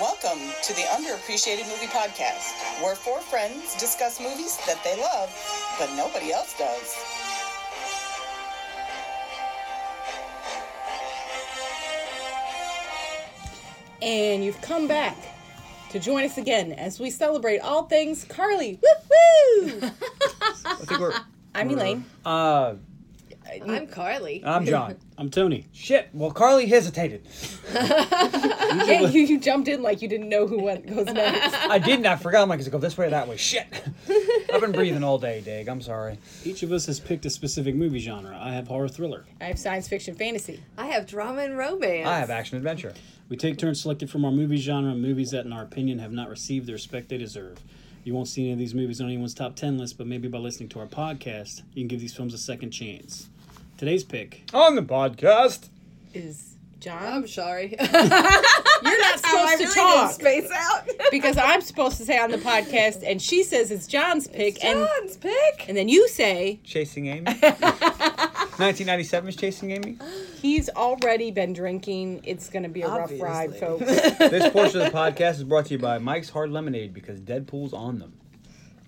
Welcome to the Underappreciated Movie Podcast, where four friends discuss movies that they love, but nobody else does. and you've come back to join us again as we celebrate all things Carly. Woo woo! I think we're. I'm Elaine. Uh, I'm Carly. I'm John. I'm Tony. Shit. Well, Carly hesitated. Yeah, you, you jumped in like you didn't know who went goes next. I didn't. I forgot. I'm like, does it go this way or that way? Shit. I've been breathing all day, Dig. I'm sorry. Each of us has picked a specific movie genre. I have horror thriller. I have science fiction fantasy. I have drama and romance. I have action adventure. We take turns selected from our movie genre movies that, in our opinion, have not received the respect they deserve. You won't see any of these movies on anyone's top 10 list, but maybe by listening to our podcast, you can give these films a second chance. Today's pick On the podcast. Is John? I'm sorry. You're not I supposed to really didn't talk space out. because I'm supposed to say on the podcast, and she says it's John's pick, and John's pick. and then you say Chasing Amy. 1997 is Chasing Amy. he's already been drinking. It's gonna be a Obviously. rough ride, folks. This portion of the podcast is brought to you by Mike's Hard Lemonade because Deadpool's on them.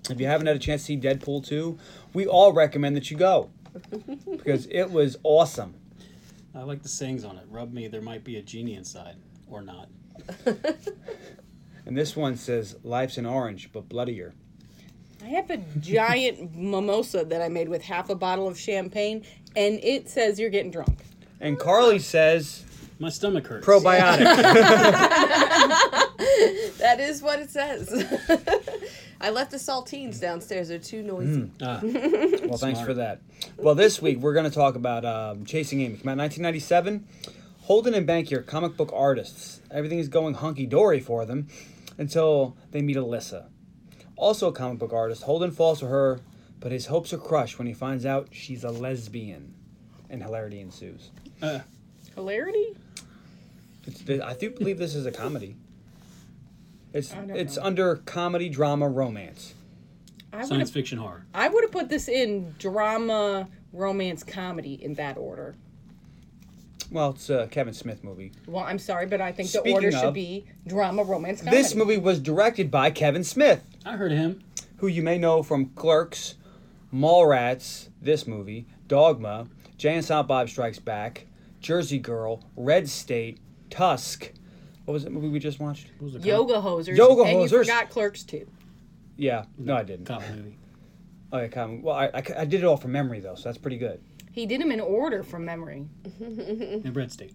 If you haven't had a chance to see Deadpool 2, we all recommend that you go because it was awesome. I like the sayings on it Rub me, there might be a genie inside, or not. And this one says, Life's an orange, but bloodier. I have a giant mimosa that I made with half a bottle of champagne, and it says you're getting drunk. And Carly says, My stomach hurts. probiotic. That is what it says. I left the saltines downstairs. They're too noisy. Ah, well, thanks for that. Well, this week we're going to talk about um, Chasing Amy. Come out 1997. Holden and Bankier, comic book artists. Everything is going hunky dory for them until they meet Alyssa. Also a comic book artist, Holden falls for her, but his hopes are crushed when he finds out she's a lesbian. And hilarity ensues. uh, Hilarity? It's, I do believe this is a comedy. It's don't it's know. under comedy, drama, romance. I would science have fiction horror. I would have put this in drama, romance, comedy in that order. Well, it's a Kevin Smith movie. Well, I'm sorry, but I think the Speaking order should of- be drama, romance, comedy. This movie was directed by Kevin Smith. I heard of him. who you may know from Clerks, Mallrats, this movie, Dogma, Jay and Silent Bob Strikes Back, Jersey Girl, Red State, Tusk. What was that movie we just watched? What was it called? Yoga hosers. Yoga and you hosers. forgot Clerks too. Yeah, no, I didn't. Cop movie. Oh, yeah, come. Well, I, I, I did it all from memory though, so that's pretty good. He did them in order from memory. And Red State.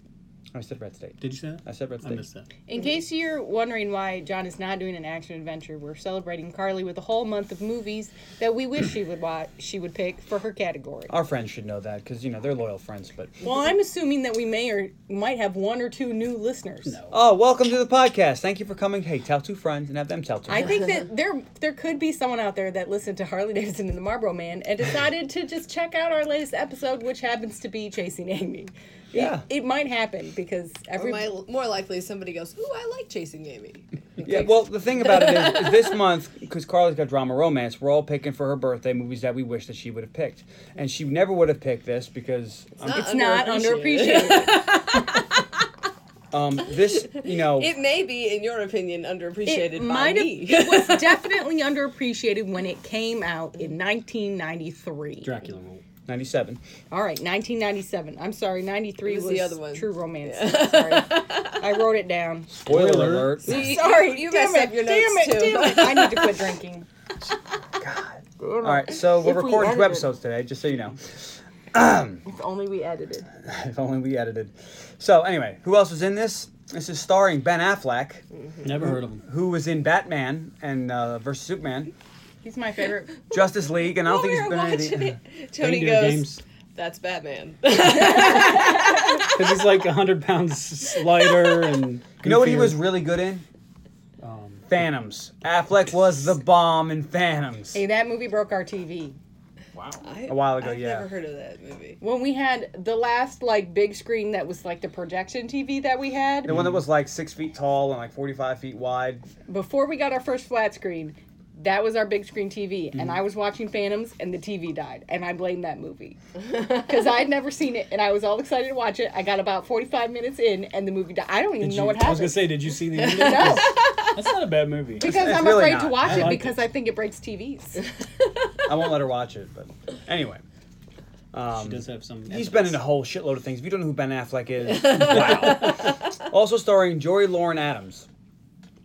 I said Red State. Did you say that? I said Red I State. missed that. In case you're wondering why John is not doing an action adventure, we're celebrating Carly with a whole month of movies that we wish she would watch, she would pick for her category. Our friends should know that because you know they're loyal friends. But Well, I'm assuming that we may or might have one or two new listeners. No. oh, welcome to the podcast. Thank you for coming. Hey, tell two friends and have them tell two. I friends. think that there there could be someone out there that listened to Harley Davidson and the Marlboro Man and decided to just check out our latest episode, which happens to be Chasing Amy. Yeah. It, it might happen because Or every my, more likely, somebody goes, "Ooh, I like chasing Amy." Yeah, well, the thing about it is, is this month, because Carly's got drama romance, we're all picking for her birthday movies that we wish that she would have picked. And she never would have picked this because um, it's not underappreciated. underappreciated. um, this, you know, It may be, in your opinion, underappreciated it by might have, me. it was definitely underappreciated when it came out in 1993. Dracula rule. 97. All right, 1997. I'm sorry, 93 It was, was the other one. True Romance. I'm sorry. I wrote it down. Spoiler Spoiler. alert. You- Sorry, you damn messed it, up your damn notes it, too. damn it. I need to quit drinking. All right, so we're If we recording two edited. episodes today, just so you know. If only we edited. If only we edited. So, anyway, who else was in this? This is starring Ben Affleck, Never heard of him. who was in Batman and uh, versus Superman, He's my favorite. Justice League, and I don't think he's While we been were in watching any. it, Tony Video goes, games. "That's Batman." Because he's like 100 pounds lighter and. You know what he goofier. was really good in? Phantoms. Affleck was the bomb in Phantoms. Hey, that movie broke our TV. I, A while ago, I've yeah. Never heard of that movie. When we had the last like big screen that was like the projection TV that we had The one that was like six feet tall and like 45 feet wide. before we got our first flat screen, That was our big screen TV, and I was watching Phantoms, and the TV died, and I blame that movie because I had never seen it, and I was all excited to watch it. I got about forty five minutes in, and the movie died. I don't even Did know you- what I was gonna happened. say, did you see the ending? No, That's not a bad movie. because It's I'm really afraid not. to watch I it liked because it. I think it breaks TVs. I won't let her watch it, but anyway. she does have some. He's been in a whole shitload of things. If you don't know who Ben Affleck is, wow. also starring Jory Lauren Adams.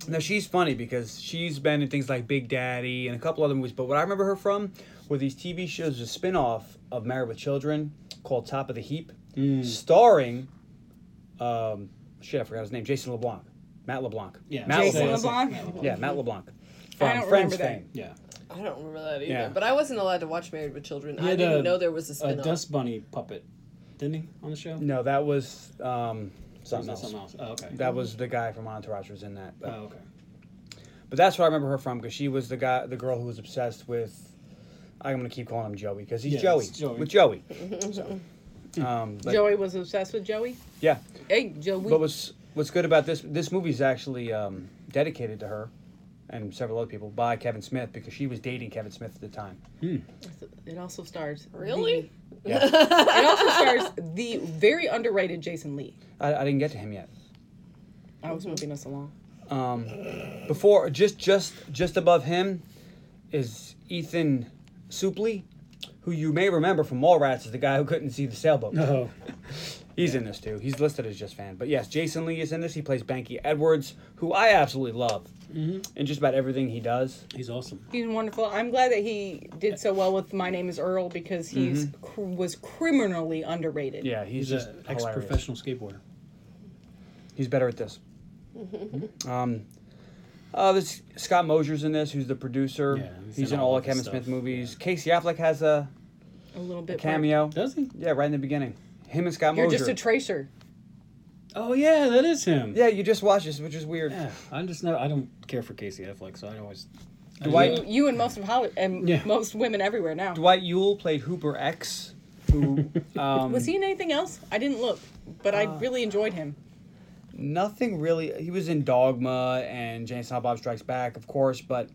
Now she's funny because she's been in things like Big Daddy and a couple other movies. But what I remember her from were these TV shows, a spin-off of Married with Children called Top of the Heap, Mm. starring um, shit I forgot his name, Jason LeBlanc, Matt LeBlanc, Yeah. Matt Jason LeBlanc, LeBlanc? yeah, Matt LeBlanc I from don't Friends remember that. fame. Yeah. I don't remember that either. Yeah. But I wasn't allowed to watch Married with Children. He I had didn't a- know there was a A spin-off. dust bunny puppet, didn't he, on the show? No, that was um, Or was something that else. something else? Oh, okay. That was the guy from Entourage was in that. oh, But okay. But that's where I remember her from because she was the guy, the girl who was obsessed with. I'm gonna keep calling him Joey because he's Yeah, Joey, it's Joey. with Joey. so, um, but, Joey was obsessed with Joey. Yeah, Hey, Joey. but what's what's good about this? This movie is actually um, dedicated to her and several other people by Kevin Smith because she was dating Kevin Smith at the time. It also stars Really? Yeah, the- it also stars the very underrated Jason Lee. I, I didn't get to him yet. I was moving us along. Before, just just just above him is Ethan Supley, who you may remember from Mallrats is the guy who couldn't see the sailboat. Oh, He's in this too. He's listed as just fan. But yes, Jason Lee is in this. He plays Banky Edwards, who I absolutely love. Mm-hmm. And just about everything he does. he's awesome. He's wonderful. I'm glad that he did so well with My Name Is Earl because he's cr- was criminally underrated. Mm-hmm. Yeah, he's, He's just an ex ex-professional skateboarder. He's better at this. um, uh, there's Scott Mosier's in this, who's the producer. Yeah, he's, he's in, all the Kevin stuff. Smith movies. Casey Affleck has a a little bit more. cameo. Does he? Yeah, right in the beginning. Him and Scott You're Mosier. just a tracer. Oh yeah, that is him. yeah, you just watched this, which is weird. Yeah, I just know I don't care for Casey Affleck, so I always. I Dwight- don't know. You and most of Hollywood and Yeah. most women everywhere now. Dwight Yule played Hooper X, who um, was he in anything else? I didn't look, but I really enjoyed him. Nothing really. He was in Dogma and Jane Silent Bob Strikes Back, of course, but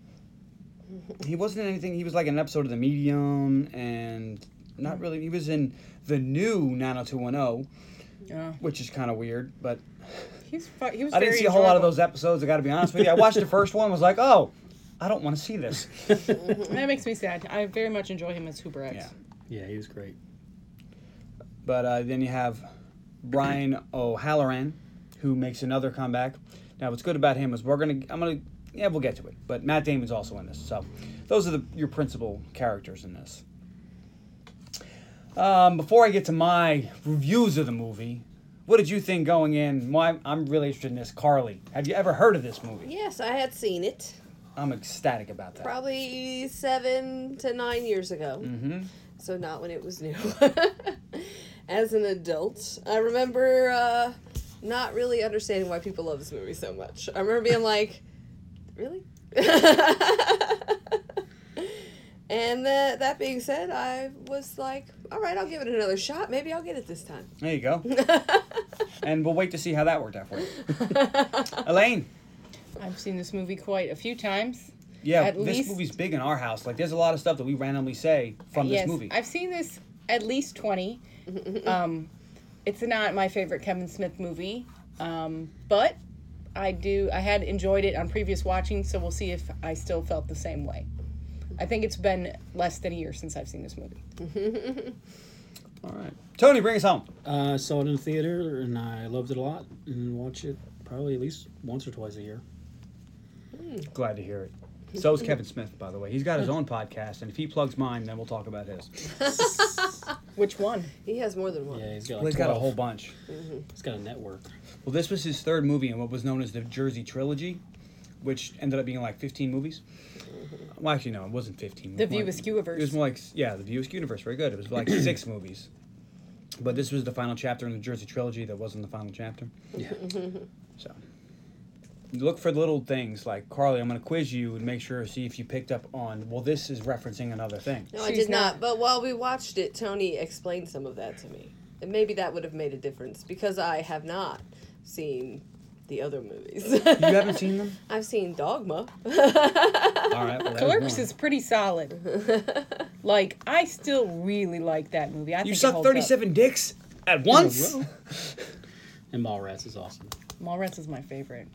he wasn't in anything. He was like in an episode of The Medium and not really. He was in the new 90210, Yeah. which is kind of weird, but Uh, He's fu- he was. I didn't very see a whole lot of enjoyable. those episodes. I got to be honest with you. I watched the first one, was like, oh, I don't want to see this. That makes me sad. I very much enjoy him as Hooper X. Yeah. Yeah, he was great. But uh, then you have Brian O'Halloran, who makes another comeback. Now, what's good about him is we're gonna, I'm gonna, yeah, we'll get to it. But Matt Damon's also in this, so those are the, your principal characters in this. Um, before I get to my reviews of the movie, what did you think going in? Well, I'm, I'm really interested in this. Carly, have you ever heard of this movie? Yes, I had seen it I'm ecstatic about that. probably seven to nine years ago. Mm-hmm. So not when it was new. As an adult, I remember uh, not really understanding why people love this movie so much. I remember being like, really? and uh, that being said, I was like, all right, I'll give it another shot. Maybe I'll get it this time. There you go. and we'll wait to see how that worked out for you. Elaine. I've seen this movie quite a few times. Yeah, At this least- movie's big in our house. Like, there's a lot of stuff that we randomly say from this yes, movie. I've seen this at least 20. um, it's not my favorite Kevin Smith movie, um, but I do. I had enjoyed it on previous watching, so we'll see if I still felt the same way. I think it's been less than a year since I've seen this movie. All right, Tony, bring us home. Uh, saw it in the theater, and I loved it a lot, and watch it probably at least once or twice a year. Glad to hear it. So is Kevin Smith, by the way. He's got his own podcast, and if he plugs mine, then we'll talk about his. Which one? He has more than one. Yeah, he's got. Well, Like he's got a 12. whole bunch. He's got a network. Well, this was his third movie in what was known as the Jersey Trilogy, which ended up being like 15 movies. Well, actually, no, it wasn't 15. The It was more- Viewiscuiverse. It was more like, yeah, the Viewisk Universe. Very good. It was like six movies. But this was the final chapter in the Jersey Trilogy that wasn't the final chapter. Yeah. So look for the little things like Carly, I'm going to quiz you and make sure see if you picked up on well this is referencing another thing. No, I She's did not- not. But while we watched it, Tony explained some of that to me. And maybe that would have made a difference because I have not seen the other movies. You haven't seen them? I've seen Dogma. All right. Well, that was Clerks one. is pretty solid. like I still really like that movie. I You think it suck holds up. 37 dicks at once? And Mallrats is awesome. Mallrats is my favorite.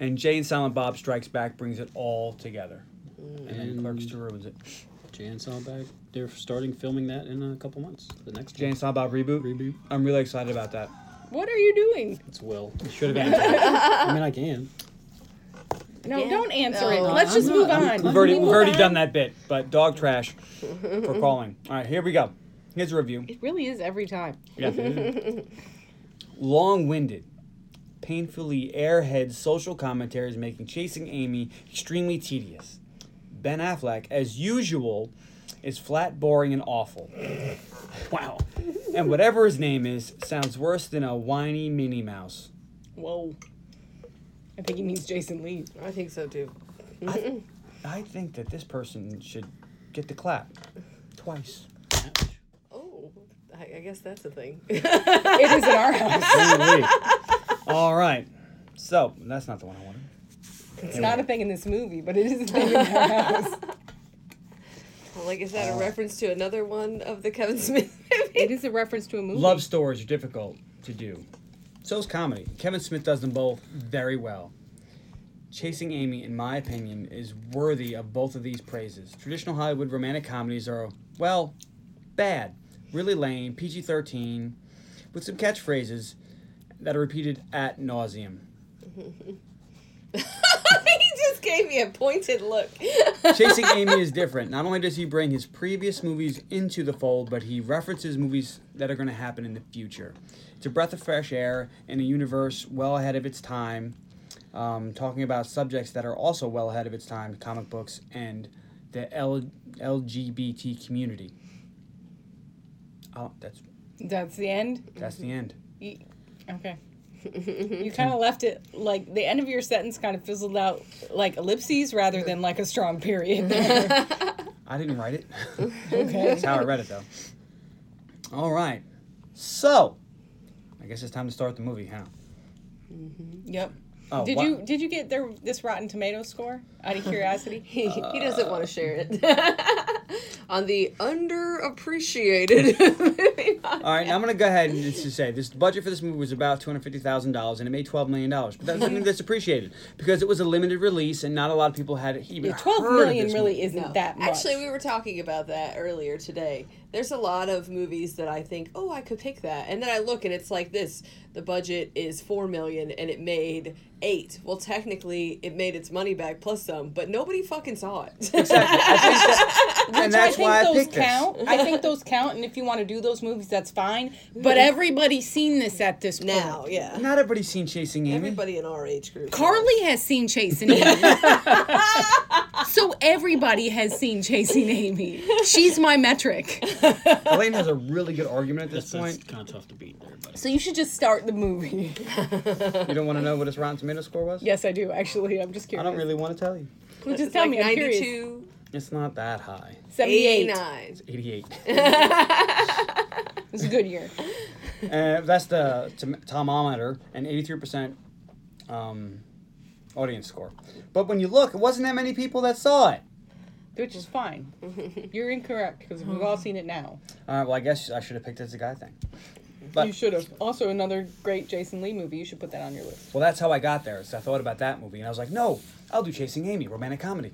And Jay and Silent Bob Strikes Back brings it all together. And then Clerks 2 ruins it. Jan Solberg, they're starting filming that in a couple months. The next Jay and Silent Bob reboot. Reboot. I'm really excited about that. What are you doing? It's Will. Should have been. I mean, I can. No, Yeah. don't answer it. No, Let's Oh, I'm just not- move I'm- on. We've already, Can we we've move already on? done that bit, but dog trash for calling. All right, here we go. Here's a review. It really is every time. Long winded, painfully airhead social commentaries making chasing Amy extremely tedious. Ben Affleck, as usual, is flat, boring, and awful. wow. And whatever his name is, sounds worse than a whiny Minnie Mouse. Whoa. I think he means Jason Lee. I think so too. I think that this person should get the clap twice. Oh, I, I guess that's a thing. It is in our house. All right. So, that's not the one I wanted. It's not a thing in this movie, but it is a thing in our house. like, is that a reference to another one of the Kevin Smith movies? It is a reference to a movie. Love stories are difficult to do. So is comedy. Kevin Smith does them both very well. Chasing Amy, in my opinion, is worthy of both of these praises. Traditional Hollywood romantic comedies are, well, bad, really lame, PG 13, with some catchphrases that are repeated at nauseum. he just gave me a pointed look. Chasing Amy is different. Not only does he bring his previous movies into the fold, but he references movies that are going to happen in the future. It's a breath of fresh air in a universe well ahead of its time, um, talking about subjects that are also well ahead of its time comic books and the L- LGBT community. Oh, that's, That's the end. that's the end. You, okay. You kind of left it like the end of your sentence kind of fizzled out like ellipses rather than like a strong period. there. I didn't write it. okay. That's how I read it, though. All right. So, I guess it's time to start the movie, huh? Yep. Oh, Did wha- you did you get their this Rotten Tomato score out of curiosity? he, he doesn't want to share it. On the underappreciated movie. pod- All right, now I'm gonna go ahead and just say this: the budget for this movie was about two hundred fifty thousand dollars, and it made twelve million dollars. But that's something that's appreciated because it was a limited release, and not a lot of people had even Yeah, Twelve heard million of this really movie. isn't that much. Actually, we were talking about that earlier today. There's a lot of movies that I think, oh, I could pick that, and then I look and it's like this: the budget is four million and it made eight. Well, technically, it made its money back plus some, but nobody fucking saw it. and that's why I those picked count. this. I think those count, and if you want to do those movies, that's fine. But everybody's seen this at this point. now, yeah, Not everybody's seen Chasing Amy. everybody in our age group. Carly has seen Chasing Amy. so everybody has seen Chasing Amy. She's my metric. Elaine has a really good argument at this So it's point. kind of tough to beat there, but So you should just start the movie. You don't want to know what his Rotten Tomato score was? Yes, I do, actually. I'm just I curious. don't really want to tell you. Well, just It's tell like me. I'm curious. 92, It's not that high. 78. 89. Eighty-eight. It's a good year. uh, that's the tom- tomometer and 83% um, audience score. But when you look, it wasn't that many people that saw it. Which is fine. You're incorrect because we've all seen it now. All right, Uh, well, I guess I should have picked it as a guy thing. But You should have. Also, another great Jason Lee movie. You should put that on your list. well, that's how I got there. So I thought about that movie, and I was like, no, I'll do Chasing Amy, romantic comedy.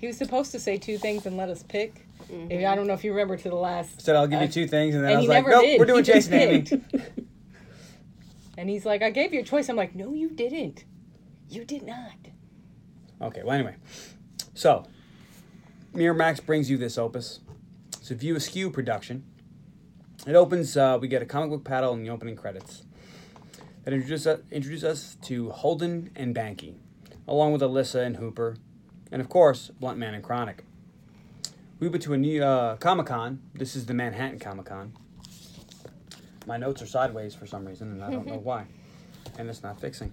He was supposed to say two things and let us pick. If- I don't know if you remember to the last. Said I'll give you two things, and then and I was he like, never nope, did. we're doing He just Chasing Amy. And he's like, I gave you a choice. I'm like, no, you didn't. You did not. Okay, well, anyway. So, Miramax brings you this opus. It's a View Askew production. It opens, uh, we get a comic book paddle in the opening credits that introduce, uh, introduce us to Holden and Banky, along with Alyssa and Hooper, and of course, Blunt Man and Chronic. We went to a new uh, Comic Con. This is the Manhattan Comic Con. My notes are sideways for some reason, and I don't know why. And it's not fixing.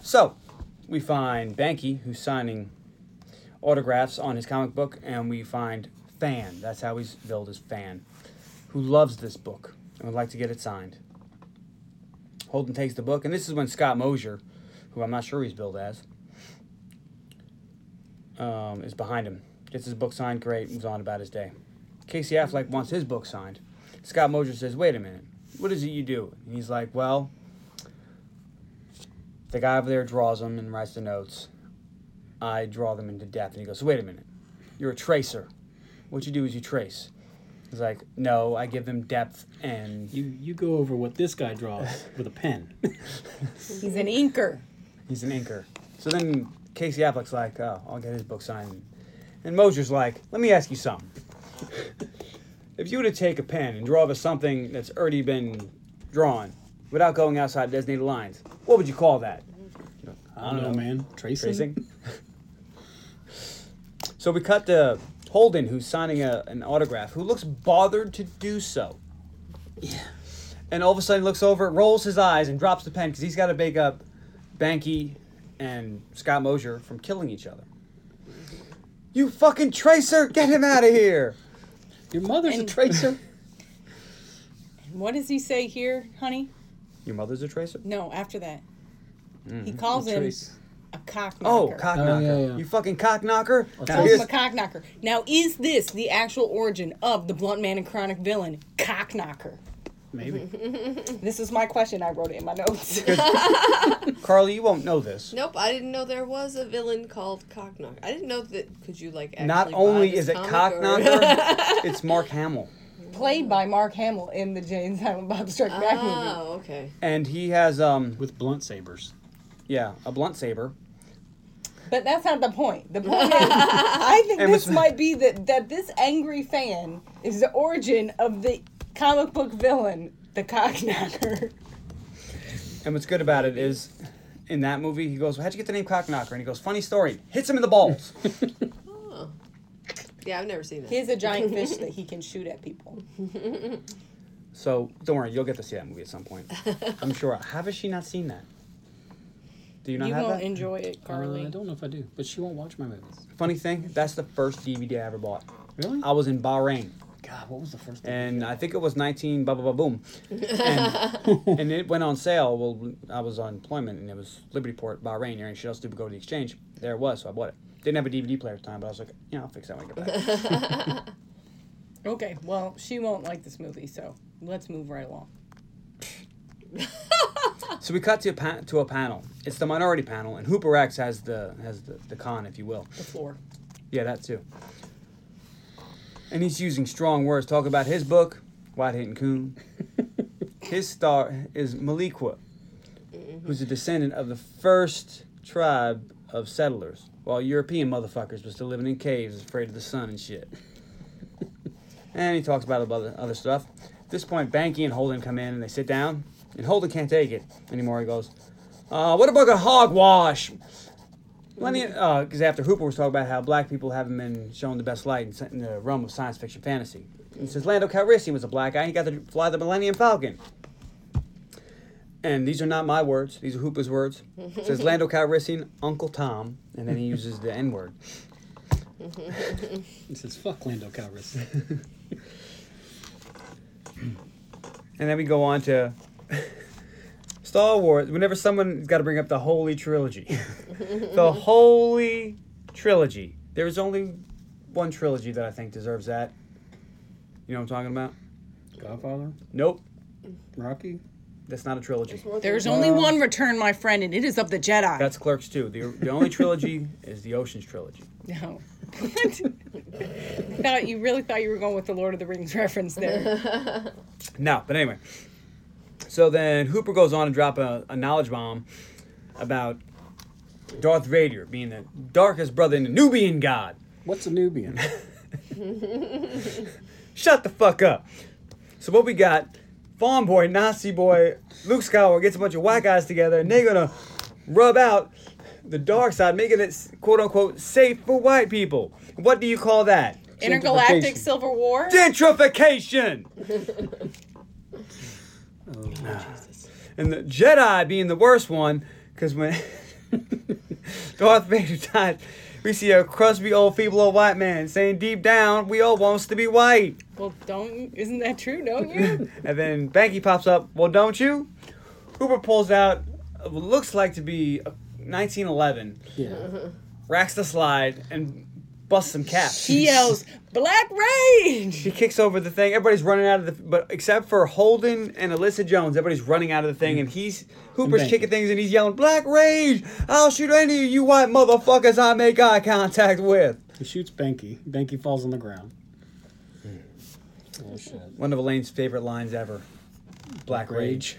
So, we find Banky, who's signing autographs on his comic book, and we find Fan. That's how he's billed as Fan, who loves this book and would like to get it signed. Holden takes the book, and this is when Scott Mosier, who I'm not sure he's billed as, um, is behind him. Gets his book signed, great, moves on about his day. Casey Affleck wants his book signed. Scott Mosier says, Wait a minute, what is it you do? And he's like, Well, the guy over there draws them and writes the notes. I draw them into depth. And he goes, Wait a minute, you're a tracer. What you do is you trace. He's like, No, I give them depth and You you go over what this guy draws with a pen. He's an inker. He's an inker. So then Casey Affleck's like, oh, I'll get his book signed. And Mosier's like, let me ask you something. if you were to take a pen and draw over something that's already been drawn without going outside designated lines, what would you call that? I don't know, man. Tracing. Tracing? so we cut to Holden, who's signing a, an autograph, who looks bothered to do so. Yeah. And all of a sudden looks over, rolls his eyes, and drops the pen because he's got to bake up Banky and Scott Mosier from killing each other. You fucking tracer, get him out of here! Your mother's a And- tracer. What does he say here, honey? Your mother's a tracer? No, after that. He calls him Trace. a cock Mm, Oh, knocker. cock Oh, knocker. yeah, yeah. You fucking cock knocker. Now Calls him here's, a cock knocker. Now, is this the actual origin of the blunt man and chronic villain, cock knocker? Maybe. This is my question. I wrote it in my notes. Carly, you won't know this. Nope, I didn't know there was a villain called Cocknock. I didn't know that. Could you like? Actually Not buy only this is it comic cock or- knocker, it's Mark Hamill. Played by Mark Hamill in the Jane Silent Bob Strike Back movie. oh, okay. And he has um With blunt sabers. Yeah, a blunt saber. But that's not the point. The point is, I think And this with- might be that that this angry fan is the origin of the comic book villain, the cock knocker. And what's good about it is, in that movie, he goes, "How'd you get the name Cock Knocker?" And he goes, "Funny story." Hits him in the balls. Yeah, I've never seen that. He is a giant fish that he can shoot at people. so don't worry, you'll get to see that movie at some point. I'm sure. How has she not seen that? Do you not You have won't that? enjoy it, Uh, I Carly. don't know if I do, but she won't watch my movies. Funny thing, that's the first DVD I ever bought. Really? I was in Bahrain, God, what was the first? thing? and I think it was 19 blah blah blah boom, and, and it went on sale. Well, I was on employment, and it was Libertyport, Bahrain. There ain't shit else to do but go to the exchange. There it was, so I bought it. Didn't have a DVD player at the time, but I was like, you know, I'll fix that when I get back. Okay, well, she won't like this movie, so let's move right along. So we cut to a pa- to a panel. It's the minority panel, and Hooper X has the has the, the con, if you will. The floor. Yeah, that too. And he's using strong words. Talk about his book, White Hidden Coon. his star is Malikwa, who's a descendant of the first tribe of settlers, while European motherfuckers was still living in caves, afraid of the sun and shit. and he talks about other other stuff. At this point, Banky and Holden come in and they sit down, and Holden can't take it anymore. He goes, uh, "What about a hogwash?" Lenny, because uh, after Hooper was talking about how black people haven't been shown the best light in, sci- in the realm of science fiction fantasy. And since Lando Calrissian was a black guy, he got to fly the Millennium Falcon. And these are not my words; these are Hooper's words. It says Lando Calrissian, Uncle Tom, and then he uses the N word. It says fuck Lando Calriss. And then we go on to Star Wars. Whenever someone's got to bring up the Holy Trilogy, the Holy Trilogy. There is only one trilogy that I think deserves that. You know what I'm talking about? Godfather, Nope, Rocky. that's not a trilogy. There's only one return, my friend, and it is of the Jedi. Uh, That's Clerks 2. The, the only trilogy is the Ocean's trilogy. no. thought you really thought you were going with the Lord of the Rings reference there. No, but anyway. So then Hooper goes on to drop a, a knowledge bomb about Darth Vader being the darkest brother in the Nubian god. What's a Nubian? Shut the fuck up. So what we got? Farm boy, Nazi boy, Luke Skywalker gets a bunch of white guys together, and they're gonna rub out the dark side, making it quote unquote safe for white people. What do you call that? Intergalactic Gentrification. Civil War. Gentrification. and the Jedi being the worst one, because when Darth Vader died, we see a crusty old feeble old white man saying deep down we all wants to be white. Well, don't isn't that true? Don't you? And then Banky pops up, well, don't you? Cooper pulls out what looks like to be a 1911, Yeah. racks the slide, and busts some caps. He yells, Black Rage! She kicks over the thing. Everybody's running out of the, but except for Holden and Alyssa Jones, everybody's running out of the thing, and he's Hooper's And kicking things, and he's yelling, "Black rage! I'll shoot any of you white motherfuckers I make eye contact with." He shoots Banky. Banky falls on the ground. Oh shit. One of Elaine's favorite lines ever. Black rage.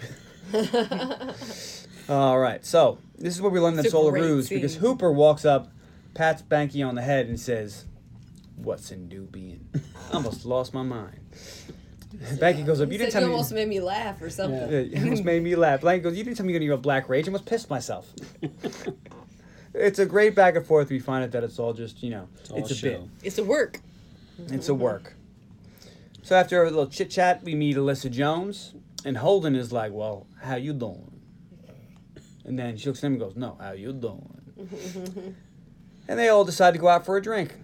Rage. All right, so this is where we learn that It's a Solar great Ruse because scene. Hooper walks up, pats Banky on the head, and says, "What's a Nubian?" I almost lost my mind. Banky goes up. You You, didn't said tell you me. almost made me laugh or something. Yeah. It almost made me laugh. Blank goes, You didn't tell me you're gonna go black rage. I almost pissed myself. it's a great back and forth. We find out that it's all just, you know, it's, all a show. It's a work. bit. It's a work. So after a little chit chat, we meet Alyssa Jones, and Holden is like, Well, how you doing? And then she looks at him and goes, No, how you doing? and they all decide to go out for a drink.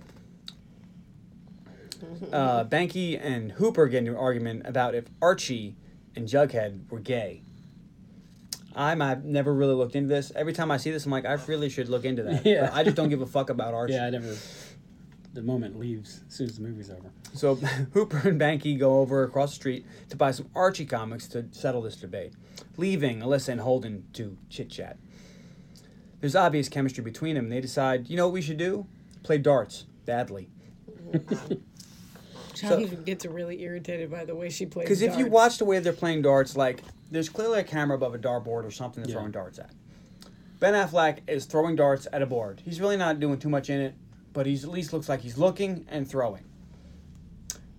Uh, Banky and Hooper get into an argument about if Archie and Jughead were gay. I'm, I've never really looked into this. Every time I see this, I'm like, I really should look into that. Yeah. But I just don't give a fuck about Archie. Yeah, I never. The moment leaves as soon as the movie's over. So Hooper and Banky go over across the street to buy some Archie comics to settle this debate, leaving Alyssa and Holden to chit chat. There's obvious chemistry between them. They decide, you know what we should do? Play darts, badly. John gets really irritated by the way she plays. Because if you darts. watch the way they're playing darts, like there's clearly a camera above a dartboard or something they're Yeah. throwing darts at. Ben Affleck is throwing darts at a board. He's really not doing too much in it, but he's at least looks like he's looking and throwing.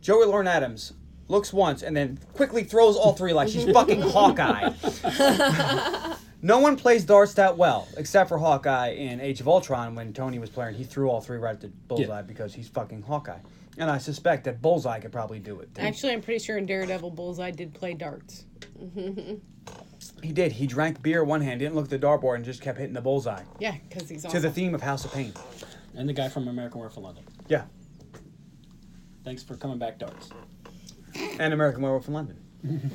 Joey Lauren Adams looks once and then quickly throws all three like she's fucking Hawkeye. no one plays darts that well, except for Hawkeye in Age of Ultron when Tony was playing. He threw all three right at the bullseye because he's fucking Hawkeye. And I suspect that Bullseye could probably do it. too. Actually, I'm pretty sure in Daredevil, Bullseye did play darts. He did. He drank beer one hand, didn't look at the dartboard, and just kept hitting the bullseye Yeah, because he's to awesome. the theme of House of Pain. And the guy from American Werewolf in London. Yeah, Thanks for coming back, darts. and American Werewolf in London.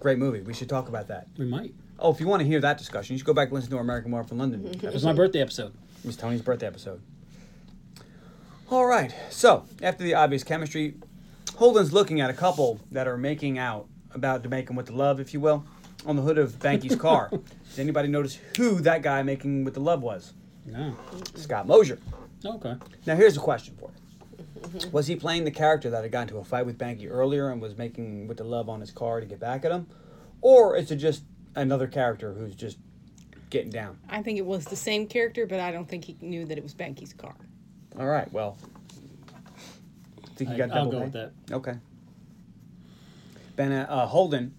Great movie. We should talk about that. We might. Oh, if you want to hear that discussion, you should go back and listen to our American Werewolf in London. It episode. was my birthday episode. It was Tony's birthday episode. All right. So after the obvious chemistry, Holden's looking at a couple that are making out about to make 'em with the love, if you will, on the hood of Banky's car. Does anybody notice who that guy making with the love was? No. Scott Mosier. Oh, Okay. Now, here's a question for you. Was he playing the character that had gotten into a fight with Banky earlier and was making with the love on his car to get back at him? Or is it just another character who's just getting down? I think it was the same character, but I don't think he knew that it was Banky's car. All right, well, think you I- got I'll double go pay? with that. Okay. Ben uh, Holden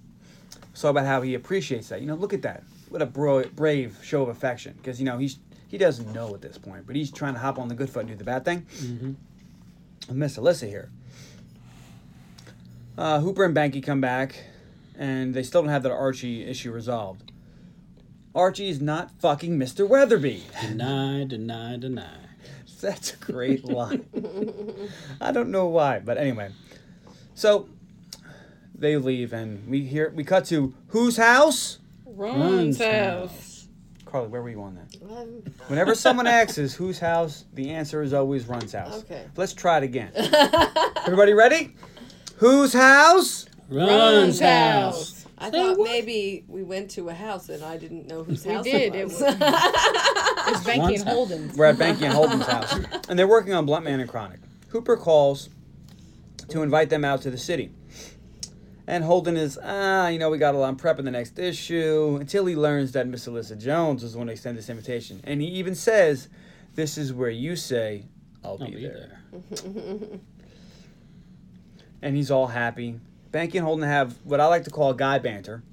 saw about how he appreciates that. You know, look at that. What a bro- brave show of affection. Because, you know, he's he doesn't know at this point, but he's trying to hop on the good foot and do the bad thing. I Mm-hmm. miss Alyssa here. Uh, Hooper and Banky come back, and they still don't have that Archie issue resolved. Archie is not fucking Mr. Weatherby. Deny, deny, deny. That's a great line. I don't know why, but anyway. So they leave, and we hear we cut to whose house? Ron's Ron's house. Carly, where were you on that? Um, Whenever someone asks whose house, the answer is always Run's house. Okay. Let's try it again. Everybody ready? Whose house? Ron's house. I thought maybe we went to a house and I didn't know whose We house did. It it was, was. it was Banky Ron's and house. Holden. We're at Banky and Holden's house, and they're working on Blunt Man and Chronic. Hooper calls to invite them out to the city. And Holden is, ah, you know, we got a lot of prep in the next issue until he learns that Miss Alyssa Jones is the one to extend this invitation. And he even says, This is where you say, I'll, I'll be, be there. there. And he's all happy. Banky and Holden have what I like to call guy banter,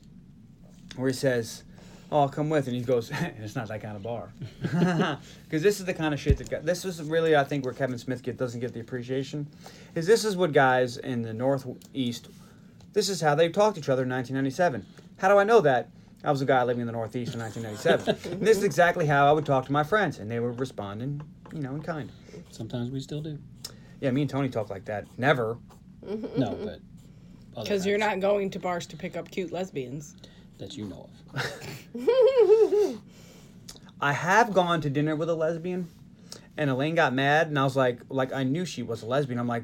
where he says, Oh, I'll come with. And he goes, It's not that kind of bar. Because this is the kind of shit that, got, this is really, I think, where Kevin Smith get, doesn't get the appreciation. Is this is what guys in the Northeast, this is how they talked to each other in 1997. How do I know that? I was a guy living in the Northeast in 1997. and this is exactly how I would talk to my friends, and they would respond in, you know, in kind. Sometimes we still do. Yeah, me and Tony talk like that. Never. No, but. other Because you're times. not going to bars to pick up cute lesbians. that you know of. I have gone to dinner with a lesbian, and Elaine got mad, and I was like, like I knew she was a lesbian. I'm like,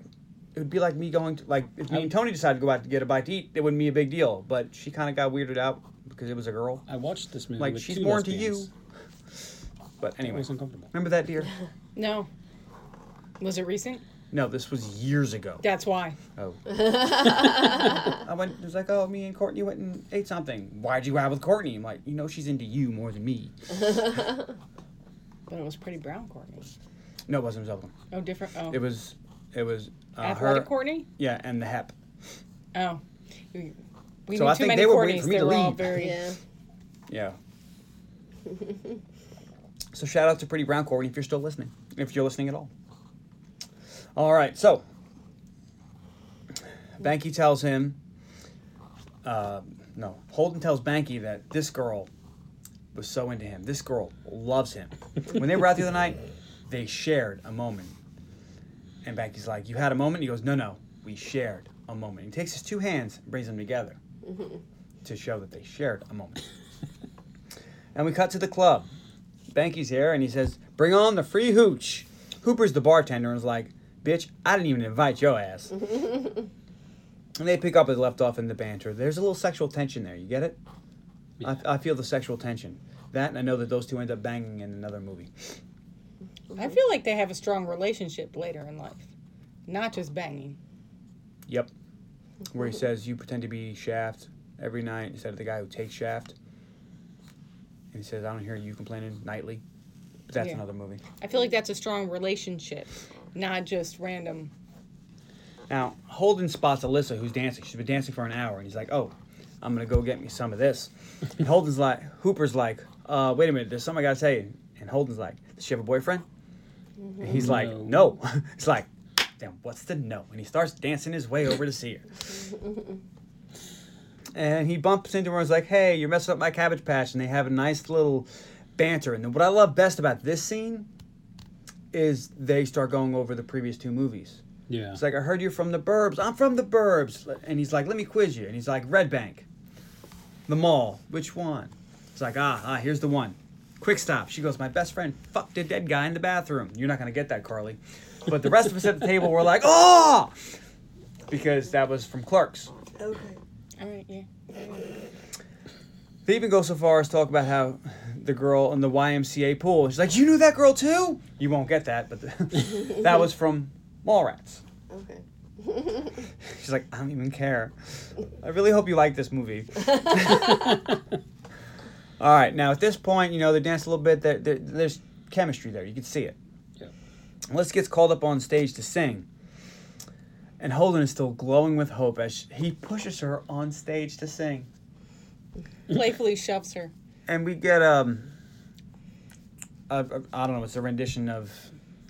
it would be like me going to like if me and Tony decided to go out to get a bite to eat, it wouldn't be a big deal. But she kind of got weirded out because it was a girl. I watched this movie. Like with she's two born lesbians. to you. But It anyway, was uncomfortable. remember that dear? No. Was it recent? No, this was years ago. That's why. Oh. I went. It was like, oh, me and Courtney went and ate something. Why'd you go out with Courtney? I'm like, you know, she's into you more than me. But it was pretty brown Courtney. No, it wasn't Zelda. Oh, different. Oh, It was, it was uh, her. athletic Courtney. Yeah, and the hep. Oh, we, we So knew I too think many they were Courtneys. waiting for me They to were all leave. very. Yeah. Yeah. so shout out to Pretty Brown Courtney if you're still listening, if you're listening at all. All right, so Banky tells him, uh, no, Holden tells Banky that this girl was so into him. This girl loves him. when they were out the other night, they shared a moment. And Banky's like, "You had a moment." He goes, "No, no, we shared a moment." He takes his two hands, and brings them together to show that they shared a moment. And we cut to the club. Banky's here and he says, Bring on the free hooch. Hooper's the bartender and is like, Bitch, I didn't even invite your ass. and they pick up as left off in the banter. There's a little sexual tension there. You get it? I, I feel the sexual tension. That and I know that those two end up banging in another movie. I feel like they have a strong relationship later in life, not just banging. Yep. Where he says, You pretend to be Shaft every night instead of the guy who takes Shaft. And he says, I don't hear you complaining nightly. But that's Yeah. another movie. I feel like that's a strong relationship, not just random. Now, Holden spots Alyssa, who's dancing. She's been dancing for an hour, and he's like, "Oh, I'm gonna go get me some of this." And Holden's like, Hooper's like, uh, "Wait a minute, there's something I gotta tell you." And Holden's like, "Does she have a boyfriend?" And he's like, "No." it's like, "Damn, what's the no?" And he starts dancing his way over to see her. and he bumps into her and is like, "Hey, you're messing up my cabbage patch." And they have a nice little banter. And what I love best about this scene is they start going over the previous two movies. Yeah. It's like, I heard you're from the burbs. I'm from the burbs. And he's like, let me quiz you. And he's like, Red Bank, the mall, which one? It's like, ah, ah, here's the one. Quick stop. She goes, my best friend fucked a dead guy in the bathroom. You're not going to get that, Carly. But the rest of us at the table were like, oh! Because that was from Clerks. Okay. All right, yeah. They even go so far as talk about how the girl in the YMCA pool, she's like, you knew that girl too? You won't get that, but that was from Mallrats. Okay. She's like, I don't even care. I really hope you like this movie. All right, now at this point, you know, they dance a little bit. There, there, there's chemistry there. You can see it. Yeah. Liz gets called up on stage to sing. And Holden is still glowing with hope as he pushes her on stage to sing. Playfully shoves her. And we get, um, I a, I don't know, it's a rendition of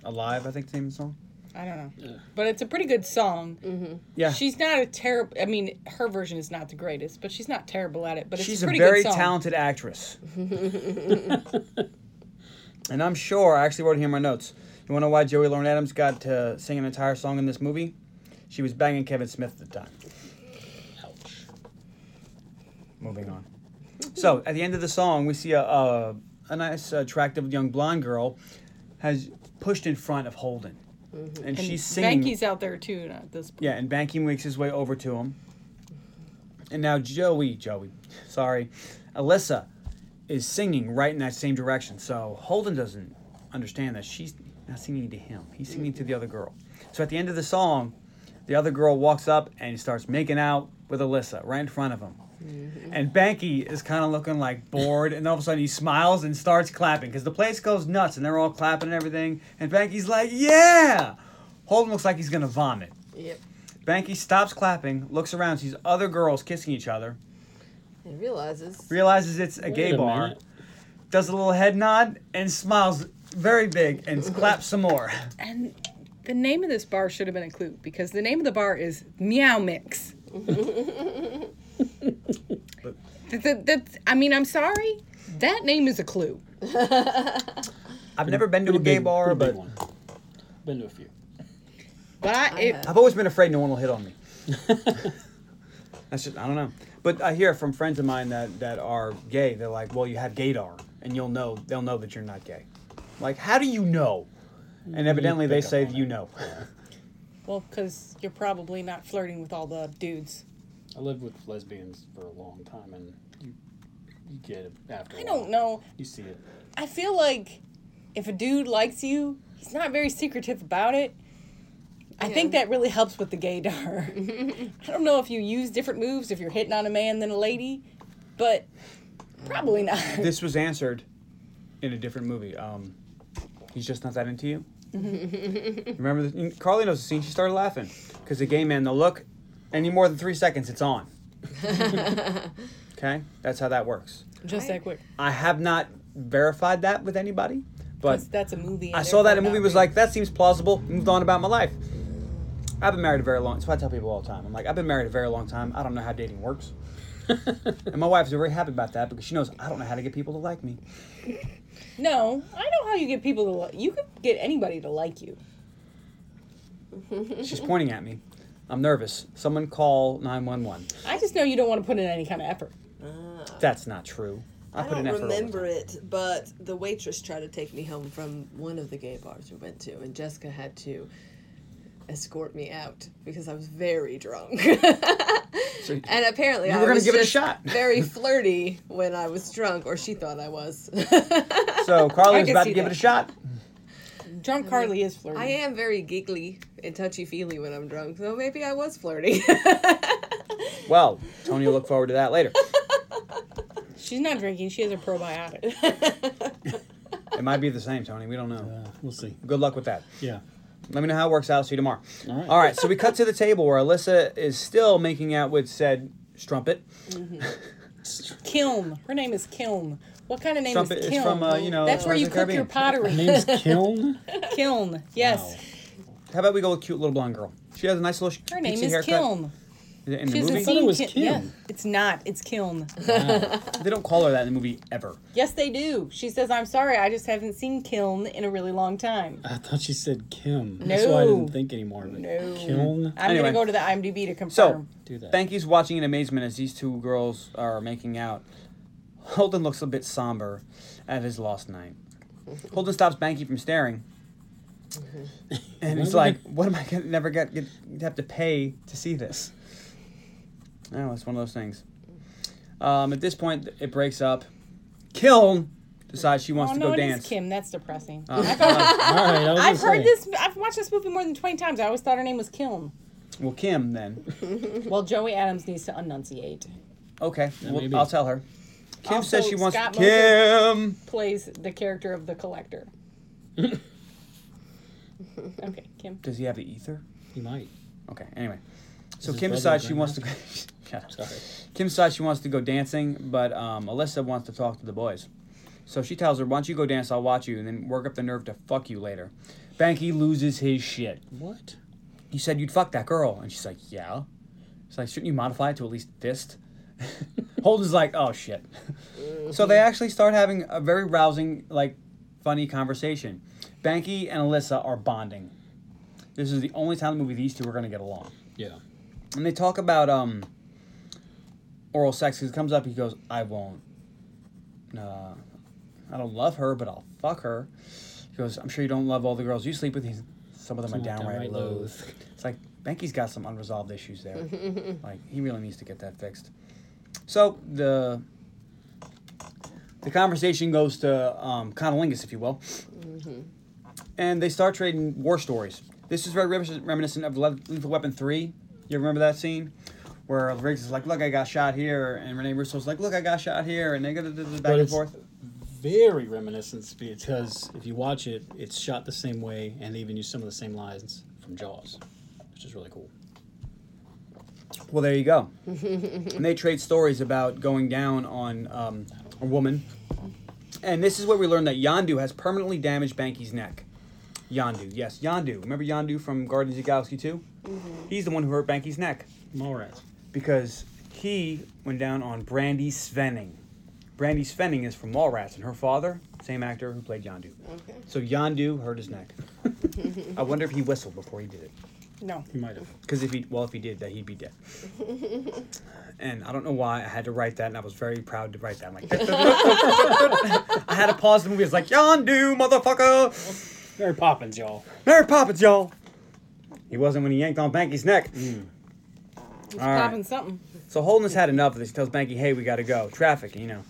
Alive, I think, the name of the song. I don't know, but it's a pretty good song. Yeah. She's not a terrible. I mean, her version is not the greatest, but she's not terrible at it. But it's She's a a, pretty very good song. talented actress. and I'm sure I actually wrote it here in my notes. You want to know why Joey Lauren Adams got to sing an entire song in this movie? She was banging Kevin Smith at the time. Ouch. Moving on. So at the end of the song, we see a a, a nice attractive young blonde girl has pushed in front of Holden, and, she's singing. Mm-hmm. Mankey's out there too at this point. Yeah, and Banky makes his way over to him. And now Joey, Joey, sorry, Alyssa is singing right in that same direction. So Holden doesn't understand that she's not singing to him. He's singing to the other girl. So at the end of the song, the other girl walks up and starts making out with Alyssa right in front of him. And Banky is kind of looking like bored, and all of a sudden he smiles and starts clapping because the place goes nuts and they're all clapping and everything. And Banky's like, "Yeah!" Holden looks like he's gonna vomit. Yep. Banky stops clapping, looks around, sees other girls kissing each other, And realizes. realizes it's a gay Wait a bar, minute. does a little head nod, and smiles very big and claps some more. And the name of this bar should have been a clue because the name of the bar is Meow Mix. Th- th- that's- I mean, I'm sorry. That name is a clue. I've never been to a Pretty gay big- bar, pretty but big one. Been to a few. But I, it, I've always been afraid no one will hit on me. That's just I don't know. But But I hear from friends of mine that, that are gay, they're like, well, you have gaydar, and you'll know, they'll know that you're not gay. Like, how do you know? And evidently they pick up say on you it. know. Well, because you're probably not flirting with all the dudes. I lived with lesbians for a long time, and you, you get it after. I I don't know. You see it. I feel like if a dude likes you, he's not very secretive about it. I think that really helps with the gaydar. I don't know if you use different moves if you're hitting on a man than a lady, but probably not. this was answered in a different movie. Um, he's just not that into you. Remember, the, Carly knows the scene. She started laughing because the gay man, the look, any more than three seconds, it's on. okay, that's how that works. Just that quick. I have not verified that with anybody, but That's, that's a movie. I and saw that in a therefore movie. not Was real. like that seems plausible. Moved on about my life. I've been married a very long. That's what I tell people all the time. I'm like, I've been married a very long time. I don't know how dating works, and my wife's very happy about that because she knows I don't know how to get people to like me. No, I know how you get people to like you. Could get anybody to like you. She's pointing at me. I'm nervous. Someone call 911. I just know you don't want to put in any kind of effort. That's not true. I, I put an don't effort all the remember time. it, but the waitress tried to take me home from one of the gay bars we went to, and Jessica had to escort me out because I was very drunk. and apparently, You I were gonna was give it a just shot. very flirty when I was drunk, or she thought I was. So I Carly was can about see to give it that. a shot. Drunk Carly is flirty. Mm-hmm. I am very giggly and touchy feely when I'm drunk, so maybe I was flirty. Well, Tony will look forward to that later. She's not drinking. She has a probiotic. It might be the same, Tony. We don't know. Uh, we'll see. Good luck with that. Yeah. Let me know how it works out. See you tomorrow. All right. so we cut to the table where Alyssa is still making out with said strumpet. Kiln. Her name is Kiln. What kind of name Strumpet is is Kiln? from, uh, you know, That's where you cook Pirates your of the pottery. Name's Kiln. Kiln. Yes. Wow. How about we go with cute little blonde girl? She has a nice little. Her pixie name is haircut. Kiln. Is it In the She movie, hasn't thought it seen was Ki- Kiln. Yeah, it's not. It's Kiln. they don't call her that in the movie ever. yes, they do. She says, "I'm sorry, I just haven't seen Kiln in a really long time." I thought she said Kim. That's why I No. didn't think anymore. But No. Kiln. I'm Anyway. gonna go to the IMDb to So, confirm. Do that. Banky's watching in amazement as these two girls are making out. Holden looks a bit somber at his lost night. Holden stops Banky from staring. Mm-hmm. And he's What am I like, "What am I gonna never get, get have to pay to see this?" No, it's one of those things. Um, at this point, it breaks up. Kiln decides she wants oh to no, go it is dance. Uh, Kim. That's depressing. All right. I was I've gonna heard say. this. I've watched this movie more than twenty times. I always thought her name was Kiln. Well, Kim then. Well, Joey Adams needs to enunciate. Okay, well, maybe. I'll tell her. Kim says Also, she wants Scott Moser- Kim. Plays the character of the collector. okay, Kim. Does he have the ether? He might. Okay. Anyway, so his Kim brother decides a she wants to. Go, Shut up. Sorry. Kim decides she wants to go dancing, but um, Alyssa wants to talk to the boys. So she tells her, "Why don't you go dance? I'll watch you, and then work up the nerve to fuck you later." Banky loses his shit. What? You said you'd fuck that girl, and she's like, "Yeah." It's like, shouldn't you modify it to at least fist? Holden's like, "Oh shit." so they actually start having a very rousing, like, funny conversation. Banky and Alyssa are bonding. This is the only time in the movie these two are gonna get along Yeah. and they talk about um oral sex 'cause it comes up he goes i won't uh, i don't love her but i'll fuck her he goes i'm sure you don't love all the girls you sleep with He's- some of them are Some downright, downright loathe loathe. it's like Benky's got some unresolved issues there like he really needs to get that fixed so the the conversation goes to um, conolingus if you will and they start trading war stories. This is very remis- reminiscent of Le- Lethal Weapon 3. You remember that scene? Where Riggs is like, look, I got shot here. And Rene Russo's like, look, I got shot here. And they go da- da- da- back and it's- forth. Very reminiscent because if you watch it, it's shot the same way and they even use some of the same lines from Jaws, which is really cool. Well, there you go. and they trade stories about going down on um, a woman. And this is where we learn that Yandu has permanently damaged Banky's neck. Yandu, yes, Yandu. Remember Yandu from Guardians of the Galaxy 2? He's the one who hurt Banky's neck. Mallrats. because he went down on Brandy Svenning. Brandy Svenning is from Mallrats, and her father, same actor who played Yondu. Okay. So Yondu hurt his neck. I wonder if he whistled before he did it. No. He might have. Because if he, well, if he did, that he'd be dead. And I don't know why I had to write that, and I was very proud to write that. I'm like, I had to pause the movie. It's like, Yondu, motherfucker, Mary Poppins, y'all. Mary Poppins, y'all. He wasn't when he yanked on Banky's neck. He's All right. popping something. So Holden has had enough of this. He tells Banky, hey, we gotta go. Traffic, you know.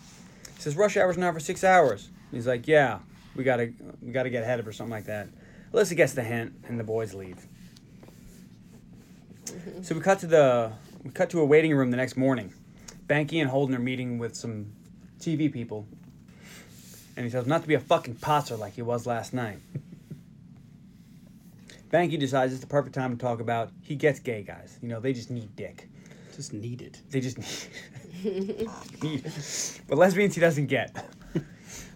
He says, rush hour's now for six hours. He's like, yeah, we gotta we gotta get ahead of her, something like that. Alyssa gets the hint and the boys leave. So we cut to the we cut to a waiting room the next morning. Banky and Holden are meeting with some TV people. And he tells him not to be a fucking posser like he was last night. Banky decides it's the perfect time to talk about he gets gay guys. You know, they just need dick Just need it. they just need, need it. but lesbians he doesn't get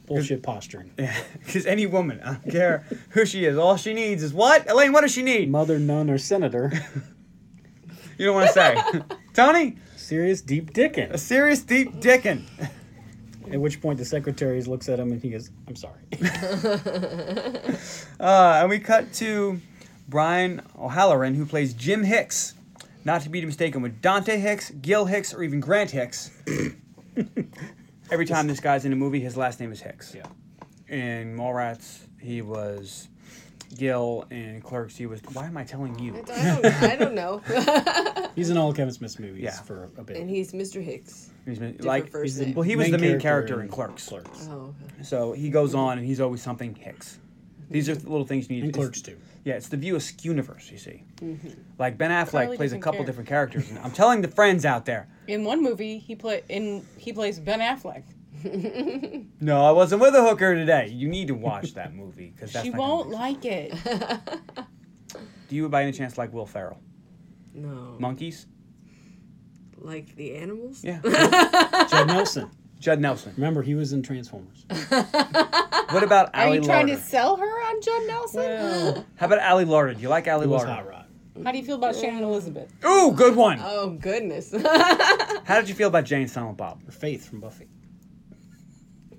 Bullshit posturing. because any woman i don't care who she is all she needs is what elaine what does she need Mother, nun, or senator. you don't want to say tony Serious deep a dickin'. serious deep dickin At which point the secretary looks at him and he goes, I'm sorry. uh, and we cut to brian o'halloran who plays jim hicks not to be mistaken with dante hicks gil hicks or even grant hicks every time this guy's in a movie his last name is hicks yeah. in Mallrats, he was Gil, and Clerks, he was. Why am I telling you? I don't, I don't know. He's in all Kevin Smith's movies Yeah. for a bit. and he's Mr. Hicks. He's been- Different like, first he's the name. well, he was the main character in Clerks. Clerks. Oh, So he goes on, and he's always something Hicks. These are the little things you need. And it's- Clerks too. Yeah, it's the view askew universe. You see, Mm-hmm. like Ben Affleck Charlie plays a doesn't couple care. different characters. And I'm telling the friends out there. In one movie, he play in he plays Ben Affleck. No, I wasn't with a hooker today. You need to watch that movie because that's she not gonna won't make like it. sense. Do you by any chance like Will Ferrell? no. Monkeys? Like the animals? Yeah. Judd Nelson. Judd Nelson. Remember, he was in Transformers. What about Are Ali you trying Larter? to sell her on Judd Nelson? Oh. How about Ali Larter? Do you like Ali He was Larter? Hot Rod. How do you feel about Shannon Elizabeth? Ooh, good one. Oh, goodness. How did you feel about Jane Silent Bob? Or Faith from Buffy.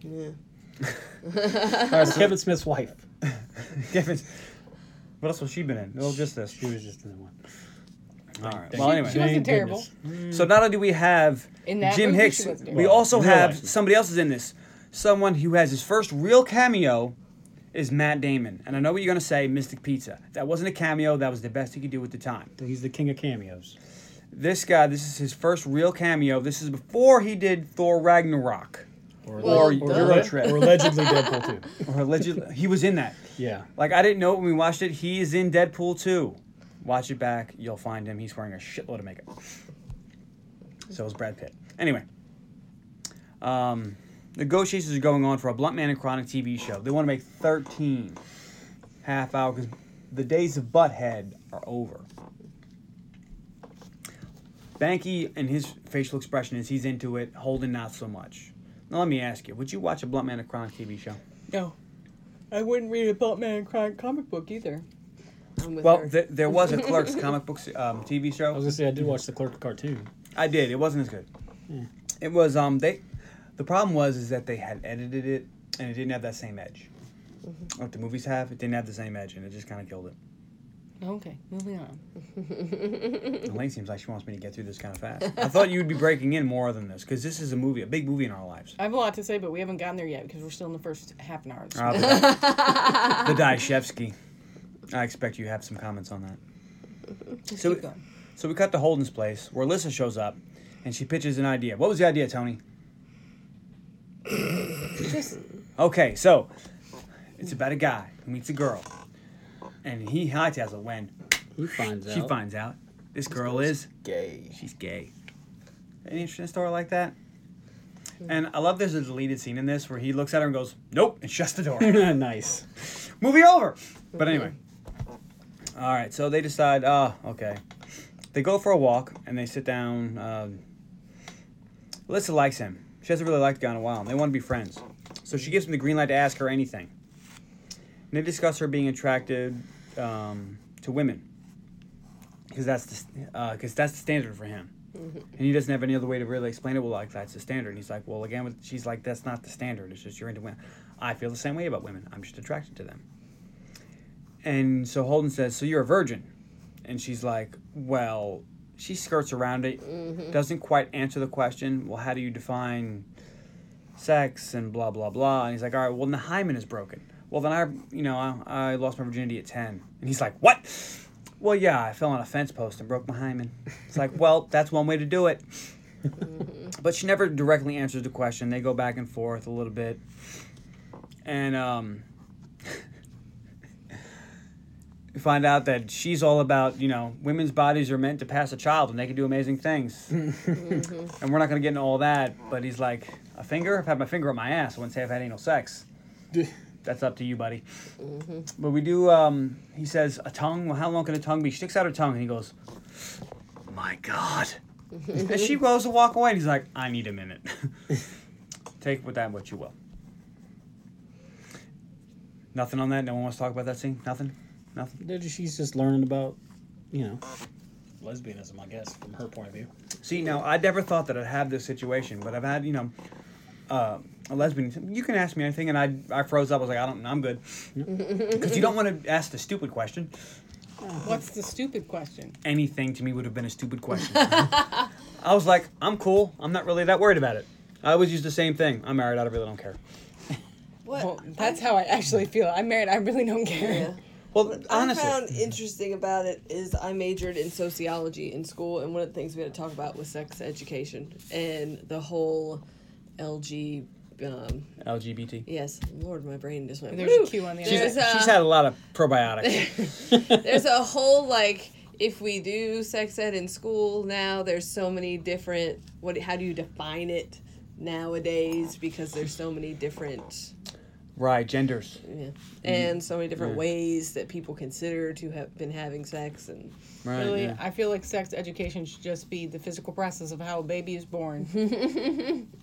yeah. Kevin Smith's wife. what else was she been in? Well, just this. She was just in the one. All right. Thank Well, you. She anyway, wasn't Thank terrible. so not only do we have In that Jim movie, Hicks, she was good. we also In real have life. somebody else is in this. Someone who has his first real cameo is Matt Damon, and I know what you're gonna say, Mystic Pizza. That wasn't a cameo. That was the best he could do at the time. He's the king of cameos. This guy, this is his first real cameo. This is before he did Thor Ragnarok. Or, Or or, Euro or, Trip. or allegedly Deadpool too. Or allegedly, he was in that. Yeah. Like I didn't know it when we watched it. He is in Deadpool 2. Watch it back, you'll find him. He's wearing a shitload of makeup. So is Brad Pitt. Anyway. Um negotiations are going on for a blunt man and chronic TV show. They want to make 13 half hour because the days of butthead are over. Banky and his facial expression is he's into it, Holden not so much. Now let me ask you, would you watch a blunt man and chronic TV show? No. I wouldn't read a Batman crime comic book either. I'm with Well, her. th- there was a Clerks comic book se- um, TV I was show. gonna say I did watch the Clerk cartoon. I did. It wasn't as good. It was um they. The problem was is that they had edited it and it didn't have that same edge. Like the movies have, it didn't have the same edge, and it just kind of killed it. Okay, moving on. Elaine seems like she wants me to get through this kind of fast. I thought you'd be breaking in more than this because this is a movie, a big movie in our lives. I have a lot to say, but we haven't gotten there yet because we're still in the first half an hour. Uh, the the Dyshevsky. I expect you have some comments on that. so, keep we- going. so we cut to Holden's place where Alyssa shows up and she pitches an idea. What was the idea, Tony? okay, so it's about a guy who meets a girl and he hightails it when He finds out. she finds out this girl is gay. she's gay. An interesting story like that. Hmm. And I love there's a deleted scene in this where he looks at her and goes, Nope, and shuts the door. nice. movie over. But anyway. All right, so they decide, uh, okay. They go for a walk and they sit down. Um, Alyssa likes him. She hasn't really liked the guy in a while, and they want to be friends. So she gives him the green light to ask her anything. And they discuss her being attracted um, to women. Because that's, the st- uh 'cause that's the standard for him. And he doesn't have any other way to really explain it. Well, like, that's the standard. And he's like, well, again, with, she's like, that's not the standard. It's just you're into women. I feel the same way about women. I'm just attracted to them. And so Holden says, So you're a virgin? And she's like, Well, she skirts around it, doesn't quite answer the question. Well, how do you define sex and blah blah blah? And he's like, all right, well, the hymen is broken. Well, then I, you know, I, I lost my virginity at ten. And he's like, what? Well, yeah, I fell on a fence post and broke my hymen. It's like, well, that's one way to do it. but she never directly answers the question. They go back and forth a little bit, and um, we find out that she's all about you know women's bodies are meant to pass a child and they can do amazing things, and we're not gonna get into all that. But he's like, a finger? I've had my finger up my ass. I wouldn't say I've had anal sex. That's up to you, buddy. But we do. Um, he says a tongue. Well, how long can a tongue be? She sticks out her tongue and he goes, "My God." and she goes to walk away, and he's like, "I need a minute. Take with that what you will." Nothing on that. No one wants to talk about that scene. Nothing. Nothing. They're just- She's just learning about, you know, lesbianism, I guess, from her point of view. See, now I never thought that I'd have this situation, but I've had, you know, uh, a lesbian. You can ask me anything, and I I froze up. I was like, I don't. I'm good. Because you don't want to ask the stupid question. What's the stupid question? Anything to me would have been a stupid question. I was like, I'm cool. I'm not really that worried about it. I always use the same thing. I'm married. I really don't care. What? Well, that's how I actually feel. I'm married. I really don't care. Well, honestly, I found interesting about it is I majored in sociology in school, and one of the things we had to talk about was sex education and the whole LG. Um, LGBT. yes, Lord, my brain just went. There's a "Woo." Q on the end. There's uh, She's, a- she's had a lot of probiotics. there's a whole like if we do sex ed in school now there's so many different what how do you define it nowadays because there's so many different right, genders. yeah, and so many different ways that people consider to have been having sex and Right. Really, yeah. I feel like sex education should just be the physical process of how a baby is born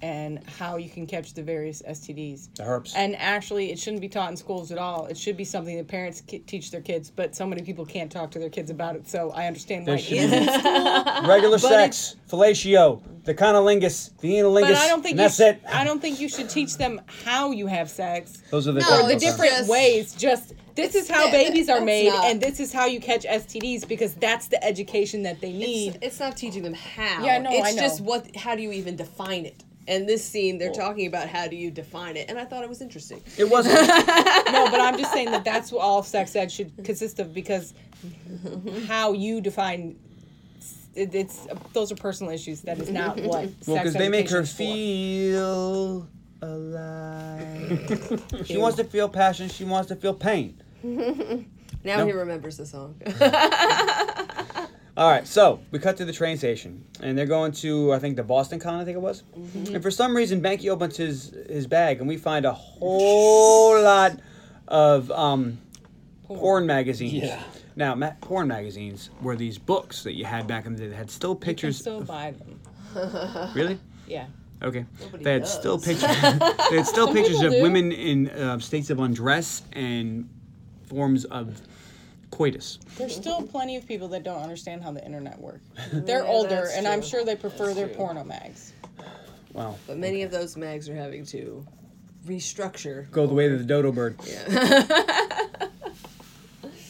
and how you can catch the various STDs. The herps. And actually, it shouldn't be taught in schools at all. It should be something that parents ki- teach their kids, but so many people can't talk to their kids about it. So I understand why. There it should is. be regular sex, fellatio, the conolingus, the analingus, But I don't think and you that's sh- it. I don't think you should teach them how you have sex. Those are the, No, The Okay. different Just- ways. Just this is how babies are That's made, not- and this is how you catch STDs because that's the education that they need. it's, it's not teaching them how Yeah, no, it's I know. just what how do you even define it and this scene they're talking about how do you define it and i thought it was interesting It wasn't. no, but I'm just saying that that's what all sex ed should consist of because how you define it, it's those are personal issues. That is not what. Well, well, because they make her feel alive. she wants to feel passion. She wants to feel pain. now No. he remembers the song All right, so we cut to the train station, and they're going to I think the Boston Con, I think it was. Mm-hmm. And for some reason, Banky opens his his bag, and we find a whole lot of um, porn. magazines. Yeah. Now, ma- porn magazines were these books that you had back in the day that had still You can pictures. still buy them. really? Yeah. Okay. they had still does. pictures. they had still pictures of people do. women in uh, states of undress and forms of coitus. There's still plenty of people that don't understand how the internet works. They're Mm-hmm. Yeah, older, that's and I'm true. sure they prefer their porno mags. Wow. But many of those mags are having to restructure. Go the way of the dodo bird.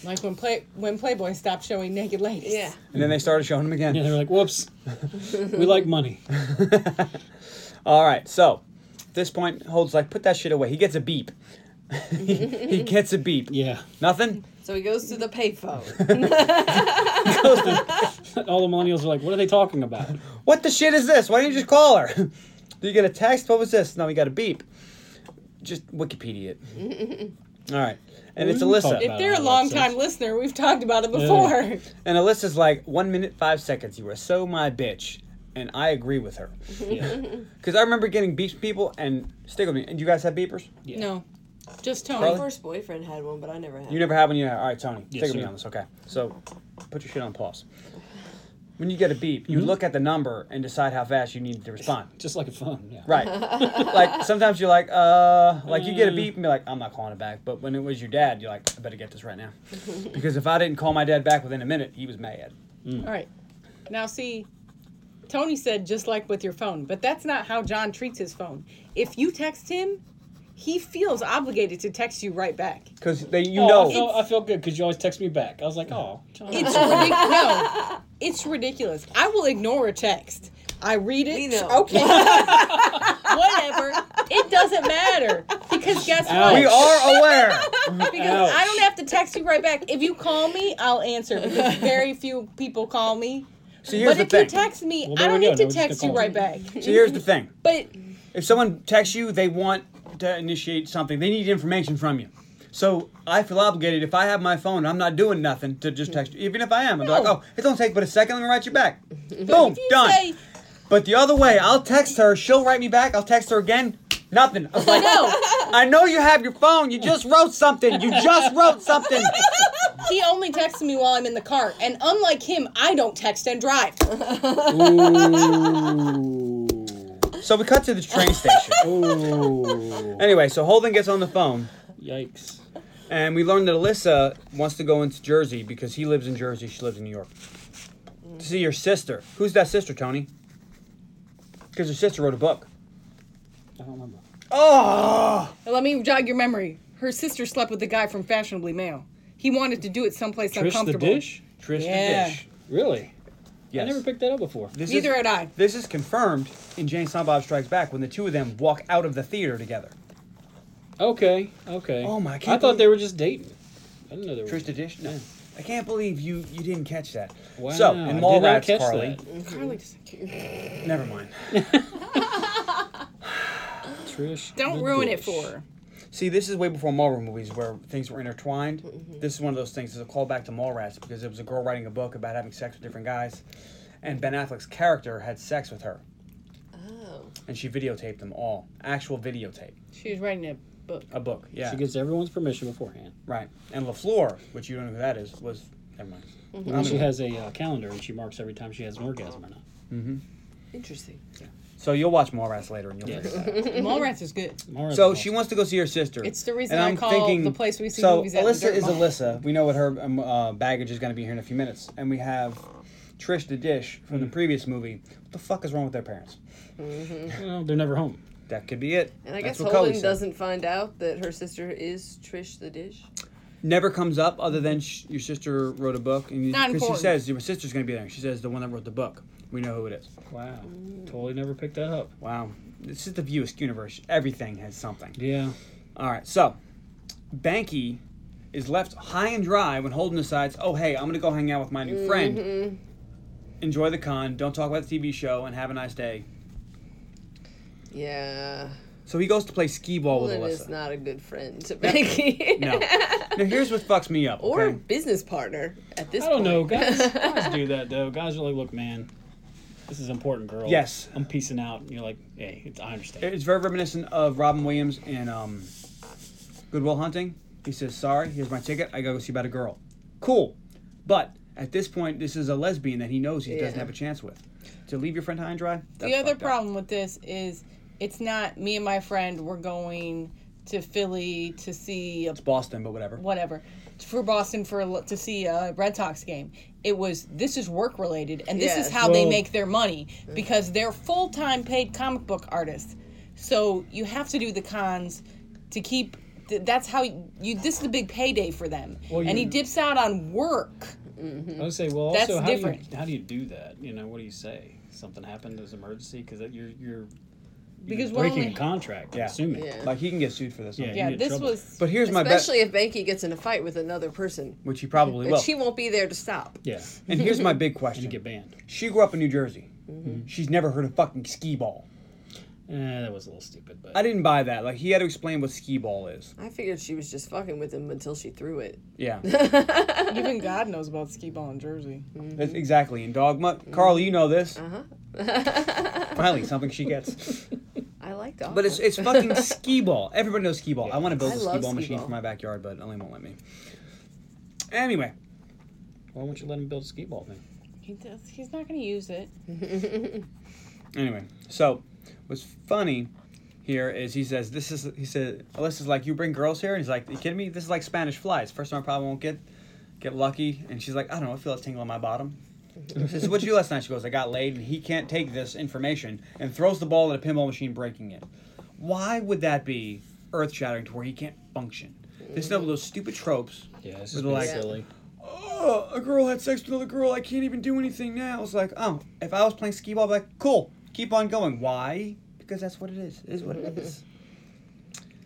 Like when play when Playboy stopped showing naked ladies. Yeah. And then they started showing them again. Yeah, they're like, whoops, we like money. All right, so at this point, Hold's like, put that shit away. He gets a beep. he, he gets a beep. Yeah. Nothing. So he goes to the payphone. All the millennials are like, what are they talking about? What the shit is this? Why didn't you just call her? Do you get a text? What was this? No, we got a beep. Just Wikipedia it. All right, and it's What are you Alyssa. talking If they're a About long all that time sex. listener, we've talked about it before. And Alyssa's like, one minute, five seconds, you were so my bitch. And I agree with her. Yeah. Because I remember getting beeps from people, and stick with me. And you guys have beepers? Yeah. No. Just Tony. My first boyfriend had one, but I never had. You never have one, you have. All right, Tony, stick Yes, with me sir. on this, okay? So put your shit on pause. When you get a beep, Mm-hmm. you look at the number and decide how fast you need to respond. Just like a phone. Yeah. Right. like sometimes you're like, uh, like you get Mm. a beep and be like, I'm not calling it back. But when it was your dad, you're like, I better get this right now. because if I didn't call my dad back within a minute, he was mad. All right. Now, see, Tony said just like with your phone, but that's not how John treats his phone. If you text him, he feels obligated to text you right back. because they you Oh, know I feel, I feel good because you always text me back. I was like, oh, John. It's ridiculous. no, it's ridiculous. I will ignore a text. I read it. We know. Okay. Whatever. It doesn't matter because guess Ouch. we what? are aware. Because I don't have to text you right back. If you call me, I'll answer because very few people call me. So here's but if the you thing. text me, Well, I there don't we go. need to Now we're just text you gonna right call back. so here's the thing. But If someone texts you, they want to initiate something. They need information from you. So I feel obligated if I have my phone and I'm not doing nothing to just text you, even if I am. I'm like, oh, it don't take but a second. Let me write you back. Boom, you done. say But the other way, I'll text her. She'll write me back. I'll text her again. Nothing. I was like, no, I know you have your phone. You just wrote something. You just wrote something. he only texts me while I'm in the car, and unlike him, I don't text and drive. So we cut to the train station. Ooh. Anyway, so Holden gets on the phone, Yikes. and we learn that Alyssa wants to go into Jersey because he lives in Jersey. She lives in New York. To see your sister. Who's that sister, Tony? Because her sister wrote a book. I don't remember. Ah! Oh! Let me jog your memory. Her sister slept with the guy from Fashionably Male. He wanted to do it someplace Trish the uncomfortable. Dish? Trish Yeah. the Dish. Really? Yes. I never picked that up before. This Neither is, had I. This is confirmed in Jane Silent Bob Strikes Back when the two of them walk out of the theater together. Okay, okay. Oh my, I I can't thought they were just dating. I didn't know they were. Trish the Dish? No. I can't believe you you didn't catch that. Wow, so, I did in not Mallrats, catch Carly. that. Never mind. Trish. Don't the ruin it Dish. for her. See, this is way before Mallrats movies where things were intertwined. This is one of those things. It's a callback to Mallrats because it was a girl writing a book about having sex with different guys, and Ben Affleck's character had sex with her, Oh. and she videotaped them all. Actual videotape, She was writing a book. a book. Yeah, She gets everyone's permission beforehand. right. And Lafleur, which you don't know who that is, was never mind. And she has a uh, calendar and she marks every time she has an orgasm or not. Interesting. So you'll watch Mallrats later, and you'll figure that out. Mallrats is good. Mallrats So is she awesome. wants to go see her sister. It's the reason I call the place we see so movies at the Alyssa dirt is mall. Alyssa. We know what her um, uh, baggage is going to be here in a few minutes, and we have Trish the Dish from the previous movie. What the fuck is wrong with their parents? Well, they're never home. That could be it. And I That's guess what Cully Holden said. doesn't find out that her sister is Trish the Dish. Never comes up other than sh- your sister wrote a book, and you, Not 'cause she important. says your sister's going to be there. She says the one that wrote the book. We know who it is. Wow. Totally never picked that up. Wow, this is the Viewist universe. Everything has something. Yeah. All right, so Banky is left high and dry when Holden decides, oh, hey, I'm going to go hang out with my new Mm-hmm. friend. Enjoy the con, don't talk about the TV show, and have a nice day. Yeah. So he goes to play skee ball with Holden is Alyssa. not a good friend to Becky. no. Now, here's what fucks me up. Or okay? business partner at this I don't point. know, guys. guys do that though. Guys are like, look, man, this is important, girl. Yes. I'm peacing out. And you're like, hey, it's, I understand. It's very reminiscent of Robin Williams in um, Goodwill Hunting. He says, "Sorry, here's my ticket. I gotta go see about a girl." Cool, but at this point, this is a lesbian that he knows he doesn't Yeah. have a chance with. To leave your friend high and dry. that's the other fucked up. problem with this is it's not me and my friend, we're going to Philly to see a It's Boston, but whatever. whatever for Boston for a l- to see a Red Sox game. It was this is work related and this Yes. is how they Well- make their money because they're full time paid comic book artists. So you have to do the cons to keep. th- That's how you. This is the big payday for them, Well, and he you- dips out on work. I would say, well, also, That's how different. do you how do you do that? You know, what do you say? Something happened as emergency because you're you're Because we're breaking only, a contract. Yeah. I'm assuming. Yeah. Like he can get sued for this. one. you yeah, get this trouble. was. But here's my best, Especially if Banky gets in a fight with another person. which he probably And will. she won't be there to stop. Yeah, and here's my big you question: get banned. She grew up in New Jersey. Mm-hmm. She's never heard of fucking skee ball. Eh, that was a little stupid, but I didn't buy that. Like he had to explain what skee ball is. I figured she was just fucking with him until she threw it. Yeah, Mm-hmm. Even God knows about skee ball in Jersey. that's exactly. In Dogma, Carl, you know this. Uh-huh. Finally, something she gets. I like that. But it's it's fucking skee ball. Everybody knows skee ball. I want to build I a skee love ball skee machine ball. for my backyard, but Elaine won't let me. Anyway, why won't you let him build a skee ball thing? He does, he's not going to use it. Anyway, so what's funny here is he says this is he said Alyssa's like you bring girls here and he's like you kidding me this is like Spanish flies first time I probably won't get get lucky and she's like I don't know I feel a tingle on my bottom. She says what'd you do last night? She goes I got laid and he can't take this information and throws the ball at a pinball machine breaking it. Why would that be earth shattering to where he can't function. This is another one of those stupid tropes. Yeah, this where is they're like, silly. oh, a girl had sex with another girl. I can't even do anything now. It's like, oh, if I was playing skee ball, I'd be like, cool, keep on going. Why? Because that's what it is. It is what it is.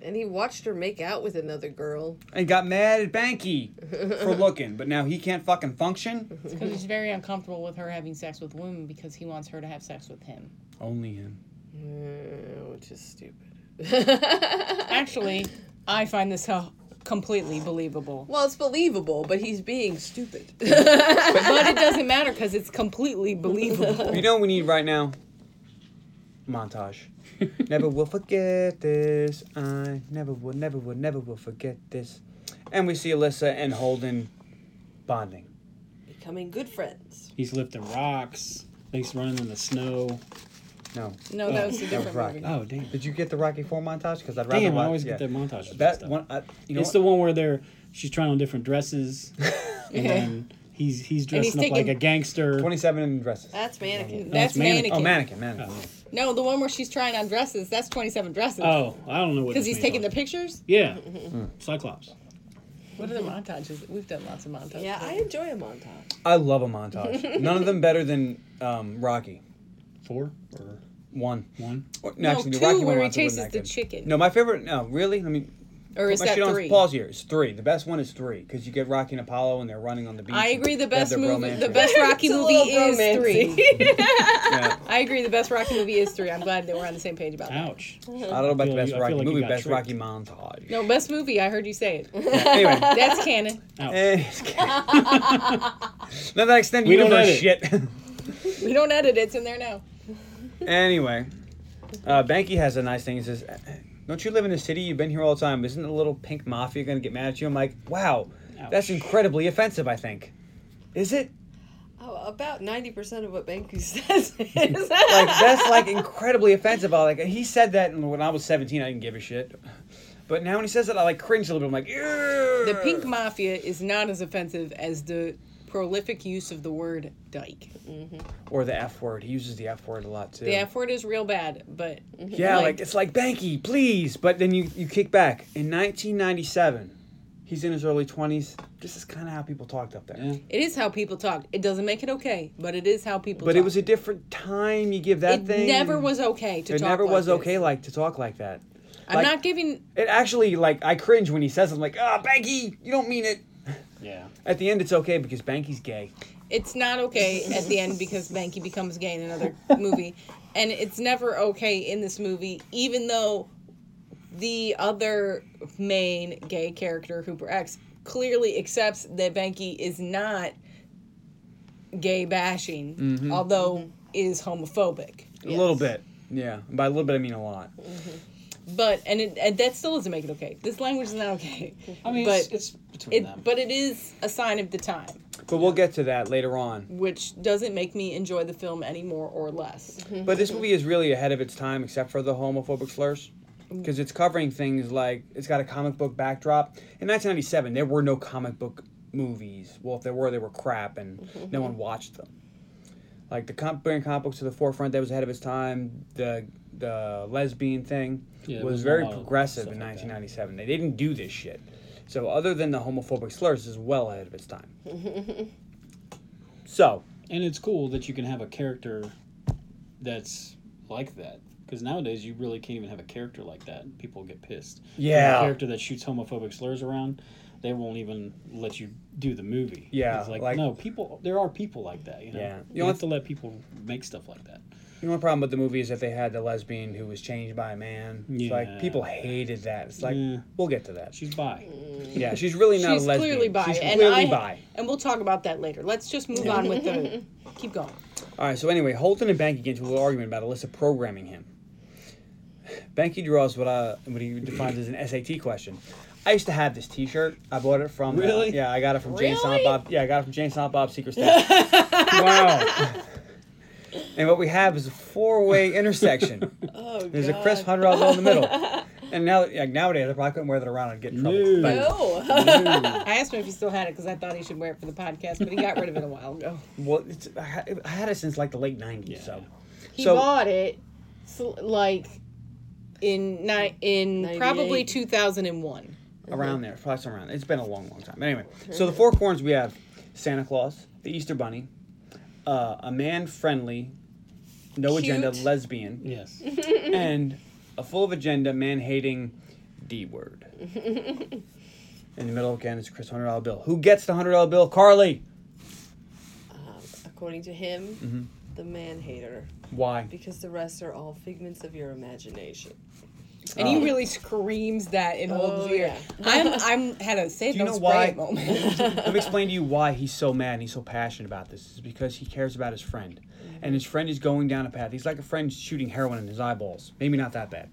And he watched her make out with another girl. and got mad at Banky for looking, but now he can't fucking function. Because he's very uncomfortable with her having sex with women because he wants her to have sex with him. Only him. which is stupid. Actually, I find this uh, completely believable. Well, it's believable, but he's being stupid. But it doesn't matter because it's completely believable. You know what we need right now? Montage. never will forget this. I never will, never will, never will forget this. And we see Alyssa and Holden bonding. Becoming good friends. He's lifting rocks. He's running in the snow. No. No, that was a different right. movie. Oh damn! Did you get the Rocky Four montage? Because I'd rather Damn! watch, I always yeah. get that montage. and That stuff. one, I, you know, It's what? the one where they're she's trying on different dresses, and then he's he's he's dressing up like a taking- gangster. twenty-seven in dresses. That's mannequin. That's it's mannequin. mannequin. Oh, mannequin, mannequin. No, the one where she's trying on dresses. That's 27 dresses. Oh, I don't know what. Because his he's name taking the was. pictures? Yeah, Cyclops. What are the montages? We've done lots of montages. Yeah, I enjoy a montage. I love a montage. None of them better than um, Rocky. Four or One. one. Or, No, the two one where he wasn't chases that the good. chicken. No, my favorite. No, really. I mean, Or is my that shit on three? pause here. It's three. The best one is three because you get Rocky and Apollo and they're running on the beach. I and agree. The they have best their movie, bromance the or- best Rocky It's a movie little is romancy. three. Yeah. I agree. The best Rocky movie is three. I'm glad that we're on the same page about that. Ouch. I don't know about the feel best like- I Rocky feel like you movie, got best tricked. Rocky montage. No, best movie. I heard you say it. anyway, That's canon. eh, it's okay. not that extended We don't universe edit. shit. We don't edit. It's in there now. anyway, uh, Banky has a nice thing. He says, "Don't you live in the city? You've been here all the time. Isn't the little pink mafia gonna get mad at you?" I'm like, "Wow, that's Ouch. incredibly offensive." I think. Is it? Oh, about 90% of what Banku says is. like that's like incredibly offensive. I like he said that and when I was seventeen. I didn't give a shit, but now when he says that, I like cringe a little bit. I'm like, "Ew." The Pink Mafia is not as offensive as the prolific use of the word dyke. or the f word. He uses the f word a lot too. The F word is real bad, but yeah, like, like- it's like Banky, please. But then you you kick back in 1997. He's in his early 20s. This is kind of how people talked up there. Yeah. it is how people talk. It doesn't make it okay, but it is how people. But it talk. was a different time. You give that It thing. never was okay to It talk. never like was this. okay like to talk like that. I'm like- not giving. It actually like I cringe when he says it. I'm like, ah, Banky, you don't mean it. Yeah. At the end, it's okay because Banky's gay. It's not okay at the end because Banky becomes gay in another movie, and it's never okay in this movie, even though the other main gay character, Hooper X, clearly accepts that Banky is not gay bashing, Mm-hmm. although is homophobic. A little bit. Yeah. By a little bit, I mean a lot. But and it and that still doesn't make it okay. This language is not okay. I mean, but it's, it's between it them. but it is a sign of the time. But we'll get to that later on. which doesn't make me enjoy the film any more or less. But this movie is really ahead of its time, except for the homophobic slurs. Because it's covering things like it's got a comic book backdrop. In 1997, there were no comic book movies. Well, if there were, they were crap, and no one watched them. Like the comp- bringing comic books to the forefront, that was ahead of its time. The the lesbian thing Yeah, there was was a very lot of progressive stuff in like that. 1997. They didn't do this shit. So other than the homophobic slurs, is well ahead of its time. so and it's cool that you can have a character that's like that. Because nowadays you really can't even have a character like that. and People get pissed. You have Yeah. A character that shoots homophobic slurs around, they won't even let you do the movie. Yeah, It's like, like- no people. There are people like that. You know. Yeah. You You, know have what- to let people make stuff like that. The only problem with the movie is that they had the lesbian who was changed by a man. It's like Yeah. people hated that. It's like Yeah. we'll get to that. She's bi. Yeah, she's really not She's a lesbian. clearly bi, She's and clearly I bi. and we'll talk about that later. Let's just move on with the. Keep going. All right. So anyway, Holton and Banky get into a little argument about Alyssa programming him. Banky draws what I what he defines as an SAT question. I used to have this T-shirt. I bought it from. uh, Really? yeah, I got it from Jane Really? Silent Bob. Yeah, I got it from Jane Silent Bob's Secret Stash. wow. And what we have is a four-way intersection. oh, There's God. a crisp hundred dollar bill in the middle. And now, like nowadays, I probably couldn't wear that around. I'd get in trouble. No. But No. I asked him if he still had it because I thought he should wear it for the podcast, but he got rid of it a while ago. well, it's, I ha- I had it since like the late '90s. So, He So- bought it, so, like in ni- in 98. probably 2001. around there, probably somewhere around. There. It's been a long, long time. Anyway, so the four corns we have Santa Claus, the Easter Bunny, uh, a man-friendly, no agenda Cute. lesbian, Yes. and a full of agenda man-hating D word. In the middle again is Chris hundred dollar bill. Who gets the hundred dollar bill? Carly. Um, according to him, the man hater, Why? because the rest are all figments of your imagination. And Oh. he really screams that in Oh, Old Veer. yeah. I'm I'm had a say Do you no know spray why- moment. Let me explain to you why he's so mad and he's so passionate about this. It's because he cares about his friend. And his friend is going down a path. He's like a friend shooting heroin in his eyeballs. Maybe not that bad.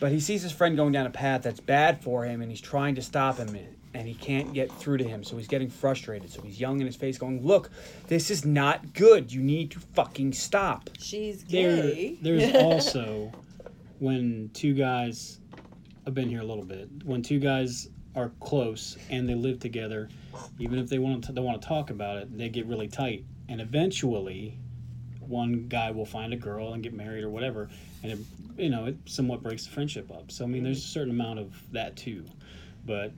But he sees his friend going down a path that's bad for him and he's trying to stop him and he can't get through to him. So he's getting frustrated. So he's yelling in his face, going, Look, this is not good. You need to fucking stop. She's There, gay. there's also when two guys. I've been here a little bit. When two guys are close and they live together, even if they want to, don't want to talk about it, they get really tight, and eventually, one guy will find a girl and get married or whatever, and it, you know it somewhat breaks the friendship up. So I mean, there's a certain amount of that too, but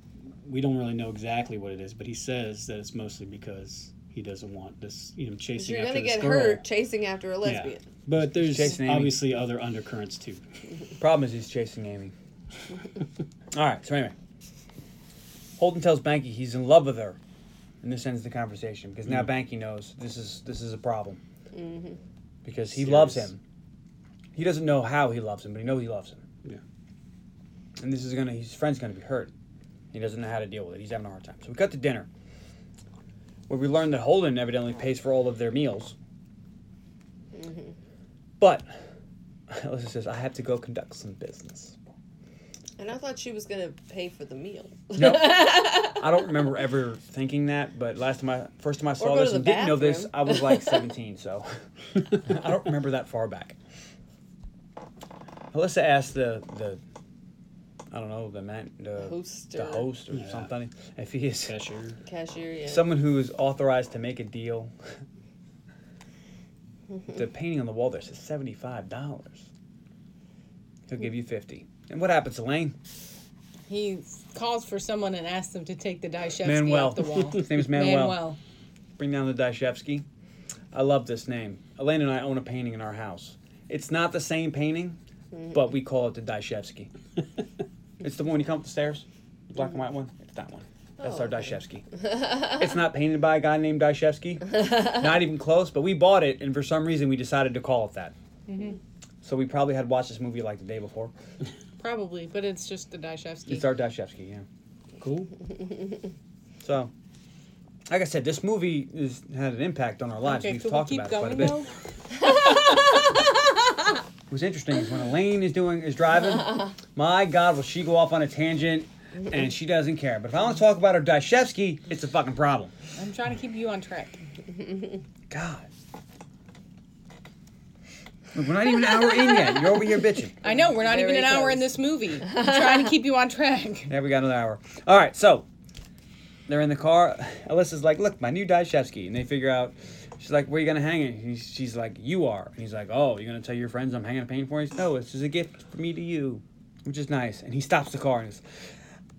we don't really know exactly what it is. But he says that it's mostly because he doesn't want this, you know, chasing You're after gonna this get girl. hurt chasing after a Yeah. lesbian. But there's Jason Amy. obviously other undercurrents too. Problem is, he's chasing Amy. All right, so anyway. Holden tells Banky he's in love with her, and this ends the conversation because now Banky knows this is this is a problem because he loves Serious. him. He doesn't know how he loves him, but he knows he loves him, Yeah. and this is gonna his friend's gonna be hurt. He doesn't know how to deal with it. He's having a hard time. So we cut to dinner, where we learn that Holden evidently pays for all of their meals, but Alyssa says I have to go conduct some business. And I thought she was gonna pay for the meal. No, I don't remember ever thinking that. But last time I, first time I saw go to this the and didn't know this, bathroom. I was like 17, so I don't remember that far back. Alyssa asked the the, I don't know the man the Host the or- host or Yeah. something if he is Cashier. Cashier, yeah. someone who is authorized to make a deal. the painting on the wall there says seventy five dollars. He'll give you fifty. And what happens, Elaine? he calls for someone and asks them to take the Dyshevsky Manuel. off the wall. His name is Manuel. Bring down the Dyshevsky. I love this name. Elaine and I own a painting in our house. It's not the same painting, but we call it the Dyshevsky. it's the one when you come up the stairs, the black and white one. It's that one. That's Oh, our okay. Dyshevsky. it's not painted by a guy named Dyshevsky. not even close, but we bought it, and for some reason we decided to call it that. Mm-hmm. So we probably had watched this movie like the day before. Probably, but it's just the Dyshevsky. It's our Dyshevsky, yeah. Cool. So, like I said, this movie has had an impact on our lives. okay, We've could we talked keep about going it quite a bit. though? What's interesting is when Elaine is doing is driving, my God, will she go off on a tangent? And she doesn't care. But if I want to talk about her Dyshevsky, it's a fucking problem. I'm trying to keep you on track. God. Look, we're not even an hour in yet. You're over here bitching. I know we're not Very even an hour in close. this movie. I'm trying to keep you on track. Yeah, we got another hour. All right, so they're in the car. Alyssa's like, "Look, my new Dyshevsky," and they figure out. She's like, "Where you gonna hang it?" And he's- she's like, "You are." And he's like, "Oh, you're gonna tell your friends I'm hanging a painting for you?" No, this is a gift from me to you, which is nice. And he stops the car and is,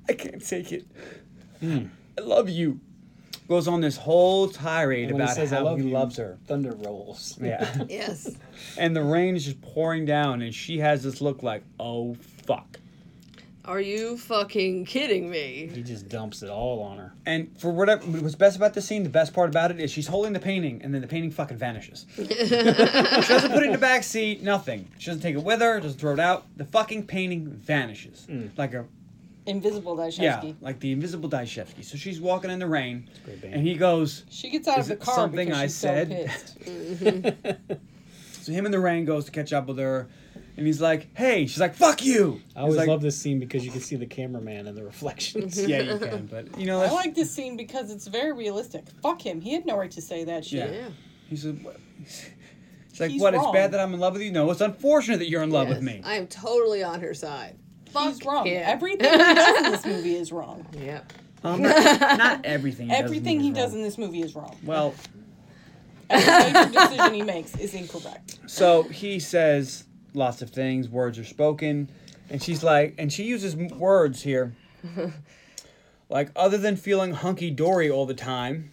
"I can't take it. Hmm. I love you." Goes on this whole tirade And when about he says, how "I love he you," loves her. Thunder rolls. Yeah, yes. and the rain is just pouring down, and she has this look like, "Oh fuck." Are you fucking kidding me? He just dumps it all on her. And for whatever what's best about this scene, the best part about it is she's holding the painting, and then the painting fucking vanishes. she doesn't put it in the back seat, nothing. She doesn't take it with her, doesn't throw it out. The fucking painting vanishes Mm. like a Invisible yeah, Dyshevsky. like the invisible Dyshevsky. So she's walking in the rain, great band. and he goes. She gets out Is of it the car something because I she's said? so pissed. So him in the rain goes to catch up with her, and he's like, "Hey," she's like, "Fuck you." I always like, love this scene because you can see the cameraman and the reflections. Yeah, you can, but you know I that's, like this scene because it's very realistic. Fuck him. He had no right to say that shit. Yeah. Yeah. he said. "What?" It's like, He's what? It's wrong. bad that I'm in love with you. No, it's unfortunate that you're in love with Yes, me. I am totally on her side. He's wrong. him. Everything he does in this movie is wrong. Yep. Um, not, not everything. he does in Everything the he movie is does wrong. in this movie is wrong. Well, Every major decision he makes is incorrect. so he says lots of things. Words are spoken. and she's like, and she uses m- words here, like other than feeling hunky dory all the time,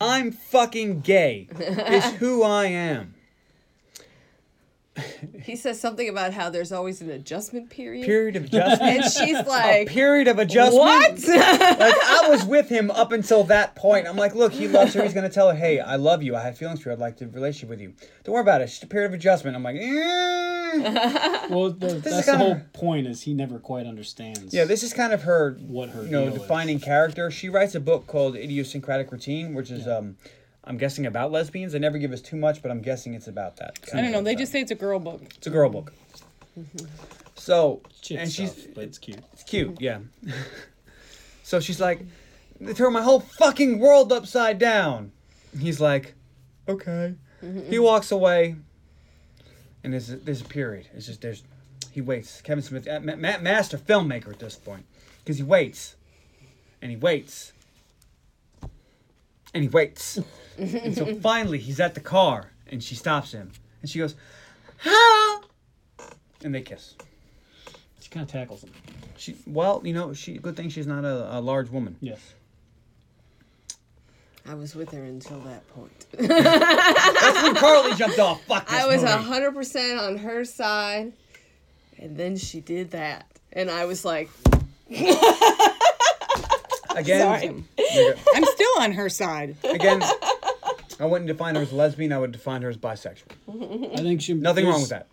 I'm fucking gay. is who I am. He says something about how there's always an adjustment period. Period of adjustment. and she's a like, period of adjustment. What? like I was with him up until that point. I'm like, look, he loves her. He's gonna tell her, hey, I love you. I have feelings for you. I'd like to relationship with you. Don't worry about it. It's just a period of adjustment. I'm like, mm. Well, th- that's the kinda- whole point is he never quite understands. yeah, this is kind of her, What her you know, deal is. defining character. She writes a book called Idiosyncratic Routine, which is um, I'm guessing about lesbians. They never give us too much, but I'm guessing it's about that. I don't know. They just say it's a girl book. it's a girl book. So Mm-hmm. Chick and stuff, she's but it's cute. It's cute, yeah. so she's like, they turn my whole fucking world upside down. He's like, okay. He walks away, and there's a, there's a period. It's just there's he waits. Kevin Smith, uh, ma- ma- master filmmaker at this point, because he waits, and he waits, and he waits, and so finally he's at the car, and she stops him, and she goes, ha, and they kiss. She kind of tackles him. She well, you know, she good thing she's not a, a large woman. Yes. I was with her until that point. That's when Carly jumped off. Fuck this I was movie. hundred percent on her side, and then she did that, and I was like, again. I'm still on her side. Again, I wouldn't define her as lesbian. I would define her as bisexual. I think she. Nothing wrong there's- with that.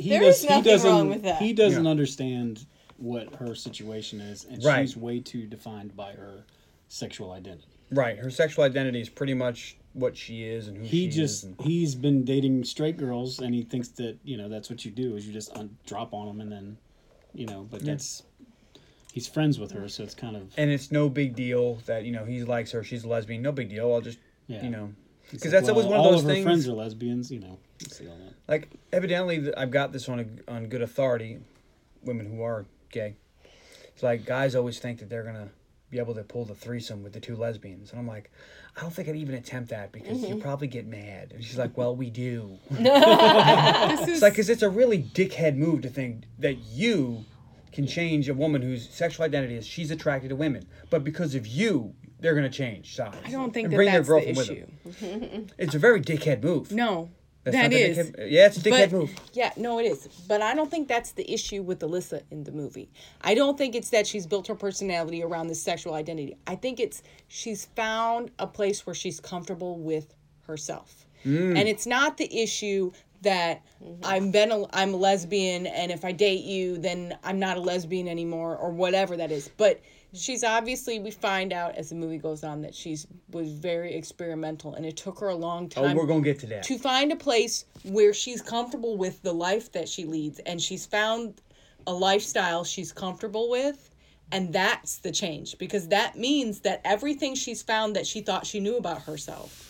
He There does, is nothing he doesn't, wrong with that. He doesn't Yeah. understand what her situation is, and Right. she's way too defined by her sexual identity. Right. Her sexual identity is pretty much what she is and who He she is. just and- he's been dating straight girls, and he thinks that you know that's what you do is you just un- drop on them, and then you know. But that's he's friends with her, so it's kind of and it's no big deal that you know he likes her. She's a lesbian. No big deal. I'll just Yeah. you know it's because like, that's always well, one of all those her things. friends are lesbians, you know. you see all that. like evidently th- I've got this on a, on good authority. Women who are gay, it's like guys always think that they're gonna be able to pull the threesome with the two lesbians, and I'm like, I don't think I'd even attempt that because Mm-hmm. you probably get mad. And she's like, Well, we do. This is It's like, cause it's a really dickhead move to think that you can change a woman whose sexual identity is she's attracted to women, but because of you, they're gonna change sides. I don't think and that bring that's their the girlfriend with issue. them. It's a very dickhead move. No, That's that not a is. dickhead- yeah, it's a dickhead But move. yeah, no, it is. But I don't think that's the issue with Alyssa in the movie. I don't think it's that she's built her personality around this sexual identity. I think it's she's found a place where she's comfortable with herself, Mm. and it's not the issue that I'm been a, I'm a lesbian, and if I date you, then I'm not a lesbian anymore, or whatever that is. But she's obviously we find out as the movie goes on that she's was very experimental, and it took her a long time Oh, we're gonna get to that. to find a place where she's comfortable with the life that she leads and she's found a lifestyle she's comfortable with and that's the change because that means that everything she's found that she thought she knew about herself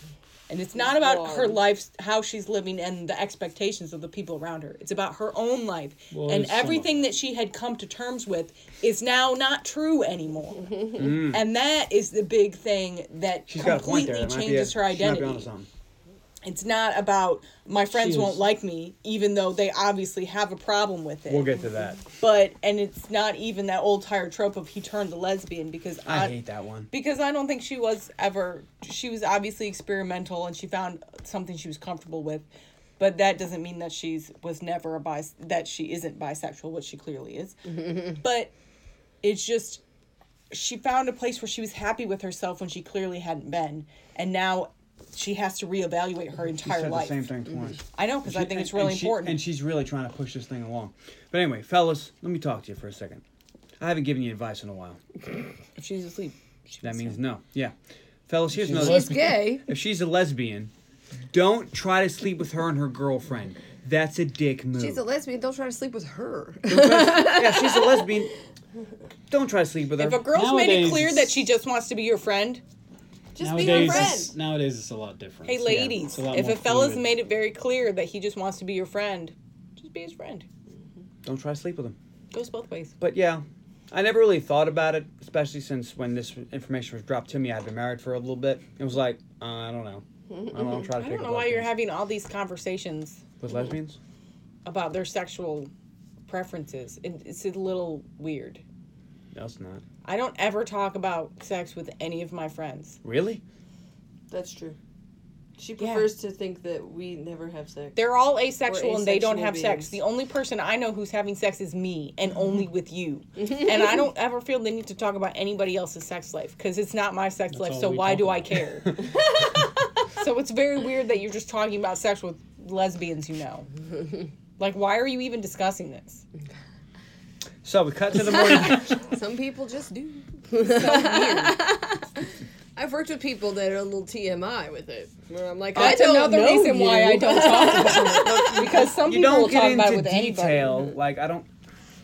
and it's not about her life how she's living and the expectations of the people around her it's about her own life and there's some of everything that she had come to terms with is now not true anymore and that is the big thing that Mm. She's got a completely point there. That might be changes it. her She might be identity onto something. it's not about my friends She won't is- like me, even though they obviously have a problem with it. We'll get to that. But and it's not even that old tired trope of he turned a lesbian because I hate that one. because I don't think she was ever. She was obviously experimental and she found something she was comfortable with, but that doesn't mean that she's was never a bis that she isn't bisexual, which she clearly is. but it's just she found a place where she was happy with herself when she clearly hadn't been, and now she has to reevaluate her She entire said the life. Mm-hmm. same thing twice. I know because I think And- it's really and she- important. and she's really trying to push this thing along. But anyway, fellas, let me talk to you for a second. I haven't given you advice in a while. if she's asleep, she That was means no. Yeah. Fellas, here's another. she's gay. if she's a lesbian, don't try to sleep with her and her girlfriend. That's a dick move. She's a lesbian. Don't try to sleep with her. yeah, she's a lesbian. Don't try to sleep with her. If a girl's made it Nowadays, clear that it's- she just wants to be your friend, Just be her nowadays, friend. it's, nowadays it's a lot different. hey Yeah. ladies, It's a lot if more a fella's fluid. made it very clear that he just wants to be your friend, just be his friend. don't try to sleep with him. Goes both ways. But yeah, I never really thought about it, especially since when this information was dropped to me, I'd been married for a little bit. It was like, uh, I don't know. I don't try to I pick don't up know why you're lesbians. having all these conversations with lesbians. about their sexual preferences. It, it's a little weird. No, it's not. I don't ever talk about sex with any of my friends. Really? That's true. She Yeah. prefers to think that we never have sex. They're all asexual and they don't asexual have sex. beings. Mm-hmm. The only person I know who's having sex is me and only with you. and I don't ever feel the need to talk about anybody else's sex life because it's not my sex life. all So we why talk do I about. care? so it's very weird that you're just talking about sex with lesbians you know. Like, why are you even discussing this? So we cut to the morning. Some people just do. I've worked with people that are a little TMI with it. Where I'm like, I That's don't another know reason you. why I don't talk about it because some you people don't will talk get about it into with anybody. detail. Like I don't.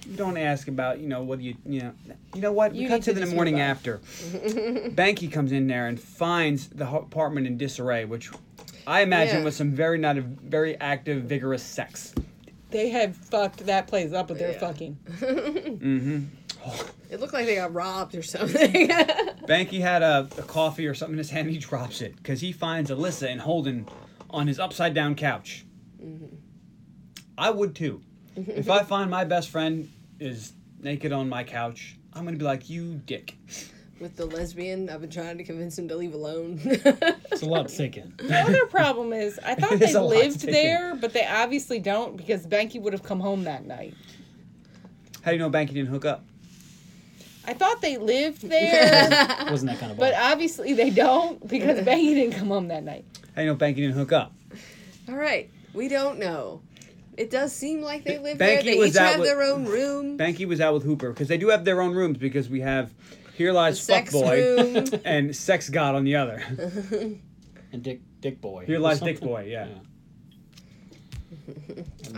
You don't ask about you know what you you know you know what we You cut need to, to the just morning move on. after. Banky comes in there and finds the ho- apartment in disarray, which I imagine Yeah. was some very not a very active, vigorous sex. They have fucked that place up with their Yeah. fucking. It looked like they got robbed or something. Banky had a, a coffee or something in his hand. He drops it because he finds Alyssa and Holden on his upside down couch. Mm-hmm. I would too. if I find my best friend is naked on my couch, I'm gonna be like, "You dick." with the lesbian, I've been trying to convince him to leave alone. It's a lot to take in. The other problem is, I thought It they is a lot to lived take in. there, but they obviously don't because Banky would have come home that night. How do you know Banky didn't hook up? I thought they lived there, Wasn't that kind of but bar. obviously they don't because Banky didn't come home that night. How do you know Banky didn't hook up? All right, we don't know. It does seem like they live Banky there. They was each out have with- their own room. Banky was out with Hooper because they do have their own rooms because we have Here Lies Sex Fuckboy um, room. and Sex God on the other. and Dick Dick Boy. Here or lies Dick something. Boy, yeah. I,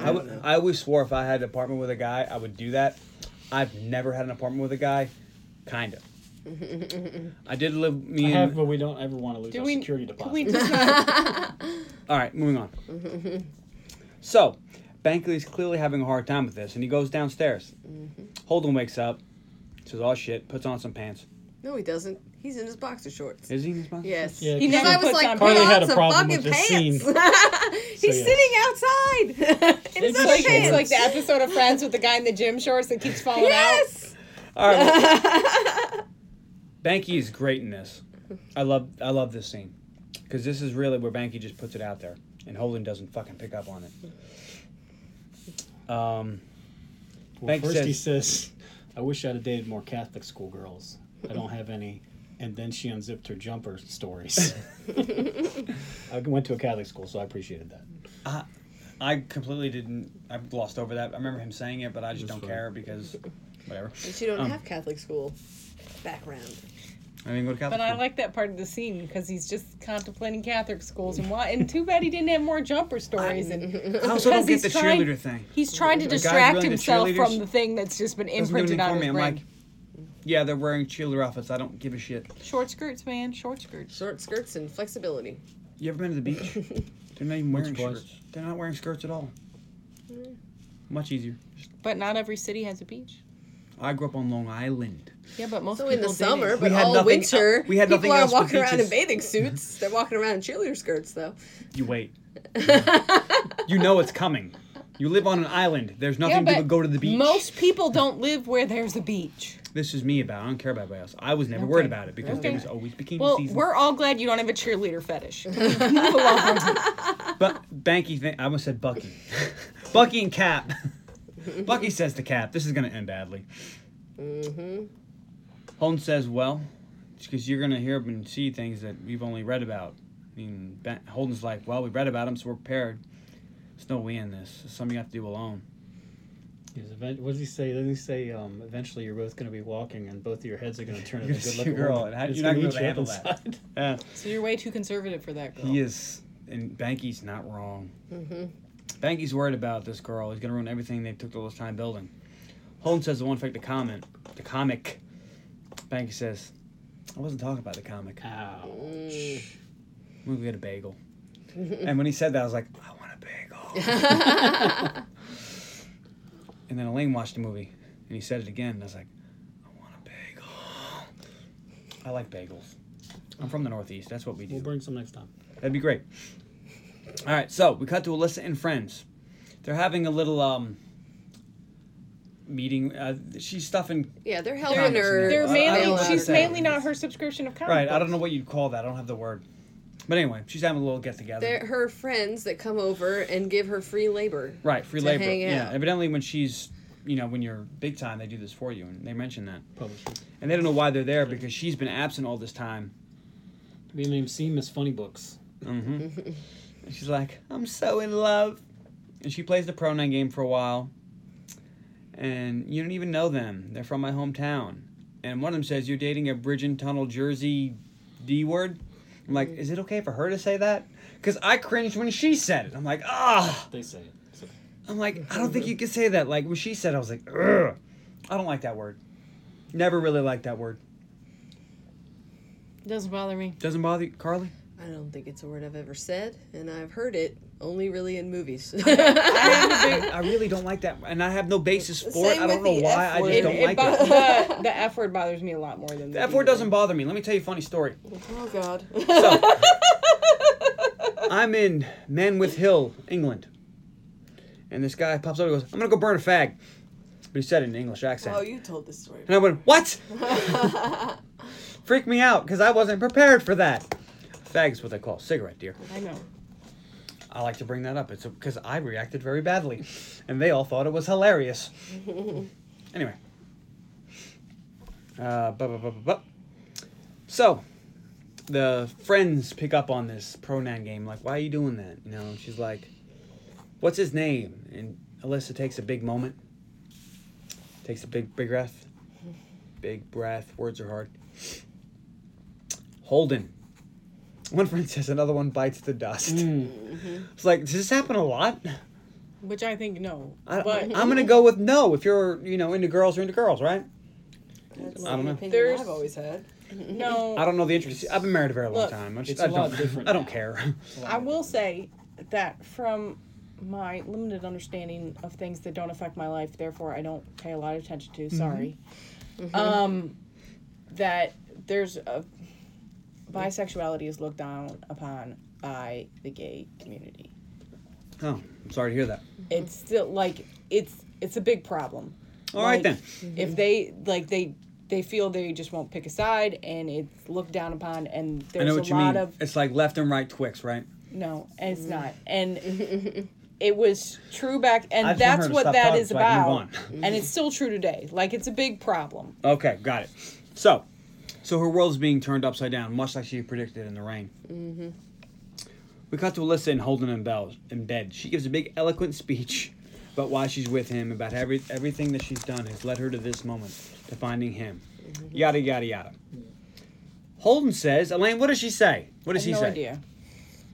I don't w- know. I always swore if I had an apartment with a guy, I would do that. I've never had an apartment with a guy, kind of. I did live I me have, and but we don't ever want to lose Do our we- security Can deposit. we just not- All right, moving on. so, Bankley's clearly having a hard time with this, and he goes downstairs. Holden wakes up, says, "Oh shit," puts on some pants. No, he doesn't. He's in his boxer shorts. Is he in his box? Yes. Yeah, He Because never I was puts like, on put pants. on Carly had a some problem fucking with this pants. scene. He's yeah. sitting outside in his It's own like- like, pants. it's like the episode of Friends with the guy in the gym shorts that keeps falling out. yes. All right. well- Banky is great in this. I love I love this scene because this is really where Banky just puts it out there, and Holden doesn't fucking pick up on it. Um, Well, Bank first he says- says, "I wish I'd have dated more Catholic schoolgirls. I don't have any." And then she unzipped her jumper stories. I went to a Catholic school, so I appreciated that. I completely didn't. I glossed over that. I remember him saying it, but I just That's don't fine. care because whatever. But you don't have Catholic school background. I didn't go to Catholic But I school. like that part of the scene because he's just contemplating Catholic schools and why. And too bad he didn't have more jumper stories. And I also don't because get the he's trying- cheerleader thing. He's trying to The guys distract running the himself cheerleaders from the thing that's just been Doesn't do imprinted on anything for his me. I'm brain. like, yeah, they're wearing cheerleader outfits. I don't give a shit. Short skirts, man. Short skirts. Short skirts and flexibility. You ever been to the beach? They're not even wearing twice. skirts. They're not wearing skirts at all. Mm. Much easier. But not every city has a beach. I grew up on Long Island. Yeah, but most So people in the did summer, it. but had all nothing winter, el- we had people nothing are else but walking around in beaches. bathing suits. They're walking around in cheerleader skirts, though. You wait. you know it's coming. You live on an island. There's Yeah, nothing to do but but go to the beach. Most people don't live where there's a beach. This is me about. it. I don't care about everybody else. I was never worried Okay. about it because Okay. there was always bikini Well, season. we're all glad you don't have a cheerleader fetish. Move along. But Banky thing. I almost said Bucky. Bucky and Cap. Bucky says to Cap, "This is gonna end badly." Mm-hmm. Holmes says, "Well, it's because you're gonna hear and see things that we've only read about." I mean, ben- Holden's like, "Well, we read about them, so we're prepared." There's no we in this. It's something you have to do alone. He was event- what does he say? Doesn't he say, um, "Eventually, you're both going to be walking, and both of your heads are going to turn into gonna good see a looking girl, girl." and how- you're not gonna be able to handle that. Yeah. So you're way too conservative for that girl. He is, and Banky's not wrong. Banky's worried about this girl. He's gonna ruin everything they took all this time building. Holmes says the one fact the comment, the comic. Banky says, "I wasn't talking about the comic. Ouch. We're gonna get a bagel." and when he said that, I was like, "I want a bagel." and then Elaine watched the movie, and he said it again, and I was like, "I want a bagel." I like bagels. I'm from the Northeast. That's what we do. We'll bring some next time. That'd be great. All right, so we cut to Alyssa and friends. They're having a little um meeting. Uh, she's stuffing. Yeah, they're They're- helping her. They're Uh, I don't mainly know what she's to say. mainly not her subscription of comic Right. I don't books. know what you'd call that. I don't have the word. But anyway, she's having a little get They're together. her friends that come over and give her free labor. Right. Free to labor. hang Yeah. out. Evidently, when she's, you know, when you're big time, they do this for you, and they mention that. Publisher. And they don't know why they're there because she's been absent all this time. We haven't even seen Miss Funny Books. Mm-hmm. And she's like, I'm so in love. And she plays the pronoun game for a while. And you don't even know them. They're from my hometown. And one of them says, You're dating a Bridge and Tunnel Jersey D word. I'm like, Mm-hmm. Is it okay for her to say that? Because I cringed when she said it. I'm like, Ah! They say it. So, I'm like, I don't think you could say that. Like, when she said it, I was like, Ugh. I don't like that word. Never really liked that word. Doesn't bother me. Doesn't bother you, Carly? I don't think it's a word I've ever said, and I've heard it only really in movies. I really don't like that. And I have no basis for it. Same I don't with know the why. F I word. just It, don't it like bo- it. the, the F word bothers me a lot more than the E. The F word doesn't bother me. Let me tell you a funny story. oh God. So, I'm in Manwith Hill, England. And this guy pops up and goes, I'm going to go burn a fag. But he said it in an English accent. Oh, you told this story. and I went, What? Freaked me out because I wasn't prepared for that. Fag is what they call a cigarette, dear. I know. I like to bring that up. It's because I reacted very badly. And they all thought it was hilarious. anyway. Uh, bu- bu- bu- bu- bu. So, the friends pick up on this pronoun game. Like, why are you doing that? You know, and she's like, what's his name? And Alyssa takes a big moment, takes a big, big breath. Big breath. Words are hard. Holden. One friend says another one bites the dust. It's like, does this happen a lot? Which I think no. I, but I'm gonna go with no. If you're, you know, into girls, you're into girls, right? That's I don't the know. opinion There's- I've always had. no. I don't know the intricacies. I've been married a very long Look, time. I just, it's I a lot don't, different I don't now. care. I will say that from my limited understanding of things that don't affect my life, therefore I don't pay a lot of attention to. Mm-hmm. Sorry. Um, that there's a bisexuality is looked down upon by the gay community. Oh, I'm sorry to hear that. It's still like it's it's a big problem. All Like, right then. If they like they they feel they just won't pick a side and it's looked down upon and I there's know a what you lot mean. of It's like left and right Twix, right? No, it's not. And it was true back, and I just want her that's to what stop that talking is so I can about. move and it's still true today. Like it's a big problem. Okay, got it. So, so her world's being turned upside down, much like she predicted in the rain. Mm-hmm. We cut to Alyssa and Holden in, bell, in bed. She gives a big, eloquent speech about why she's with him, about every, everything that she's done has led her to this moment, to finding him. Mm-hmm. Yada, yada, yada. Holden says, Elaine, what does she say? What I does have he no say? idea.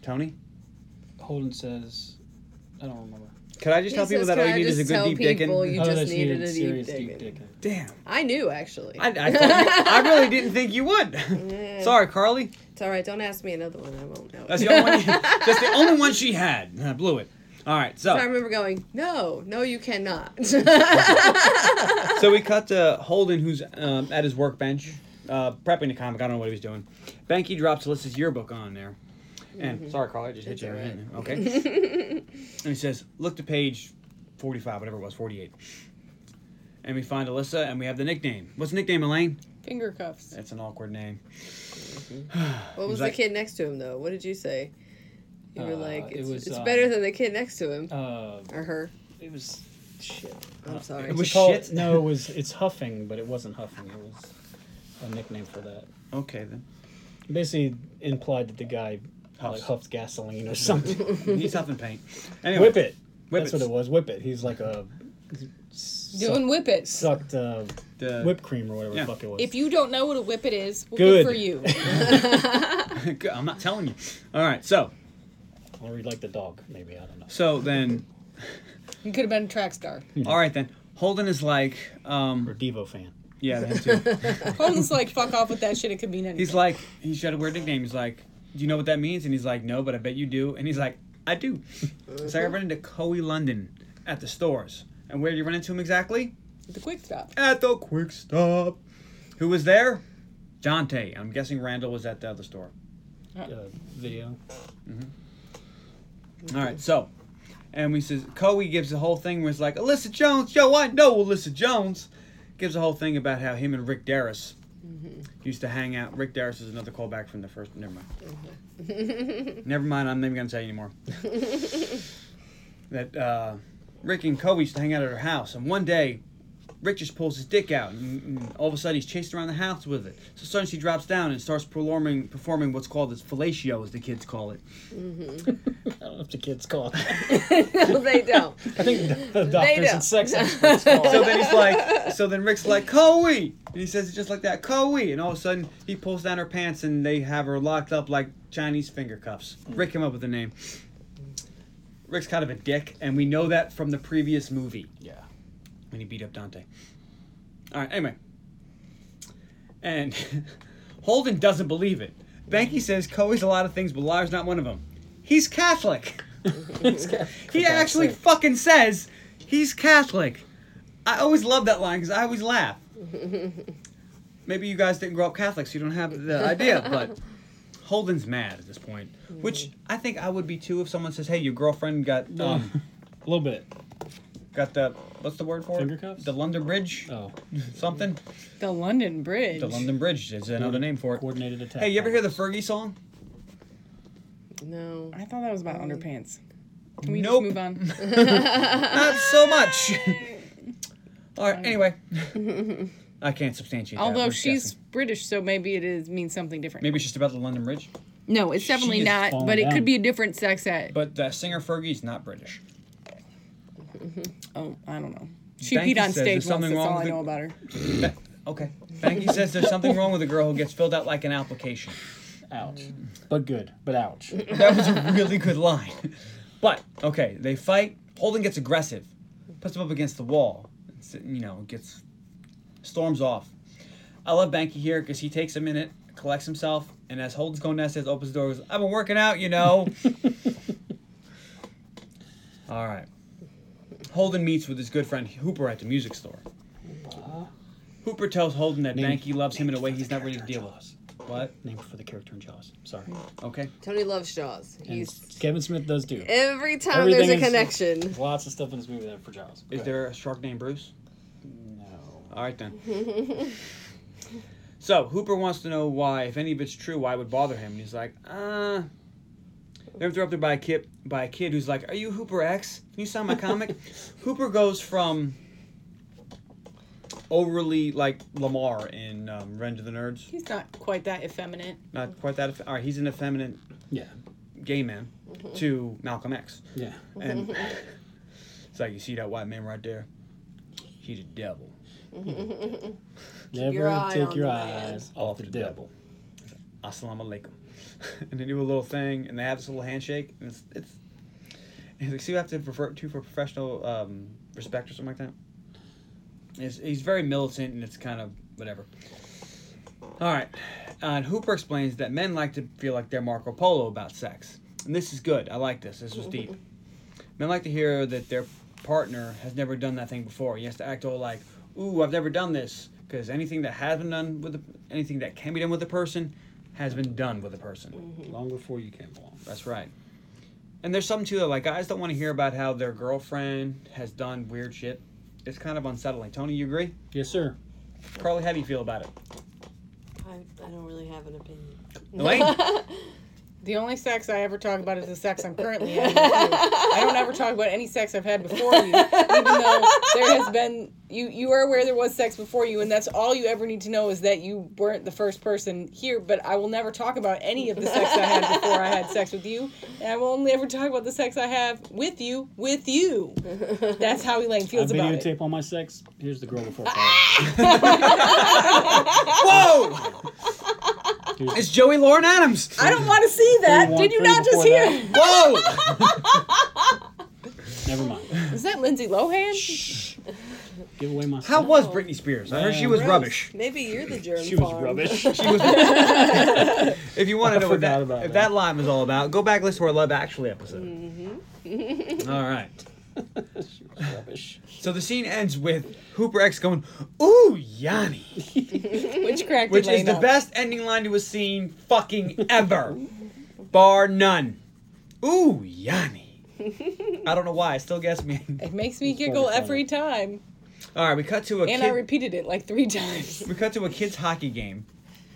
Tony? Holden says, I don't remember. Could I just He tell people says, that all you "Can I need is a just good tell deep people dickin'? you- Oh, just that's needed needed a deep serious digging. digging. Damn. I knew actually. I, I, thought you, I really didn't think you would. Sorry, Carly. It's all right. Don't ask me another one. I won't know. That's the only one. That's the only one she had. And I blew it. All right, So I so remember going, no, no, you cannot. so we cut to Holden, who's um, at his workbench, uh, prepping a comic. I don't know what he was doing. Banky drops Alyssa's yearbook on there, and sorry, Carl, I just hit you. That's Right. there. Okay. and he says, "Look to page forty-five, whatever it was, forty-eight. And we find Alyssa, and we have the nickname. What's the nickname, Elaine? Finger cuffs. That's an awkward name. what was like- the kid next to him though? What did you say? You were Uh, like, it it's, was, it's uh, better than the kid next to him Uh, or her. it was shit. I'm sorry. Uh, It was It's called- shit? No, it was. It's huffing, but it wasn't huffing. It was a nickname for that. Okay then. Basically implied that the guy like, Huffs. huffed gasoline or something. He's huffing paint. Anyway, Whip it. Whip That's it. what it was. Whip it. He's like a sucked, Doing whippets. sucked uh, The- whipped cream or whatever Yeah. the fuck it was. If you don't know what a whippet is, well, good Good. for you. I'm not telling you. All right, so or he'd like the dog, maybe I don't know. so then, You could have been a track star. all right then. Holden is like, um, Or Devo fan. Yeah, him too. Holden's like, fuck off with that shit. It could mean anything. he's like, he should have weird nickname. He's like, do you know what that means? And he's like, no, but I bet you do. And he's like, I do. So I run into Coe London at the stores. And where do you run into him exactly? the quick stop. At the Quick Stop. Who was there? Jonte. I'm guessing Randall was at the other store. Uh, video. All right, so And we says Coey gives the whole thing where it's like Alyssa Jones, yo, I know Alyssa Jones. Gives the whole thing about how him and Rick Darris used to hang out. Rick Darris is another callback from the first. Never mind. never mind. I'm not even gonna say anymore. that uh, Rick and Coey used to hang out at her house, and one day Rick just pulls his dick out, and, and all of a sudden he's chased around the house with it. So suddenly she drops down and starts performing, performing what's called as fellatio, as the kids call it. I don't know if the kids call it. that. No, they don't. I think the They doctors don't. and sex experts call So it. then he's like, so then Rick's like, Coey, and he says it just like that, Coey, and all of a sudden he pulls down her pants, and they have her locked up like Chinese finger cuffs. Rick came up with the name. Rick's kind of a dick, and we know that from the previous movie. Yeah. when he beat up Dante. All right, anyway. And Holden doesn't believe it. Banky says Coey's a lot of things, but liar's not one of them. He's Catholic. He actually fucking says he's Catholic. I always love that line because I always laugh. Maybe you guys didn't grow up Catholic, so you don't have the idea, but Holden's mad at this point, which I think I would be too if someone says, "Hey, your girlfriend got um, a little bit. got the what's the word for Finger it? cuffs? The London Bridge, Oh, something." The London Bridge. The London Bridge is another name for it. coordinated attack. Oh, Hey, you ever hear the Fergie song? No. I thought that was about underpants. Can Mm. we Nope. just move on? Not so much. All right. Anyway, I can't substantiate. that. Although We're she's guessing. British, so maybe it is means something different. maybe it's just about the London Bridge, No, it's definitely is not. falling But it down. could be a different sex act. but the singer Fergie's not British. oh, I don't know. She Banky peed on says there's stage once. something That's wrong all I with know the- about her. Ba- okay. Banky says there's something wrong with a girl who gets filled out like an application. Ouch. But good. But ouch. That was a really good line. But okay, they fight. Holden gets aggressive, puts him up against the wall. It's, you know, gets storms off. I love Banky here because he takes a minute, collects himself, and as Holden's going downstairs, opens the door. Goes, I've been working out, you know. All right. Holden meets with his good friend Hooper at the music store. Hooper tells Holden that Name- Banky loves him in a way for the he's not ready to character deal with. What? Name for the character in Jaws. Sorry. Okay. Tony loves Jaws. And He's Kevin Smith does do. every time there's Everything a is- connection. Lots of stuff in this movie that for Jaws. Is Go there a shark named Bruce? ahead. No. All right then. so Hooper wants to know why, if any of it's true, why it would bother him. And he's like, uh. They're interrupted by a kid by a kid who's like, "Are you Hooper X? Can you sign my comic?" Hooper goes from overly like Lamar in um, Revenge of the Nerds. He's not quite that effeminate. Not quite that. Eff- all right, he's an effeminate Yeah. gay man to Malcolm X, Yeah. and it's like you see that white man right there. He's a devil. Never your eye take on your the man. eyes off the devil. Assalamu alaikum. and they do a little thing, and they have this little handshake, and it's it's. And he's like, see, you have to refer to for professional um, respect or something like that. He's, he's very militant, and it's kind of whatever. All right, uh, and Hooper explains that men like to feel like they're Marco Polo about sex, and this is good. I like this. This was deep. Men like to hear that their partner has never done that thing before. He has to act all like, "Ooh, I've never done this," because anything that has been done with the, anything that can be done with a person has been done with a person. Long before you came along. That's right. And there's something too that like guys don't want to hear about how their girlfriend has done weird shit. It's kind of unsettling. Tony, you agree? Yes, sir. Carly, how do you feel about it? I, I don't really have an opinion. Elaine, The only sex I ever talk about is the sex I'm currently having. with you. I don't ever talk about any sex I've had before you, even though there has been you. You are aware there was sex before you, and that's all you ever need to know is that you weren't the first person here. But I will never talk about any of the sex I had before I had sex with you, and I will only ever talk about the sex I have with you with you. That's how Elaine I feels about it. Ah, videotape all my sex. Here's the girl before Carly. whoa! it's Joey Lauren Adams. I don't want to see that. Three, Did you one, not three just before hear? that. Whoa! Never mind. Is that Lindsay Lohan? Give away my. How sex. was Britney Spears? I heard she was Gross. rubbish. Maybe you're the germ She was farm. rubbish. She was. if you want to know what forgot that, about if that. that line was all about, go back and listen to our Love Actually episode. all right. she was rubbish. So the scene ends with Hooper X going, "Ooh, Yanni." Which cracked Which is Elaine the up. best ending line to a scene fucking ever. Bar none. Ooh, Yanni. I don't know why. It still gets me. It makes me giggle funny. every time. All right, we cut to a And kid, I repeated it like three times. we cut to a kids hockey game.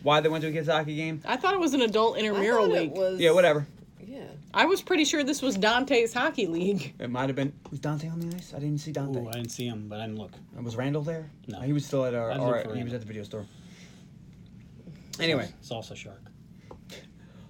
Why they went to a kids hockey game? I thought it was an adult I intramural thought league. It was, Yeah, whatever. Yeah. I was pretty sure this was Dante's hockey league. It might have been was Dante on the ice. I didn't see Dante. Ooh, I didn't see him, but I didn't look. Was Randall there? No. he was still at our. I'd our look for he was Randall. at the video store. Anyway, Salsa Shark.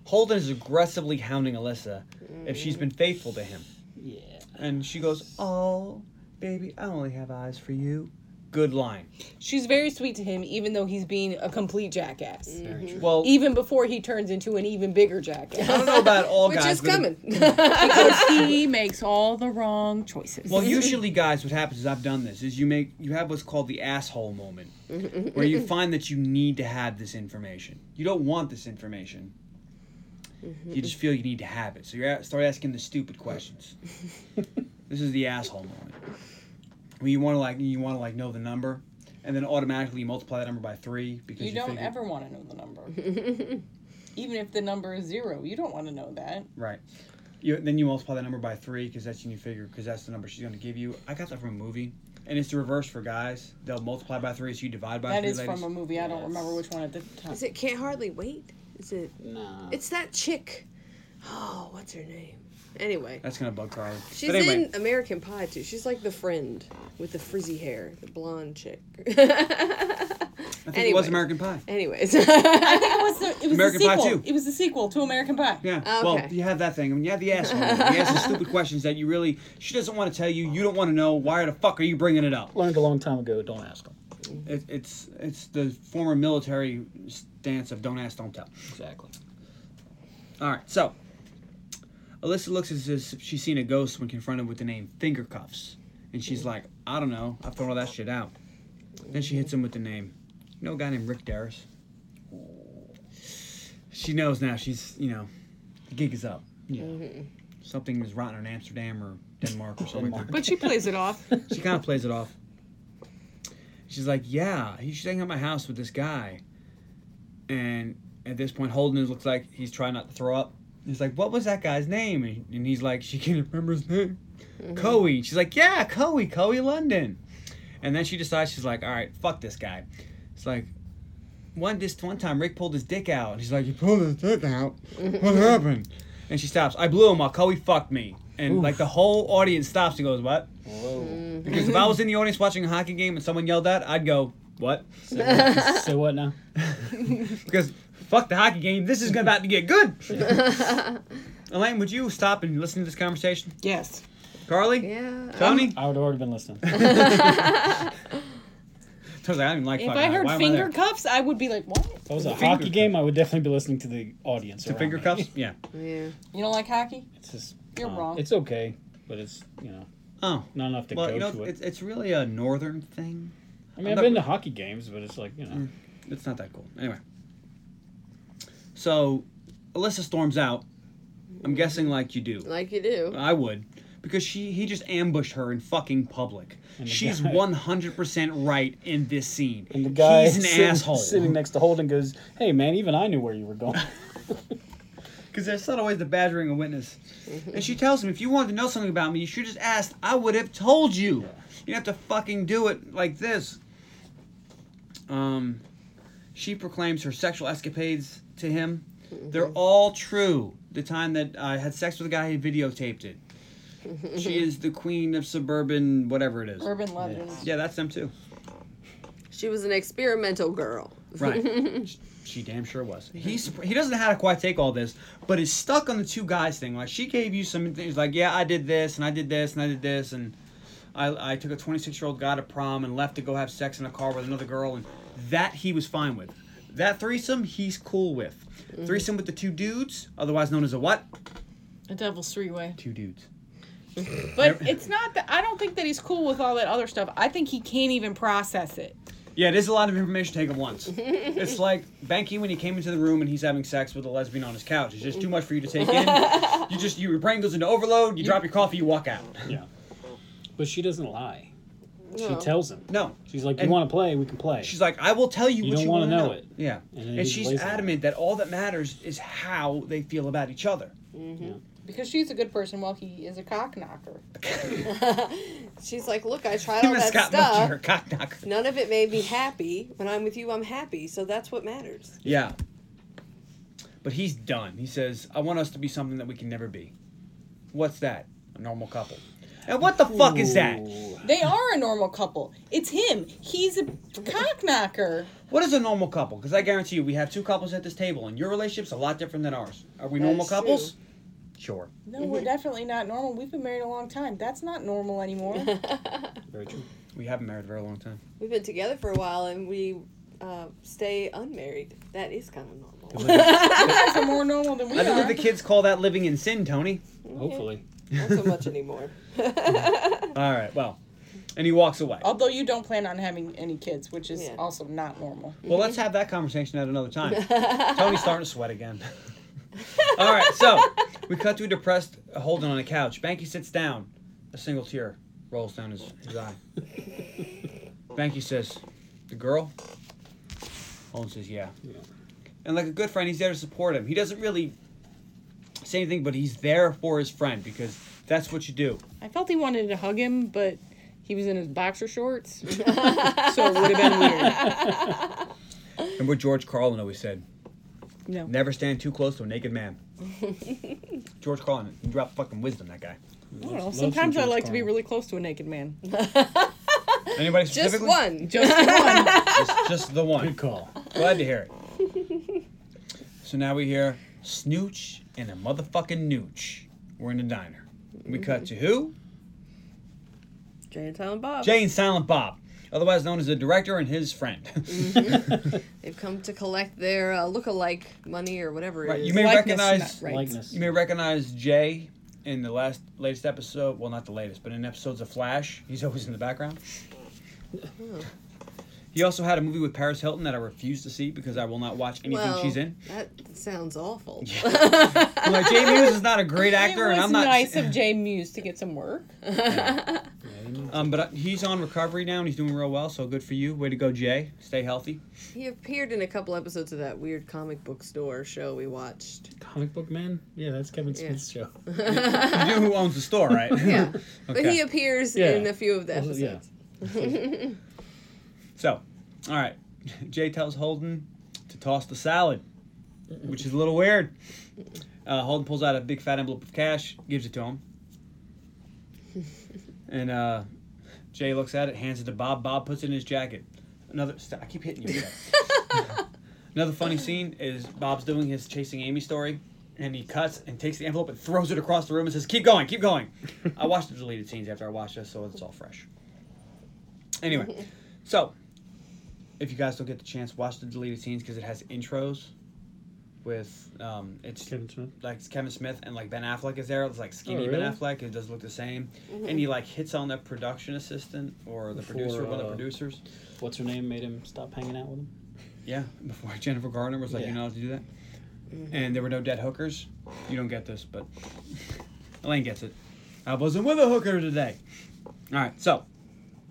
Holden is aggressively hounding Alyssa if she's been faithful to him, Yeah. and she goes, "Oh, baby, I only have eyes for you." Good line. She's very sweet to him, even though he's being a complete jackass. Very true. Well, Even before he turns into an even bigger I jackass. don't know about all Which guys. is but it- coming. because he makes all the wrong choices. Well, usually, guys, what happens is I've done this is you make you have what's called the asshole moment, where you find that you need to have this information. You don't want this information. You just feel you need to have it, so you are start asking the stupid questions. this is the asshole moment. When you want to like you want to like know the number, and then automatically you multiply that number by three because you, you don't figure- ever want to know the number. even if the number is zero, you don't want to know that. right. You, then you multiply that number by three because that's your new figure because that's the number she's going to give you. I got that from a movie, and it's the reverse for guys. They'll multiply by three, so you divide by That three. is ladies. from a movie. I don't remember which one at the time. Is it Can't Hardly Wait? Is it? Nah. It's that chick. Oh, what's her name? Anyway, That's gonna bug Carly. she's but anyway, in American Pie too. She's like the friend with the frizzy hair, the blonde chick. I think it anyway. was American Pie. Anyways, It was the, it was American the Pie sequel. 2. It was the sequel to American Pie. Yeah. Oh, Well, okay. you have that thing. I mean, you have the asshole. he asks the stupid questions that you really she doesn't want to tell you. You don't want to know. Why the fuck are you bringing it up? Learned a long time ago. Don't ask them. It, it's it's the former military stance of don't ask, don't tell. Exactly. All right. So Alyssa looks as if she's seen a ghost when confronted with the name Finger Cuffs, and she's like, I don't know. I've thrown all that shit out. Then she hits him with the name. You know a guy named Rick Darris. She knows now. She's you know, the gig is up. Yeah. something is rotten in Amsterdam or Denmark or something. like that. But she plays it off. She kind of plays it off. She's like, "Yeah, he's staying at my house with this guy," and at this point, Holden looks like he's trying not to throw up. He's like, "What was that guy's name?" And, and he's like, "She can't remember his name." Coey. She's like, "Yeah, Coey, Coey London." And then she decides she's like, "All right, fuck this guy." It's like. One this one time, Rick pulled his dick out, and he's like, "You pulled his dick out? What happened?" And she stops. I blew him up. Coey fucked me, and like the whole audience stops and goes, "What?" Whoa. Because if I was in the audience watching a hockey game and someone yelled that, I'd go, what? Mm. so what now? Because fuck the hockey game, this is about to get good. Elaine, would you stop and listen to this conversation? yes. Carly? yeah. Tony? I would have already been listening. Tony, I don't even like If fucking I hockey. heard Why am finger there? cuffs, I would be like, what? If it was a Finger hockey cup. game, I would definitely be listening to the audience. To around finger me. cuffs? Yeah. oh, Yeah. You don't like hockey? It's just, You're uh, wrong. It's okay, but it's you know Oh. not enough to Well, go you know, to it. it's, it's really a northern thing. I I'm mean, I've not- been to hockey games, but it's like you know. Mm. It's not that cool. Anyway. So, Alyssa storms out. I'm guessing like you do. Like you do. I would. Because she he just ambushed her in fucking public. the She's guy- one hundred percent right in this scene. And the guy He's an sitting, asshole. sitting next to Holden goes, "Hey man, even I knew where you were going." Because that's not always the badgering of witness. and she tells him, if you wanted to know something about me, you should have just asked. I would have told you. You have to fucking do it like this. Um, she proclaims her sexual escapades to him. They're all true. The time that I had sex with a guy, he videotaped it. she is the queen of suburban whatever it is. Urban legends. Yeah, that's them too. She was an experimental girl. Right. Sh- she damn sure was. He sp- he doesn't know how to quite take all this, but is stuck on the two guys thing. Like she gave you some things like, yeah, I did this and I did this and I did this and I I took a 26 year old guy to prom and left to go have sex in a car with another girl and that he was fine with. That threesome he's cool with. Threesome with the two dudes, otherwise known as a what? A devil's three way. Two dudes. But it's not that I don't think that he's cool with all that other stuff. I think he can't even process it. Yeah, it is a lot of information to take at once. it's like Banky when he came into the room and he's having sex with a lesbian on his couch. It's just too much for you to take in. you just your brain goes into overload. You drop your coffee, you walk out. yeah, but she doesn't lie. No. She tells him. No, She's like, "You And- want to play? We can play." she's like, I will tell you, You what don't you wanna want to know it. Yeah, And then and, he she's lays it on. adamant that all that matters is how they feel about each other. Yeah. Because she's a good person while he is a cock knocker. She's like, look, I tried all Him and that Scott stuff. Melcher, cock knocker. None of it made me happy. When I'm with you, I'm happy. So that's what matters. Yeah. But he's done. He says, I want us to be something that we can never be. What's that? A normal couple. And what the fuck is that? Ooh. They are a normal couple. It's him. He's a cock knocker. What is a normal couple? Because I guarantee you, we have two couples at this table, and your relationship's a lot different than ours. Are we normal That's true. couples? Sure. No, we're definitely not normal. We've been married a long time. That's not normal anymore. Very true. We haven't married a very long time. We've been together for a while and we uh, stay unmarried. That is kind of normal. you guys are more normal than we I believe are. the kids call that living in sin, Tony. Hopefully. Not so much anymore. All right, well. And he walks away. Although you don't plan on having any kids, which is Yeah. also not normal. Well, let's have that conversation at another time. Tony's starting to sweat again. All right, so we cut to a depressed Holden on a couch. Banky sits down. A single tear rolls down his, his eye. Banky says, The girl? Holden says, Yeah. Yeah. And like a good friend, he's there to support him. He doesn't really say anything, but he's there for his friend because that's what you do. I felt he wanted to hug him, but he was in his boxer shorts. so it would have been weird. Remember what George Carlin always said No. never stand too close to a naked man. George Carlin, he dropped fucking wisdom, that guy. I don't know. Love Sometimes some I George like to be Carlin. really close to a naked man. Anybody Just specifically? one. Just one. Just, just the one. Good call. Glad to hear it. so now we hear snooch and a motherfucking nooch. We're in the diner. We cut to who? Mm-hmm. Jane and Silent Bob. Jane Silent Bob, otherwise known as the director and his friend. They've come to collect their uh, lookalike money or whatever it right, is. you may Likeness, recognize not right. Likeness. you may recognize Jay in the last latest episode. Well, not the latest, but in episodes of Flash, he's always in the background. He also had a movie with Paris Hilton that I refuse to see because I will not watch anything well, she's in. That sounds awful. I'm like, Jay Mewes is not a great actor, it was and I'm not. nice of Jay Muse to get some work. Um, but uh, he's on recovery now and he's doing real well, so good for you. Way to go, Jay. Stay healthy. He appeared in a couple episodes of that weird comic book store show we watched. Comic book man? Yeah, that's Kevin Smith's show. You know who owns the store, right? Yeah. But Okay. he appears Yeah. in a few of the Well, episodes. yeah. so, all right. Jay tells Holden to toss the salad, which is a little weird. Uh, Holden pulls out a big fat envelope of cash, gives it to him. And uh, Jay looks at it, hands it to Bob. Bob puts it in his jacket. Another, st- I keep hitting you. Another funny scene is Bob's doing his chasing Amy story, and he cuts and takes the envelope and throws it across the room and says, "Keep going, keep going." I watched the deleted scenes after I watched this, so it's all fresh. Anyway, so if you guys don't get the chance, watch the deleted scenes because it has intros with um, it's Kevin Smith. like it's Kevin Smith and like Ben Affleck is there. It's like skinny Oh, really? Ben Affleck. It does look the same, and he like hits on the production assistant or the For, producer, one of uh, the producers. What's her name? Made him stop hanging out with him. Yeah, before Jennifer Garner was like, Yeah. "You're not allowed to do that," and there were no dead hookers. You don't get this, but Elaine gets it. I wasn't with a hooker today. All right, so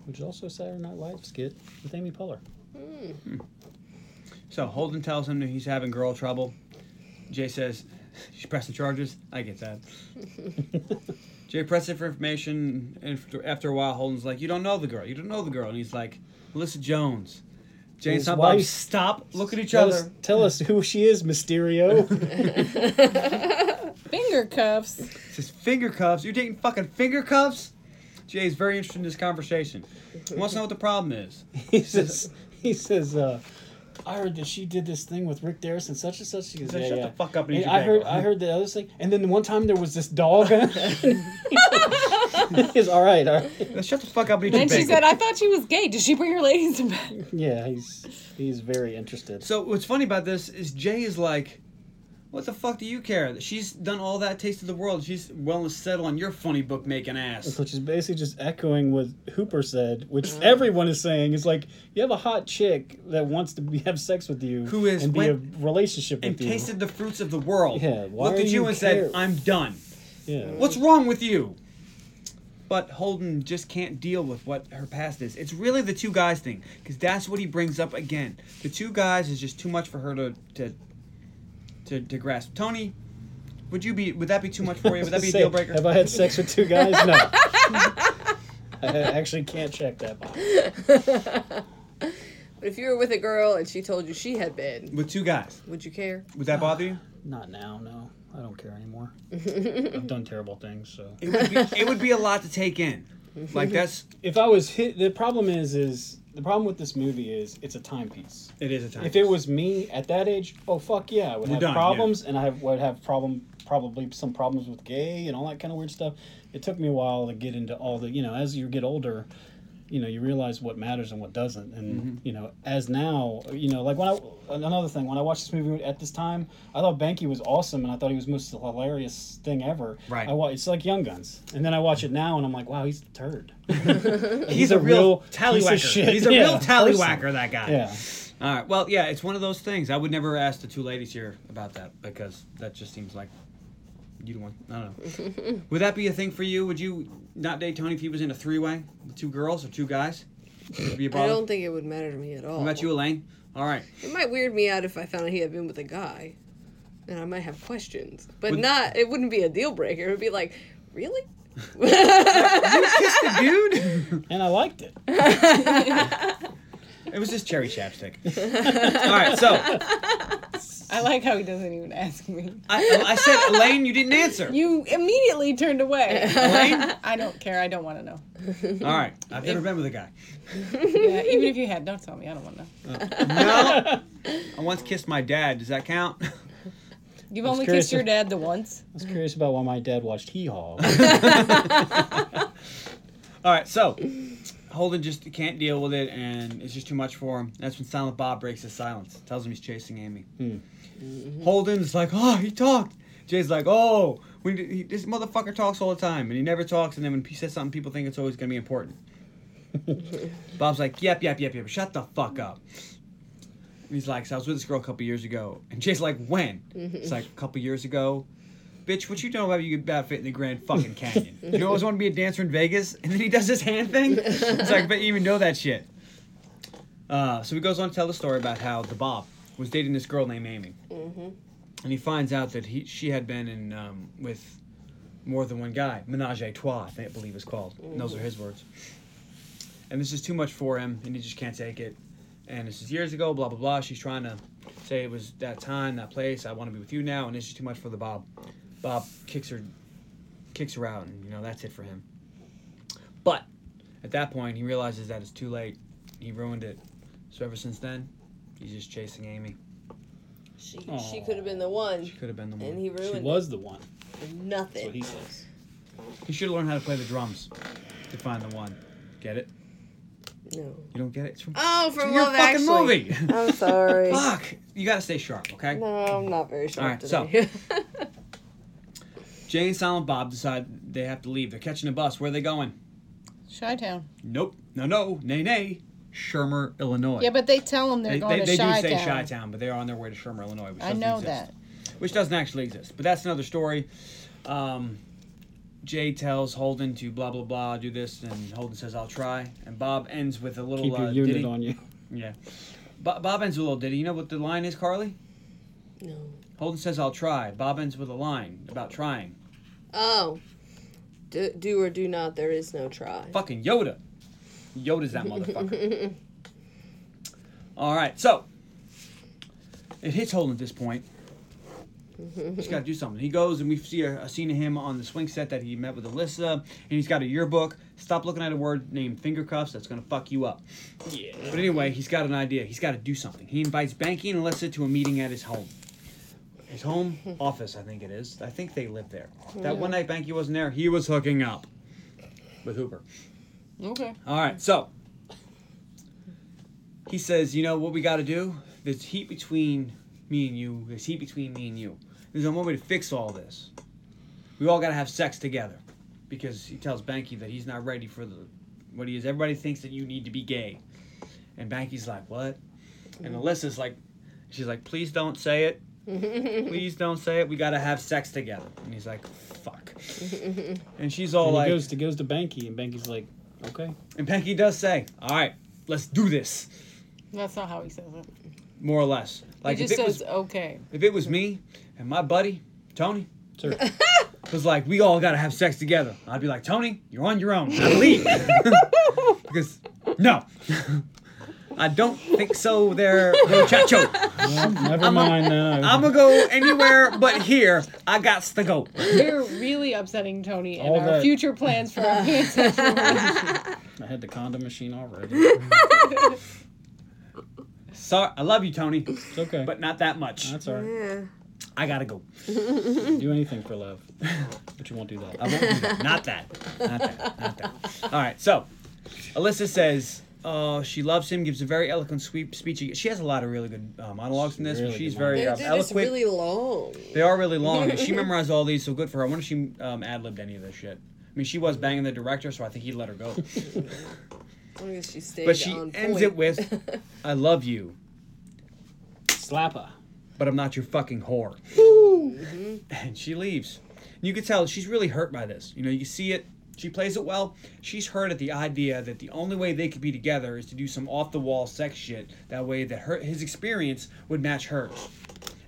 Which is also a Saturday Night Live skit with Amy Poehler. so Holden tells him that he's having girl trouble. Jay says she's pressing charges. I get that. Jay presses for information, and after- after a while, Holden's like, "You don't know the girl. You don't know the girl," and he's like, "Melissa Jones." Jane His Silent Bob, wife- stop. Look at each Tell other. us, tell us who she is, Mysterio. Finger cuffs. says finger cuffs. You're dating fucking finger cuffs? Jay's very interested in this conversation. He wants to know what the problem is. he says, he says, uh, I heard that she did this thing with Rick Darris and such and such. She goes, Said, yeah, "Shut yeah. the fuck up and eat And your I heard, bagel." I heard the other thing, and then one time there was this dog. he's all right, all right. Now shut the fuck up and eat your And she bagel. said, I thought she was gay. Did she bring her ladies in bed? Yeah, he's he's very interested. so what's funny about this is Jay is like, what the fuck do you care? She's done all that taste of the world. She's well and settled on your funny book making ass. which is basically just echoing what Hooper said, which Mm-hmm. everyone is saying is like, you have a hot chick that wants to be, have sex with you, Who is- and be went- a relationship And with you. tasted the fruits of the world. Yeah, why Looked do at you you and said, care? I'm done. yeah, What's wrong with you? But Holden just can't deal with what her past is. It's really the two guys thing, because that's what he brings up again. The two guys is just too much for her to to to, to grasp. Tony, Would you be? Would that be too much for you? Would that be a Say, deal breaker? Have I had sex with two guys? No. I actually can't check that box. But if you were with a girl and she told you she had been, With two guys, would you care? would that bother you? Not now, no. I don't care anymore. I've done terrible things, so. It would be. it would be a lot to take in. Like that's. If I was hit, the problem is, is the problem with this movie is it's a timepiece. It is a time. If it was me at that age, oh fuck yeah, I would You're have done, yeah. problems, and I have- would have problem probably some problems with gay and all that kind of weird stuff. It took me a while to get into all the you know as you get older, you know you realize what matters and what doesn't, and Mm-hmm. you know as now you know like when I another thing when I watched this movie at this time, I thought Banky was awesome and I thought he was the most hilarious thing ever. Right. I wa- it's like Young Guns, and then I watch it now and I'm like, wow, he's a turd. he's, a real piece of tallywhacker. shit. He's a Yeah, real person. tallywhacker. That guy. yeah. All right. Well, yeah, it's one of those things. I would never ask the two ladies here about that because that just seems like you don't want. I don't know. would that be a thing for you? Would you not date Tony if he was in a three-way with two girls or two guys? Would it be a I problem? don't think it would matter to me at all. What about you, Elaine? All right. It might weird me out if I found out he had been with a guy, and I might have questions. But Would- not. It wouldn't be a deal breaker. It would be like, really? Kissed a dude. And I liked it. it was just cherry chapstick. All right. So I, I like how he doesn't even ask me. I said, Elaine, you didn't answer. You immediately turned away. Elaine. I don't care. I don't want to know. All right. I've never been with a guy. Yeah, even if you had, don't tell me. I don't want to know. No. I once kissed my dad. Does that count? You've only curious kissed your if- dad the once. I was curious about why my dad watched Hee Haw. All right, so Holden just can't deal with it, and it's just too much for him. That's when Silent Bob breaks his silence, tells him he's chasing Amy. Holden's like, "Oh, he talked." Jay's like, "Oh, we, he, this motherfucker talks all the time, and he never talks." And then when he says something, people think it's always gonna be important. Bob's like, "Yep, yep, yep, yep. Shut the fuck up." And he's like, "So I was with this girl a couple years ago," and Jay's like, "When?" It's like a couple years ago. Bitch, what you know about you about fit in the Grand fucking Canyon? you always want to be a dancer in Vegas, and then he does this hand thing. It's like, but you even know that shit. Uh, so he goes on to tell the story about how the Bob was dating this girl named Amy, and he finds out that he she had been in um, with more than one guy, menage a trois, I believe it's called. And those are his words. And this is too much for him, and he just can't take it. And this is years ago, blah blah blah. She's trying to say it was that time, that place. I want to be with you now, and this is too much for the Bob. Bob kicks her, kicks her out, and you know that's it for him. But at that point, he realizes that it's too late. He ruined it. So ever since then, he's just chasing Amy. She she could have been the one, She could have been the one. and he ruined she it was the one. for That's what nothing. he says. He should learn how to play the drums to find the one. Get it? No. You don't get it? It's from Oh, from your Love fucking Actually. movie. I'm sorry. Fuck! You gotta stay sharp, okay? No, I'm not very sure. Alright, so- today. Jay and Silent Bob decide they have to leave. They're catching a bus. Where are they going? Chi Town. Nope. No, no. Nay, nay. Shermer, Illinois. Yeah, but they tell him they're they, going they, to they do Chi say Town. Chi Town, but they're on their way to Shermer, Illinois. Which I doesn't know exist. Which doesn't actually exist, but that's another story. Um, Jay tells Holden to blah blah blah, do this, and Holden says I'll try. And Bob ends with a little Keep uh, your unit ditty. on you. Yeah. Bo- Bob ends with a little ditty. You know what the line is, Carly? no. Holden says, I'll try. Bob ends with a line about trying. Oh. Do, do or do not. There is no try. Fucking Yoda. Yoda's that motherfucker. All right, so it hits Holden at this point. He's got to do something. He goes and we see a, a scene of him on the swing set that he met with Alyssa, and he's got a yearbook. Stop looking at a word named finger cuffs. That's gonna fuck you up. Yeah. But anyway, he's got an idea. He's got to do something. He invites Banky and Alyssa to a meeting at his home. His home office, I think it is. I think they live there. That one night Banky wasn't there, he was hooking up with Hooper. Okay. All right, so he says, you know what we got to do? There's heat between me and you. There's heat between me and you. There's no way to fix all this. We all got to have sex together, because he tells Banky that he's not ready for the what he is. Everybody thinks that you need to be gay, and Banky's like, what? And Alyssa's like, she's like, please don't say it. please don't say it. We got to have sex together. And he's like, fuck. and she's all And like, he goes to goes to Banky, and Banky's like, okay. and Becky does say, "All right, let's do this," That's not how he says it. more or less. Like he if just it says was okay. if it was me and my buddy Tony, Sure. was like, we all gotta have sex together. I'd be like, Tony, you're on your own. I leave. because, no. I don't think so there, muchacho. Well, never mind. uh, No, I'm gonna go anywhere but here. I got to go. You're really upsetting Tony and All our that- future plans for our ancestral relationship. I had the condom machine already. Sorry, I love you, Tony, It's okay. but not that much. That's all right. Yeah. I gotta go. Do anything for love, but you won't do that. I won't do that. Not that. Not that. Not that. All right. So, Alyssa says uh, she loves him. Gives a very eloquent sweep speech. She has a lot of really good uh, monologues in this. Really but she's good very They're, um, they're just eloquent. really long. They are really long. and she memorized all these, so good for her. I wonder if she um, ad libbed any of this shit. I mean, she was banging the director, so I think he let her go. As long as she stays But she on ends point. it with, "I love you, Slapper. but I'm not your fucking whore." And she leaves. You can tell she's really hurt by this. You know, you see it. She plays it well. She's hurt at the idea that the only way they could be together is to do some off the wall sex shit. That way, that her his experience would match hers.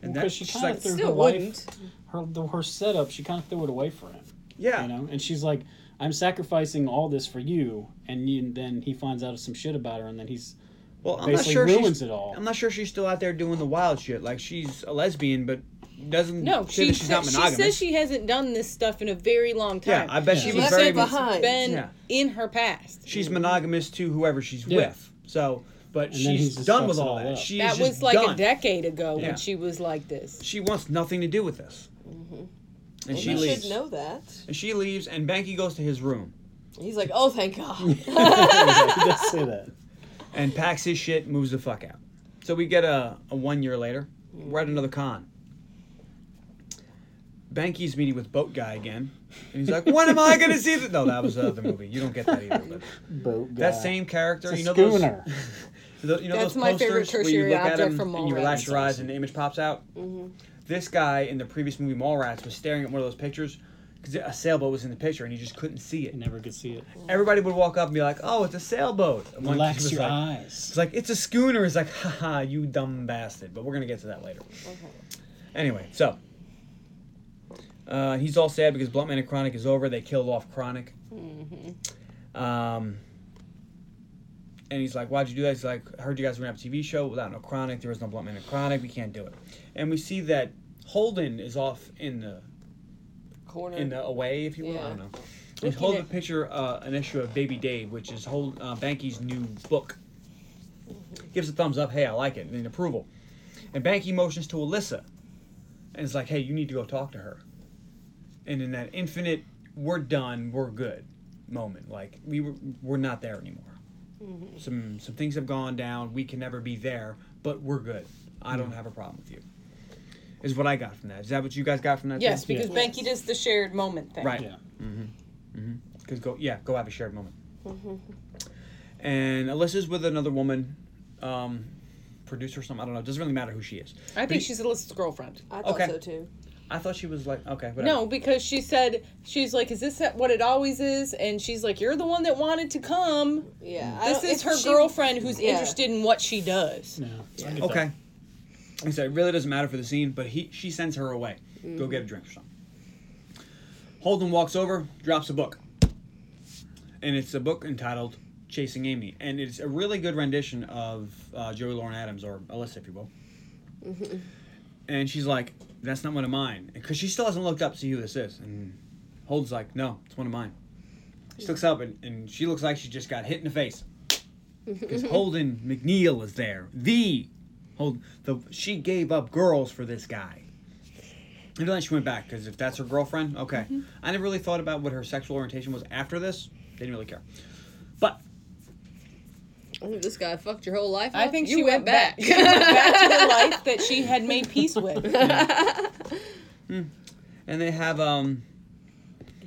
And Because that's she she's kind like, of threw her Still life, wouldn't. her the, her setup. She kind of threw it away for him. yeah, You know, and she's like, "I'm sacrificing all this for you," and, you, then he finds out some shit about her, and then he's Well, I'm not basically sure ruins she's, it all. I'm not sure she's still out there doing the wild shit. Like she's a lesbian, but doesn't No, say she, that she's not sa- monogamous. she says she hasn't done this stuff in a very long yeah, time. I bet she She was left very. it behind. been Yeah. in her past. She's monogamous to whoever she's Yeah. with. So, but then he she's just done with fucks it all all that. up. She's that just was like done. a decade ago Yeah. when she was like this. She wants nothing to do with this, and she Mm-hmm. you leaves. should know that. And she leaves, and Banky goes to his room He's like, oh, thank God. he does say that. and packs his shit, moves the fuck out. So we get a, a one year later. We're Mm-hmm. at another con. Banky's meeting with Boat Guy again, and he's like, "When am I gonna see the?" No, that was uh, the other movie. You don't get that either. But Boat that guy. same character, It's a you know those, schooner. the- you know That's those my favorite posters where you tertiary look at object them from and you Mallrats. Mm-hmm. relax your eyes and the image pops out. This guy in the previous movie Mallrats was staring at one of those pictures because a sailboat was in the picture and he just couldn't see it. You never could see it. Everybody would walk up and be like, "Oh, it's a sailboat." And one kid Relax was your like, eyes. it's like it's a schooner. It's like, haha, you dumb bastard. But we're gonna get to that later. Anyway, so uh, he's all sad because Bluntman and Chronic is over. They killed off Chronic. Um, and he's like, "Why'd you do that?" He's like, "I heard you guys were gonna have a TV show without no Chronic. There was no Bluntman and Chronic. We can't do it." And we see that Holden is off in the Corner. in the away, if you will. I Yeah. don't know. And Looking hold at- a picture, uh, an issue of Baby Dave, which is hold uh, Banky's new book. Gives a thumbs up. Hey, I like it, and an approval. And Banky motions to Alyssa, and is like, "Hey, you need to go talk to her." And in that infinite, we're done, we're good moment, like we were, we're not there anymore. Some some things have gone down. We can never be there, but we're good. I don't have a problem with you. Is what I got from that. Is that what you guys got from that? Yes, too? because Banky does the shared moment thing. Right. Yeah. Cause go, yeah, go have a shared moment. and Alyssa's with another woman, um, producer or something. I don't know. It doesn't really matter who she is. I think she's Alyssa's girlfriend. I thought Okay. so too. I thought she was like okay, whatever. No, because she said she's like, "Is this what it always is?" And she's like, "You're the one that wanted to come. Yeah. I This don't- is if her she- girlfriend who's Yeah. interested in what she does." Yeah. I get Okay. He said it really doesn't matter for the scene, but he she sends her away. Go get a drink or something. Holden walks over, drops a book. And it's a book entitled Chasing Amy. And it's a really good rendition of uh, Joey Lauren Adams, or Alyssa, if you will. And she's like, that's not one of mine. Because she still hasn't looked up to see who this is. And Holden's like, no, it's one of mine. She looks up and, and she looks like she just got hit in the face. Because Holden McNeil is there. The Hold the she gave up girls for this guy. And then she went back because if that's her girlfriend, okay. I never really thought about what her sexual orientation was after this. Didn't really care. But Oh, this guy fucked your whole life. I up. think you she went back. She went back to the life that she had made peace with. and they have um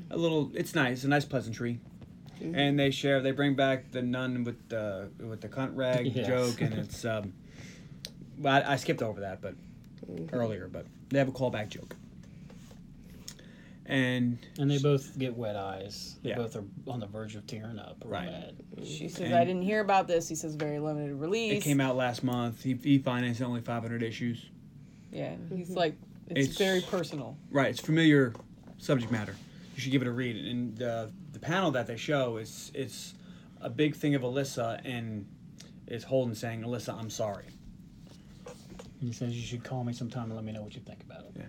a little. It's nice, a nice pleasantry. And they share. They bring back the nun with the with the cunt rag Yes. joke, and it's um. Well, I, I skipped over that, but earlier, but they have a callback joke. And And they both get wet eyes. They Yeah. both are on the verge of tearing up. real Right. bad. She says, "I didn't hear about this." He says, "Very limited release." it came out last month. He, he financed only 500 issues. Mm-hmm. Yeah, he's like, It's, It's- very personal. Right, it's familiar subject matter. You should give it a read. And the the panel that they show is it's a big thing of Alyssa and is Holden saying, "Alyssa, I'm sorry." He says you should call me sometime and let me know what you think about it. Yeah.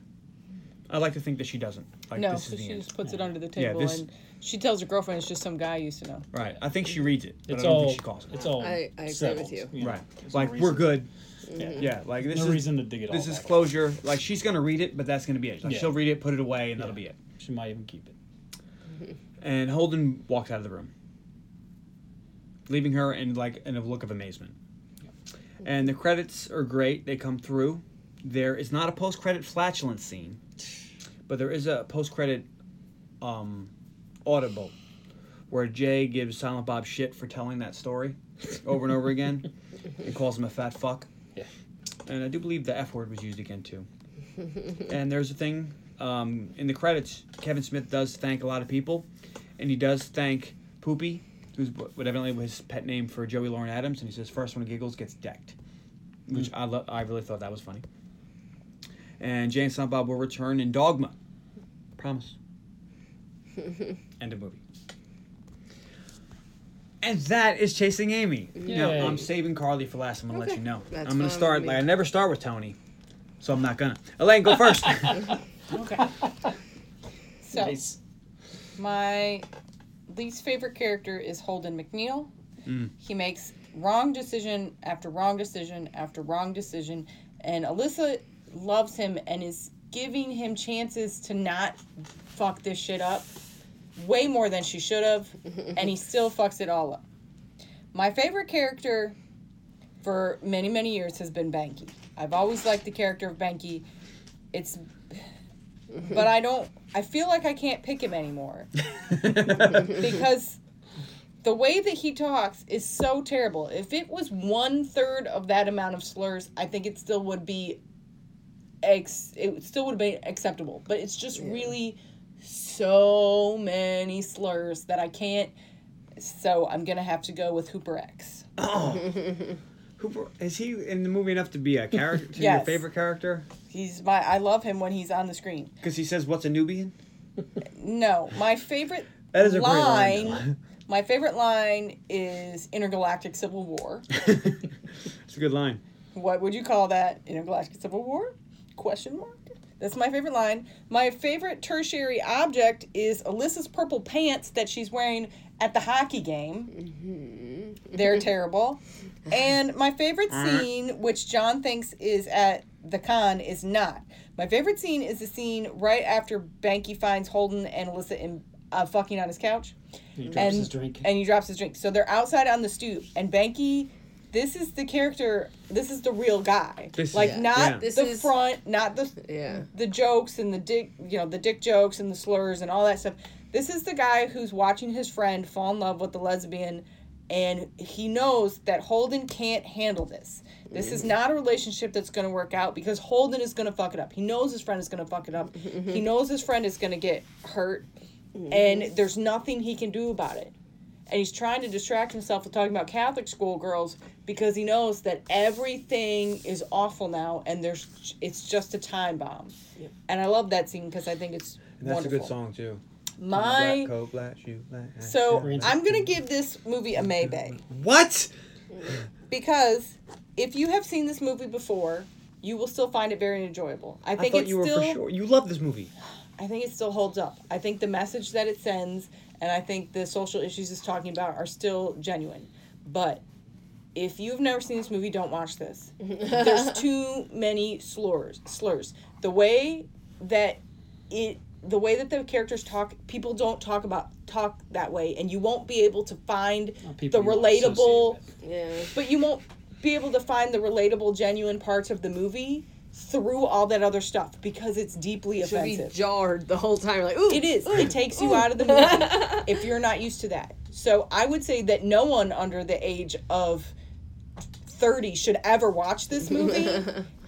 I like to think that she doesn't. Like no, this is so the she end. just puts it under the Yeah, table this- and she tells her girlfriend it's just some guy I used to know. Right. I think she reads it, but It's I don't all. think she calls it. It's all. I- I agree with settled, you. know. right. There's no Like we're reason- good. Yeah. Yeah. Like this No is reason to dig it all. this is back up. closure. Like she's gonna read it, but that's gonna be it. Like Yeah. she'll read it, put it away, and that'll be Yeah. it. She might even keep it. And Holden walks out of the room, leaving her in like in a look of amazement. And the credits are great; they come through. There is not a post-credit flatulence scene, but there is a post-credit um, audible where Jay gives Silent Bob shit for telling that story over and over again, and calls him a fat fuck. Yeah. And I do believe the F word was used again too. and there's a thing um, in the credits. Kevin Smith does thank a lot of people, and he does thank Poopy, who's what evidently was his pet name for Joey Lauren Adams. And he says, first one who giggles gets decked," which I lo- I really thought that was funny. And Jane Silent Bob will return in Dogma. Promise. End of movie. And that is Chasing Amy. Now, Yay. I'm saving Carly for last. I'm gonna let Okay. you know. That's I'm gonna fine start with like me. I never start with Tony, so I'm not gonna. Elaine, go first. Okay. so Nice. my least favorite character is Holden McNeil. He makes wrong decision after wrong decision after wrong decision, and Alyssa loves him and is giving him chances to not fuck this shit up way more than she should have, and he still fucks it all up. My favorite character for many, many years has been Banky. I've always liked the character of Banky. It's but I don't. I feel like I can't pick him anymore because the way that he talks is so terrible. If it was one third of that amount of slurs, I think it still would be. Ex- it still would have been acceptable, but it's just really so many slurs that I can't. So I'm gonna have to go with Hooper X. Who is he in the movie enough to be a character? to Your Yes. favorite character? He's my. I love him when he's on the screen. Because he says, "What's a Nubian?" No, my favorite That is a great line, line. my favorite line is intergalactic civil war. It's a good line. what would you call that? Intergalactic civil war? Question mark. That's my favorite line. My favorite tertiary object is Alyssa's purple pants that she's wearing at the hockey game. They're terrible. And my favorite scene, which John thinks is at the con, is not. My favorite scene is the scene right after Banky finds Holden and Alyssa in uh, fucking on his couch He drops and his drink. and he drops his drink. So they're outside on the stoop, and Banky, this is the character. This is the real guy. This like is- not yeah. the This is- front, not the Yeah. the jokes and the dick, you know, the dick jokes and the slurs and all that stuff. This is the guy who's watching his friend fall in love with the lesbian, and he knows that Holden can't handle this. This is not a relationship that's going to work out because Holden is going to fuck it up. He knows his friend is going to fuck it up. he knows his friend is going to get hurt, and there's nothing he can do about it and he's trying to distract himself with talking about Catholic school girls because he knows that everything is awful now, and there's it's just a time bomb. And I love that scene because I think it's And that's wonderful. a good song too. My Black coat, black shoe, black hat. so Rain's I'm gonna give this movie a Maybay what? because if you have seen this movie before, you will still find it very enjoyable. I I think thought it's you were still for sure. You love this movie. I think it still holds up. I think the message that it sends and I think the social issues it's talking about are still genuine. But if you've never seen this movie, don't watch this. There's too many slurs. Slurs. The way that it the way that the characters talk, people don't talk about talk that way and you won't be able to find the people you associate relatable with. Yeah. but you won't be able to find the relatable genuine parts of the movie through all that other stuff because it's deeply Should be offensive. jarred the whole time. Like, ooh. It is. It takes you out of the movie if you're not used to that. So I would say that no one under the age of 30 should ever watch this movie.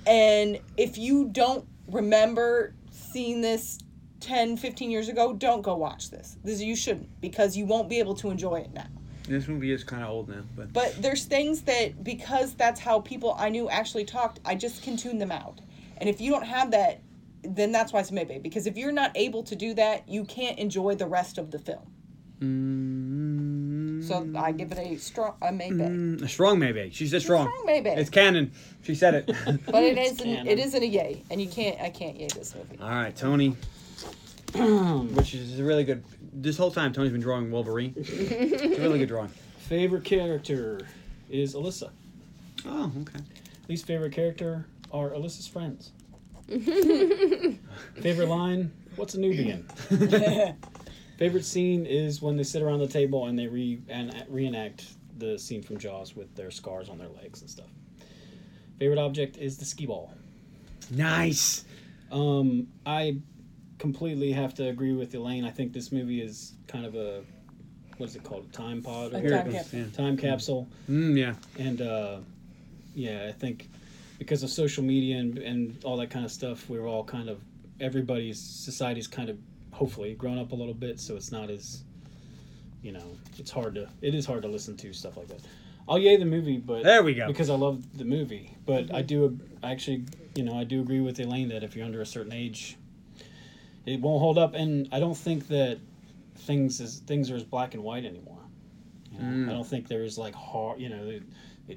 and if you don't remember seeing this 10, 15 years ago, don't go watch this. this you shouldn't because you won't be able to enjoy it now. This movie is kind of old now, but But there's things that because that's how people I knew actually talked, I just can tune them out. And if you don't have that then that's why it's maybe because if you're not able to do that, you can't enjoy the rest of the film. So I give it a strong a maybe. A Mm-hmm. strong maybe. She said strong. Strong maybe. It's canon. She said it. But it isn't. canon. It isn't a yay, and you can't. I can't yay this movie. All right, Tony. Which is a really good. This whole time, Tony's been drawing Wolverine. it's a really good drawing. Favorite character is Alyssa. Oh, okay. Least favorite character are Alyssa's friends. favorite line: What's a Nubian? favorite scene is when they sit around the table and they re and uh, reenact the scene from Jaws with their scars on their legs and stuff. Favorite object is the skee ball. Nice. Um, I completely have to agree with Elaine. I think this movie is kind of a what is it called? A time pod or A whatever. time capsule. Yeah. Time capsule. Mm, yeah. And uh, yeah, I think because of social media and, and all that kind of stuff, we're all kind of everybody's society's kind of hopefully grown up a little bit, so it's not as you know, it's hard to it is hard to listen to stuff like that. I'll yay the movie, but There we go. Mm-hmm. because I love the movie. But I do I actually you know I do agree with Elaine that if you're under a certain age, it won't hold up. And I don't think that things is things are as black and white anymore. You know, I don't think there's like hard, you know, if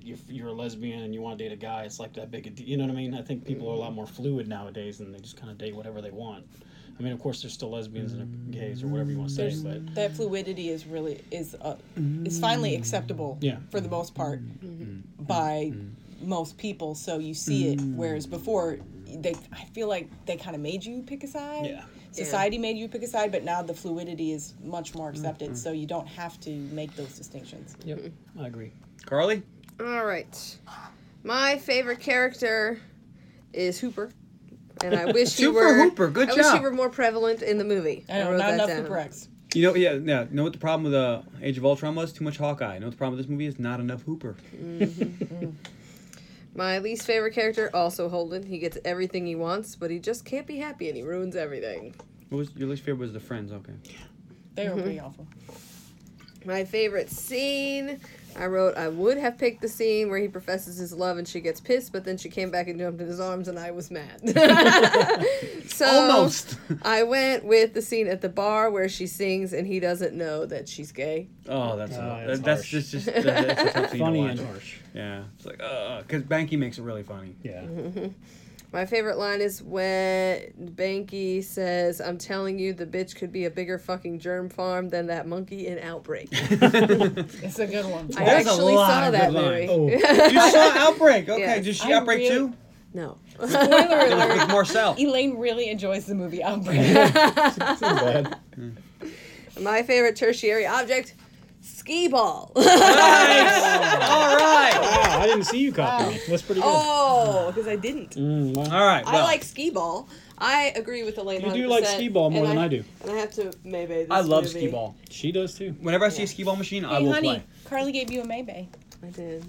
if you're a lesbian and you want to date a guy, it's like that big a deal. You know what I mean? I think people are a lot more fluid nowadays and they just kind of date whatever they want. I mean, of course, there's still lesbians and gays or whatever you want to say, There's, but that fluidity is really is uh, Mm. is finally acceptable Yeah. for the most part Mm-hmm. Mm-hmm. by most people. So you see it, Mm. whereas before they I feel like they kind of made you pick a side. Yeah. Society made you pick a side, but now the fluidity is much more accepted, so Mm-hmm. you don't have to make those distinctions. yep, I agree. Carly. All right. My favorite character is Hooper. And I wish you Super were Hooper, good I job. wish you were more prevalent in the movie. I know, wrote not that enough down. Cooper X. You know, yeah, yeah. Know what the problem with uh, Age of Ultron was? Too much Hawkeye. You know what the problem with this movie is? Not enough Hooper. My least favorite character, also Holden. He gets everything he wants, but he just can't be happy and he ruins everything. What was your least favorite? Was the Friends? Okay. They were Mm-hmm. pretty awful. My favorite scene. I wrote, I would have picked the scene where he professes his love and she gets pissed, but then she came back and jumped in his arms and I was mad. so Almost. I went with the scene at the bar where she sings and he doesn't know that she's gay. Oh, that's a Oh, lot. that's that- that's harsh. just just that- that's a tough scene Funny to watch. and harsh. Yeah, it's like uh, because Banky makes it really funny. Yeah. My favorite line is when Banky says, I'm telling you, the bitch could be a bigger fucking germ farm than that monkey in Outbreak. It's a good one. I There's a actually lot saw of good that lines. movie. you saw Outbreak. Okay, Yes. did she I outbreak really- too? No. Spoiler alert, With Marcel. Elaine really enjoys the movie Outbreak. My favorite tertiary object, skee ball. All right. Wow, Ah, I didn't see you copying. it. That's pretty good. oh, because I didn't. Mm, wow. All right. I well, like skee ball. I agree with Elaine. You do like 100%, skee ball more and than I do. And I have to maybe. This I love movie. skee ball. She does too. Whenever I see a skee ball machine, I hey, will honey, play. Carly gave you a maybe. I did.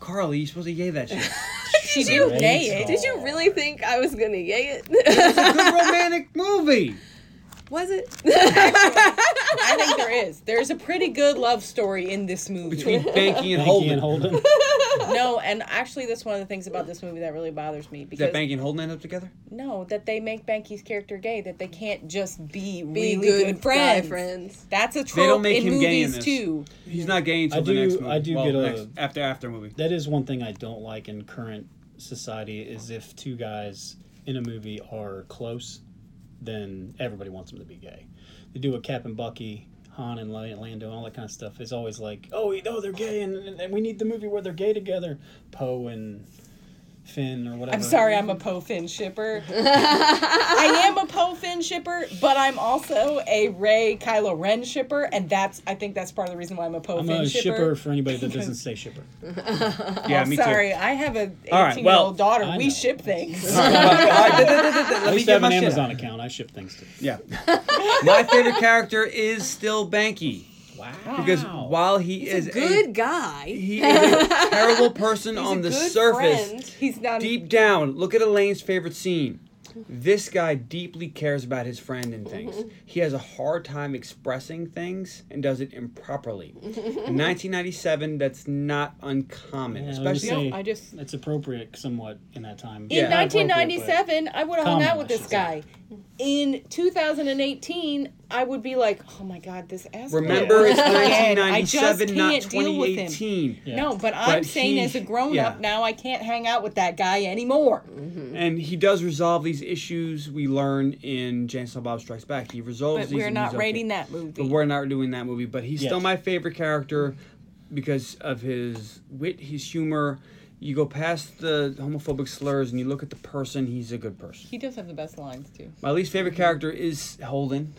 Carly, you supposed to yay that shit. She didn't yay Great it. Did you really think I was gonna yay it? Good romantic movie. was it? I think there is. There's a pretty good love story in this movie. Between Banky and Holden. Holden. And Holden. no, and actually, that's one of the things about this movie that really bothers me because Did Banky and Holden end up together? no, that they make Banky's character gay. That they can't just be, really Be good, good, guy friends. friends. That's a trope They don't make in him movies gay in this. too. He's not gay until I the do- next movie. I do well, get a- next, after after movie. that is one thing I don't like in current society is if two guys in a movie are close, then everybody wants them to be gay. They do a Cap and Bucky, Han and Lan- Lando, and all that kind of stuff. It's always like, oh, you know, they're gay, and, and, and we need the movie where they're gay together. Poe and Finn or whatever. I'm sorry, I'm a Poe Finn shipper. I am a Poe Finn shipper, but I'm also a Ray Kylo Ren shipper, and that's I think that's part of the reason why I'm a Poe I'm Finn a shipper. shipper. for anybody that doesn't say shipper. Oh, Yeah, me Sorry, too. I have a 18 right, year well, old daughter. I We know. ship things. Let At me least I get have my an shit Amazon out. account. I ship things to. Yeah. My favorite character is still Banky Wow. because while he is Good guy. he is a terrible person on the Good surface. friend. He's not Deep down, look at Elaine's favorite scene. This guy deeply cares about his friend and things. Mm-hmm. He has a hard time expressing things and does it improperly. In 1997, that's not uncommon, Yeah, I was gonna especially say, No, I just- it's appropriate somewhat in that time. In Yeah. Not appropriate, but- 1997, I would have hung Common, out with I this should guy. In 2018, I would be like, oh my god, this ass. Remember, it's Again, I just 1997, not can't deal with him. 2018. Yeah. No, but I'm But saying he- as a grown yeah. up now, I can't hang out with that guy anymore. And he does resolve these issues we learn in Jane Silent Bob Strikes Back. He resolves But these. we're and he's not okay. rating that movie. But we're not doing that movie. But he's Yes. still my favorite character because of his wit, his humor. You go past the homophobic slurs and you look at the person. He's a good person. he does have the best lines too. My least favorite character is Holden.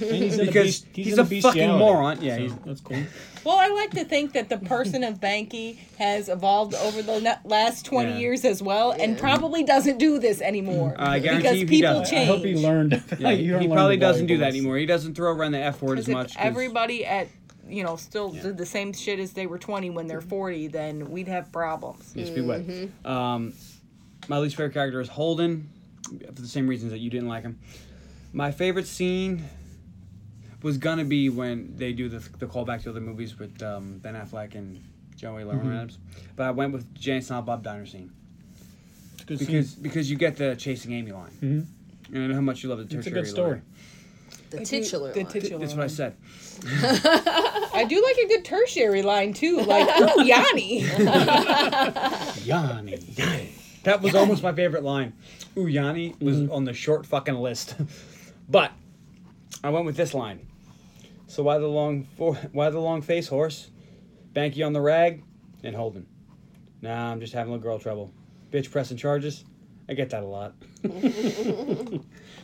And he's in the Because beast- he's in a the fucking bestiality, moron. Yeah, so he's- that's cool. Well, I like to think that the person of Banky has evolved over the na- last 20 Yeah. years as well and probably doesn't do this anymore I guarantee because he people does. I change. hope he learned. Yeah, you he learned probably a doesn't do valuable that lesson. anymore. He doesn't throw around the f word as Because if much. 'cause- everybody at you know still did the same shit as they were 20 when Mm-hmm. they're 40, then we'd have problems. Yes, be wet. Um, my least favorite character is Holden, for the same reasons that you didn't like him. My favorite scene was gonna be when they do the, the callback to other movies with um, Ben Affleck and Joey Lauren Adams, but I went with Jane Silent Bob Diner scene It's a good scene. Mm-hmm. because because you get the chasing Amy line, and I know how much you love the tertiary. it's a good lawyer. story. The I do- titular the one. titular That's what I one. said. I do like a good tertiary line too, like "Ooh, Yanni. Yanni. That was almost my favorite line. Ooh, Yanni was Mm-hmm. on the short fucking list. but I went with this line. So why the long for, why the long face horse? Banky on the rag and Holden. Nah, I'm just having a little girl trouble. Bitch pressing charges. I get that a lot.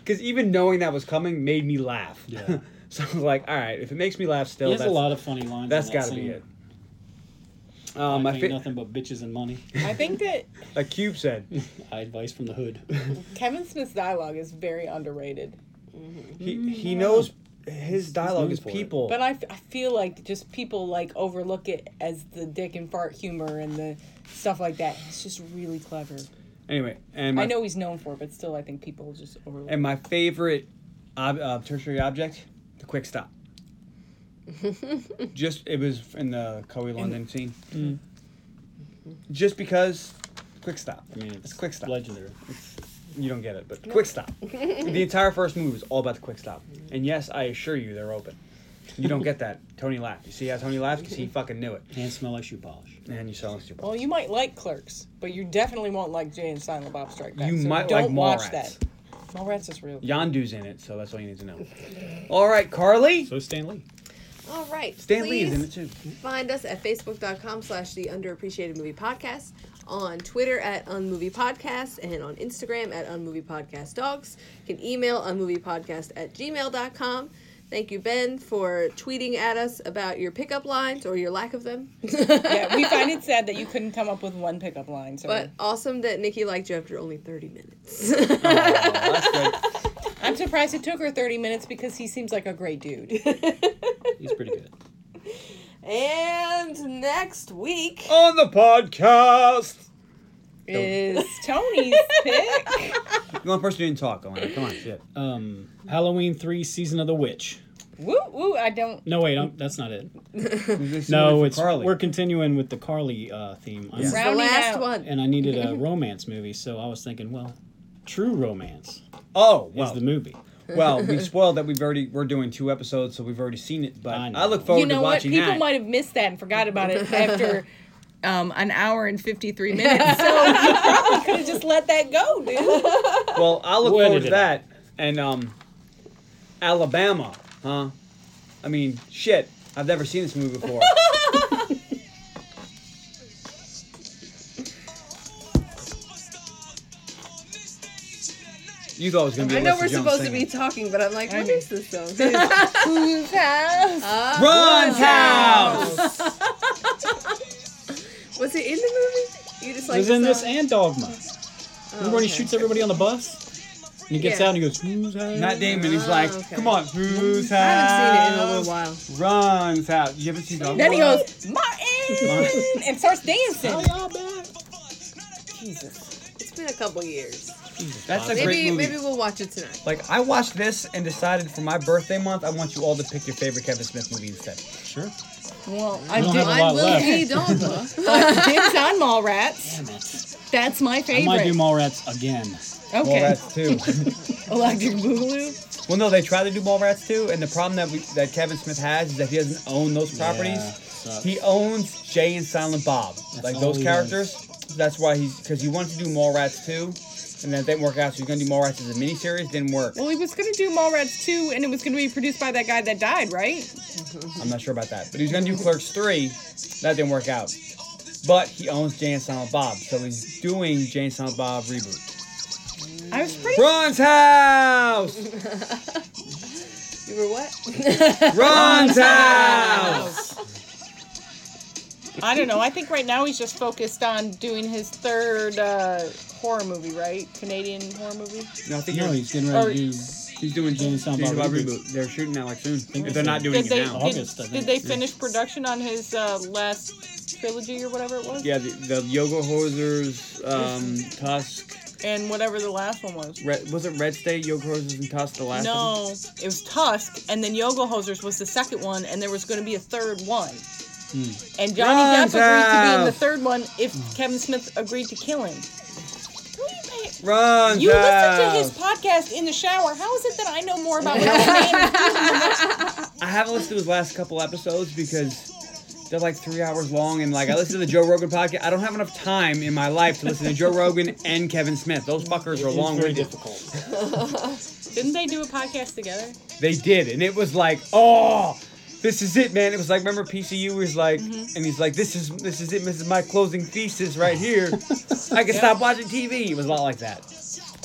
Cause even knowing that was coming made me laugh. Yeah. so I was like, all right, if it makes me laugh still, He has a that's, lot of funny lines. in that's that gotta scene. be it. Um, I my ain't fa- nothing but bitches and money. I think that like Cube said, Advice from the hood. Kevin Smith's dialogue is very underrated. he Mm, he knows his dialogue is for it. people. But I, f- I feel like just people like overlook it as the dick and fart humor and the stuff like that. It's just really clever. Anyway, and my, I know he's known for it, but still, I think people just overlook. and my favorite ob, uh, tertiary object, the quick stop. Just it was in the Coe London scene. Mm. Just because, quick stop. I mean, it's, quick stop. Legendary. You don't get it, but quick stop. the entire first movie was all about the quick stop. Mm. And yes, I assure you, they're open. You don't get that. Tony laughed. You see how Tony laughed? Because he fucking knew it. Hands smell like shoe polish. And you saw it. Well, you might like Clerks, but you definitely won't like Jay and Silent Bob Strike Back. You so might don't like watch that. Mallrats. Mallrats is real. Yondu's in it, so that's all you need to know. All right, Carly. So Stan Lee. All right. Stan Lee is please in it too. Find us at facebook.com slash the underappreciated movie podcast, on Twitter at unmoviepodcast, and on Instagram at unmoviepodcastdogs. You can email unmoviepodcast at gmail.com. Thank you, Ben, for tweeting at us about your pickup lines or your lack of them. yeah, we find it sad that you couldn't come up with one pickup line. So But awesome that Nikki liked you after only 30 minutes. Oh, That's good. I'm surprised it took her 30 minutes because he seems like a great dude. He's pretty good. and next week. on the podcast. is Tony's pick? The only person who didn't talk, Alana. Come on, shit. Uh, Um, Halloween three, season of the witch. woo woo! I don't. No, wait, I'm, that's not it. This is No, for it's we're continuing with the Carly uh, theme. I'm- This is the Rounding last out. one. and I needed a romance movie, so I was thinking, well, True Romance Oh is well, the movie. well, we spoiled that we've already we're doing two episodes, so we've already seen it. But I I, know. look forward You know to what? watching People that. might have missed that and forgot about it after um, an hour and 53 minutes. So you probably could have just let that go, dude. Well, I look What forward did to it- that. And um, Alabama, huh? I mean, shit. I've never seen this movie before. you thought it was gonna be. I know Alyssa we're Jones supposed to singing. be talking, but I'm like, what is this song? Uh, Ron's house. Was it in the movie? You just like It was the in this song? and Dogma. Remember when he okay. shoots everybody on the bus? And he gets Yeah. out and he goes, Who's that? Matt Damon, he's like, Oh, okay. come on, whose house? I haven't seen it in a little while. Runs out. You haven't seen Dog? Then he goes, Martin! and starts dancing. "Hey, y'all back." Jesus. It's It's been a couple years. That's a great Maybe movie. maybe we'll watch it tonight. Like I watched this and decided for my birthday month, I want you all to pick your favorite Kevin Smith movie instead. Sure. Well, I don't did. have a Mine lot will left. be Dogma. I did on Mallrats. Damn it. That's my I might do favorite. Mallrats again. okay. Oh, Mallrats too. Electric Boogaloo. well, no, they tried to do Mallrats too, and the problem that we, that Kevin Smith has is that he doesn't own those properties. sucks. he owns Jay and Silent Bob, like all those he characters. That's why he's because he wanted to do Mallrats too, and that didn't work out. So he's gonna do Mallrats as a miniseries. Didn't work. Well, he was gonna do Mallrats two, and it was gonna be produced by that guy that died, right? I'm not sure about that, but he's gonna do Clerks three. That didn't work out. But he owns Jay and Silent Bob, so he's doing Jay and Silent Bob reboot. I was pretty. Ron's house. you were what? Ron's house. I don't know. I think right now he's just focused on doing his third uh, horror movie, right? Canadian horror movie. No, I think No, you're- he's getting Or- ready to do he's doing Jay and Silent Bob, reboot. reboot. They're shooting that like soon. If they're so. not doing Did it they now. August, I did, think. did they finish production on his uh, last trilogy or whatever it was? Yeah, the, the yoga hosers, um, Tusk. And whatever the last one was. Red, was it Red State, yoga hosers, and Tusk the last? of them? No, it was Tusk, and then Yoga Hosers was the second one, and there was going to be a third one. And Johnny Run, Depp agreed to be in the Jeff! third one if Kevin Smith agreed to kill him. What do you pay- Ron's You house. listen to his podcast in the shower. How is it that I know more about what his name I haven't listened to his last couple episodes because they're like three hours long, and like I listen to the Joe Rogan podcast. I don't have enough time in my life to listen to Joe Rogan and Kevin Smith. Those fuckers are It's long very winded. difficult. Didn't they do a podcast together? They did, and it was like, oh, this is it, man. It was like, remember PCU was like, and he's like, this is this is it, this is my closing thesis right here. I can stop watching TV. It was a lot like that.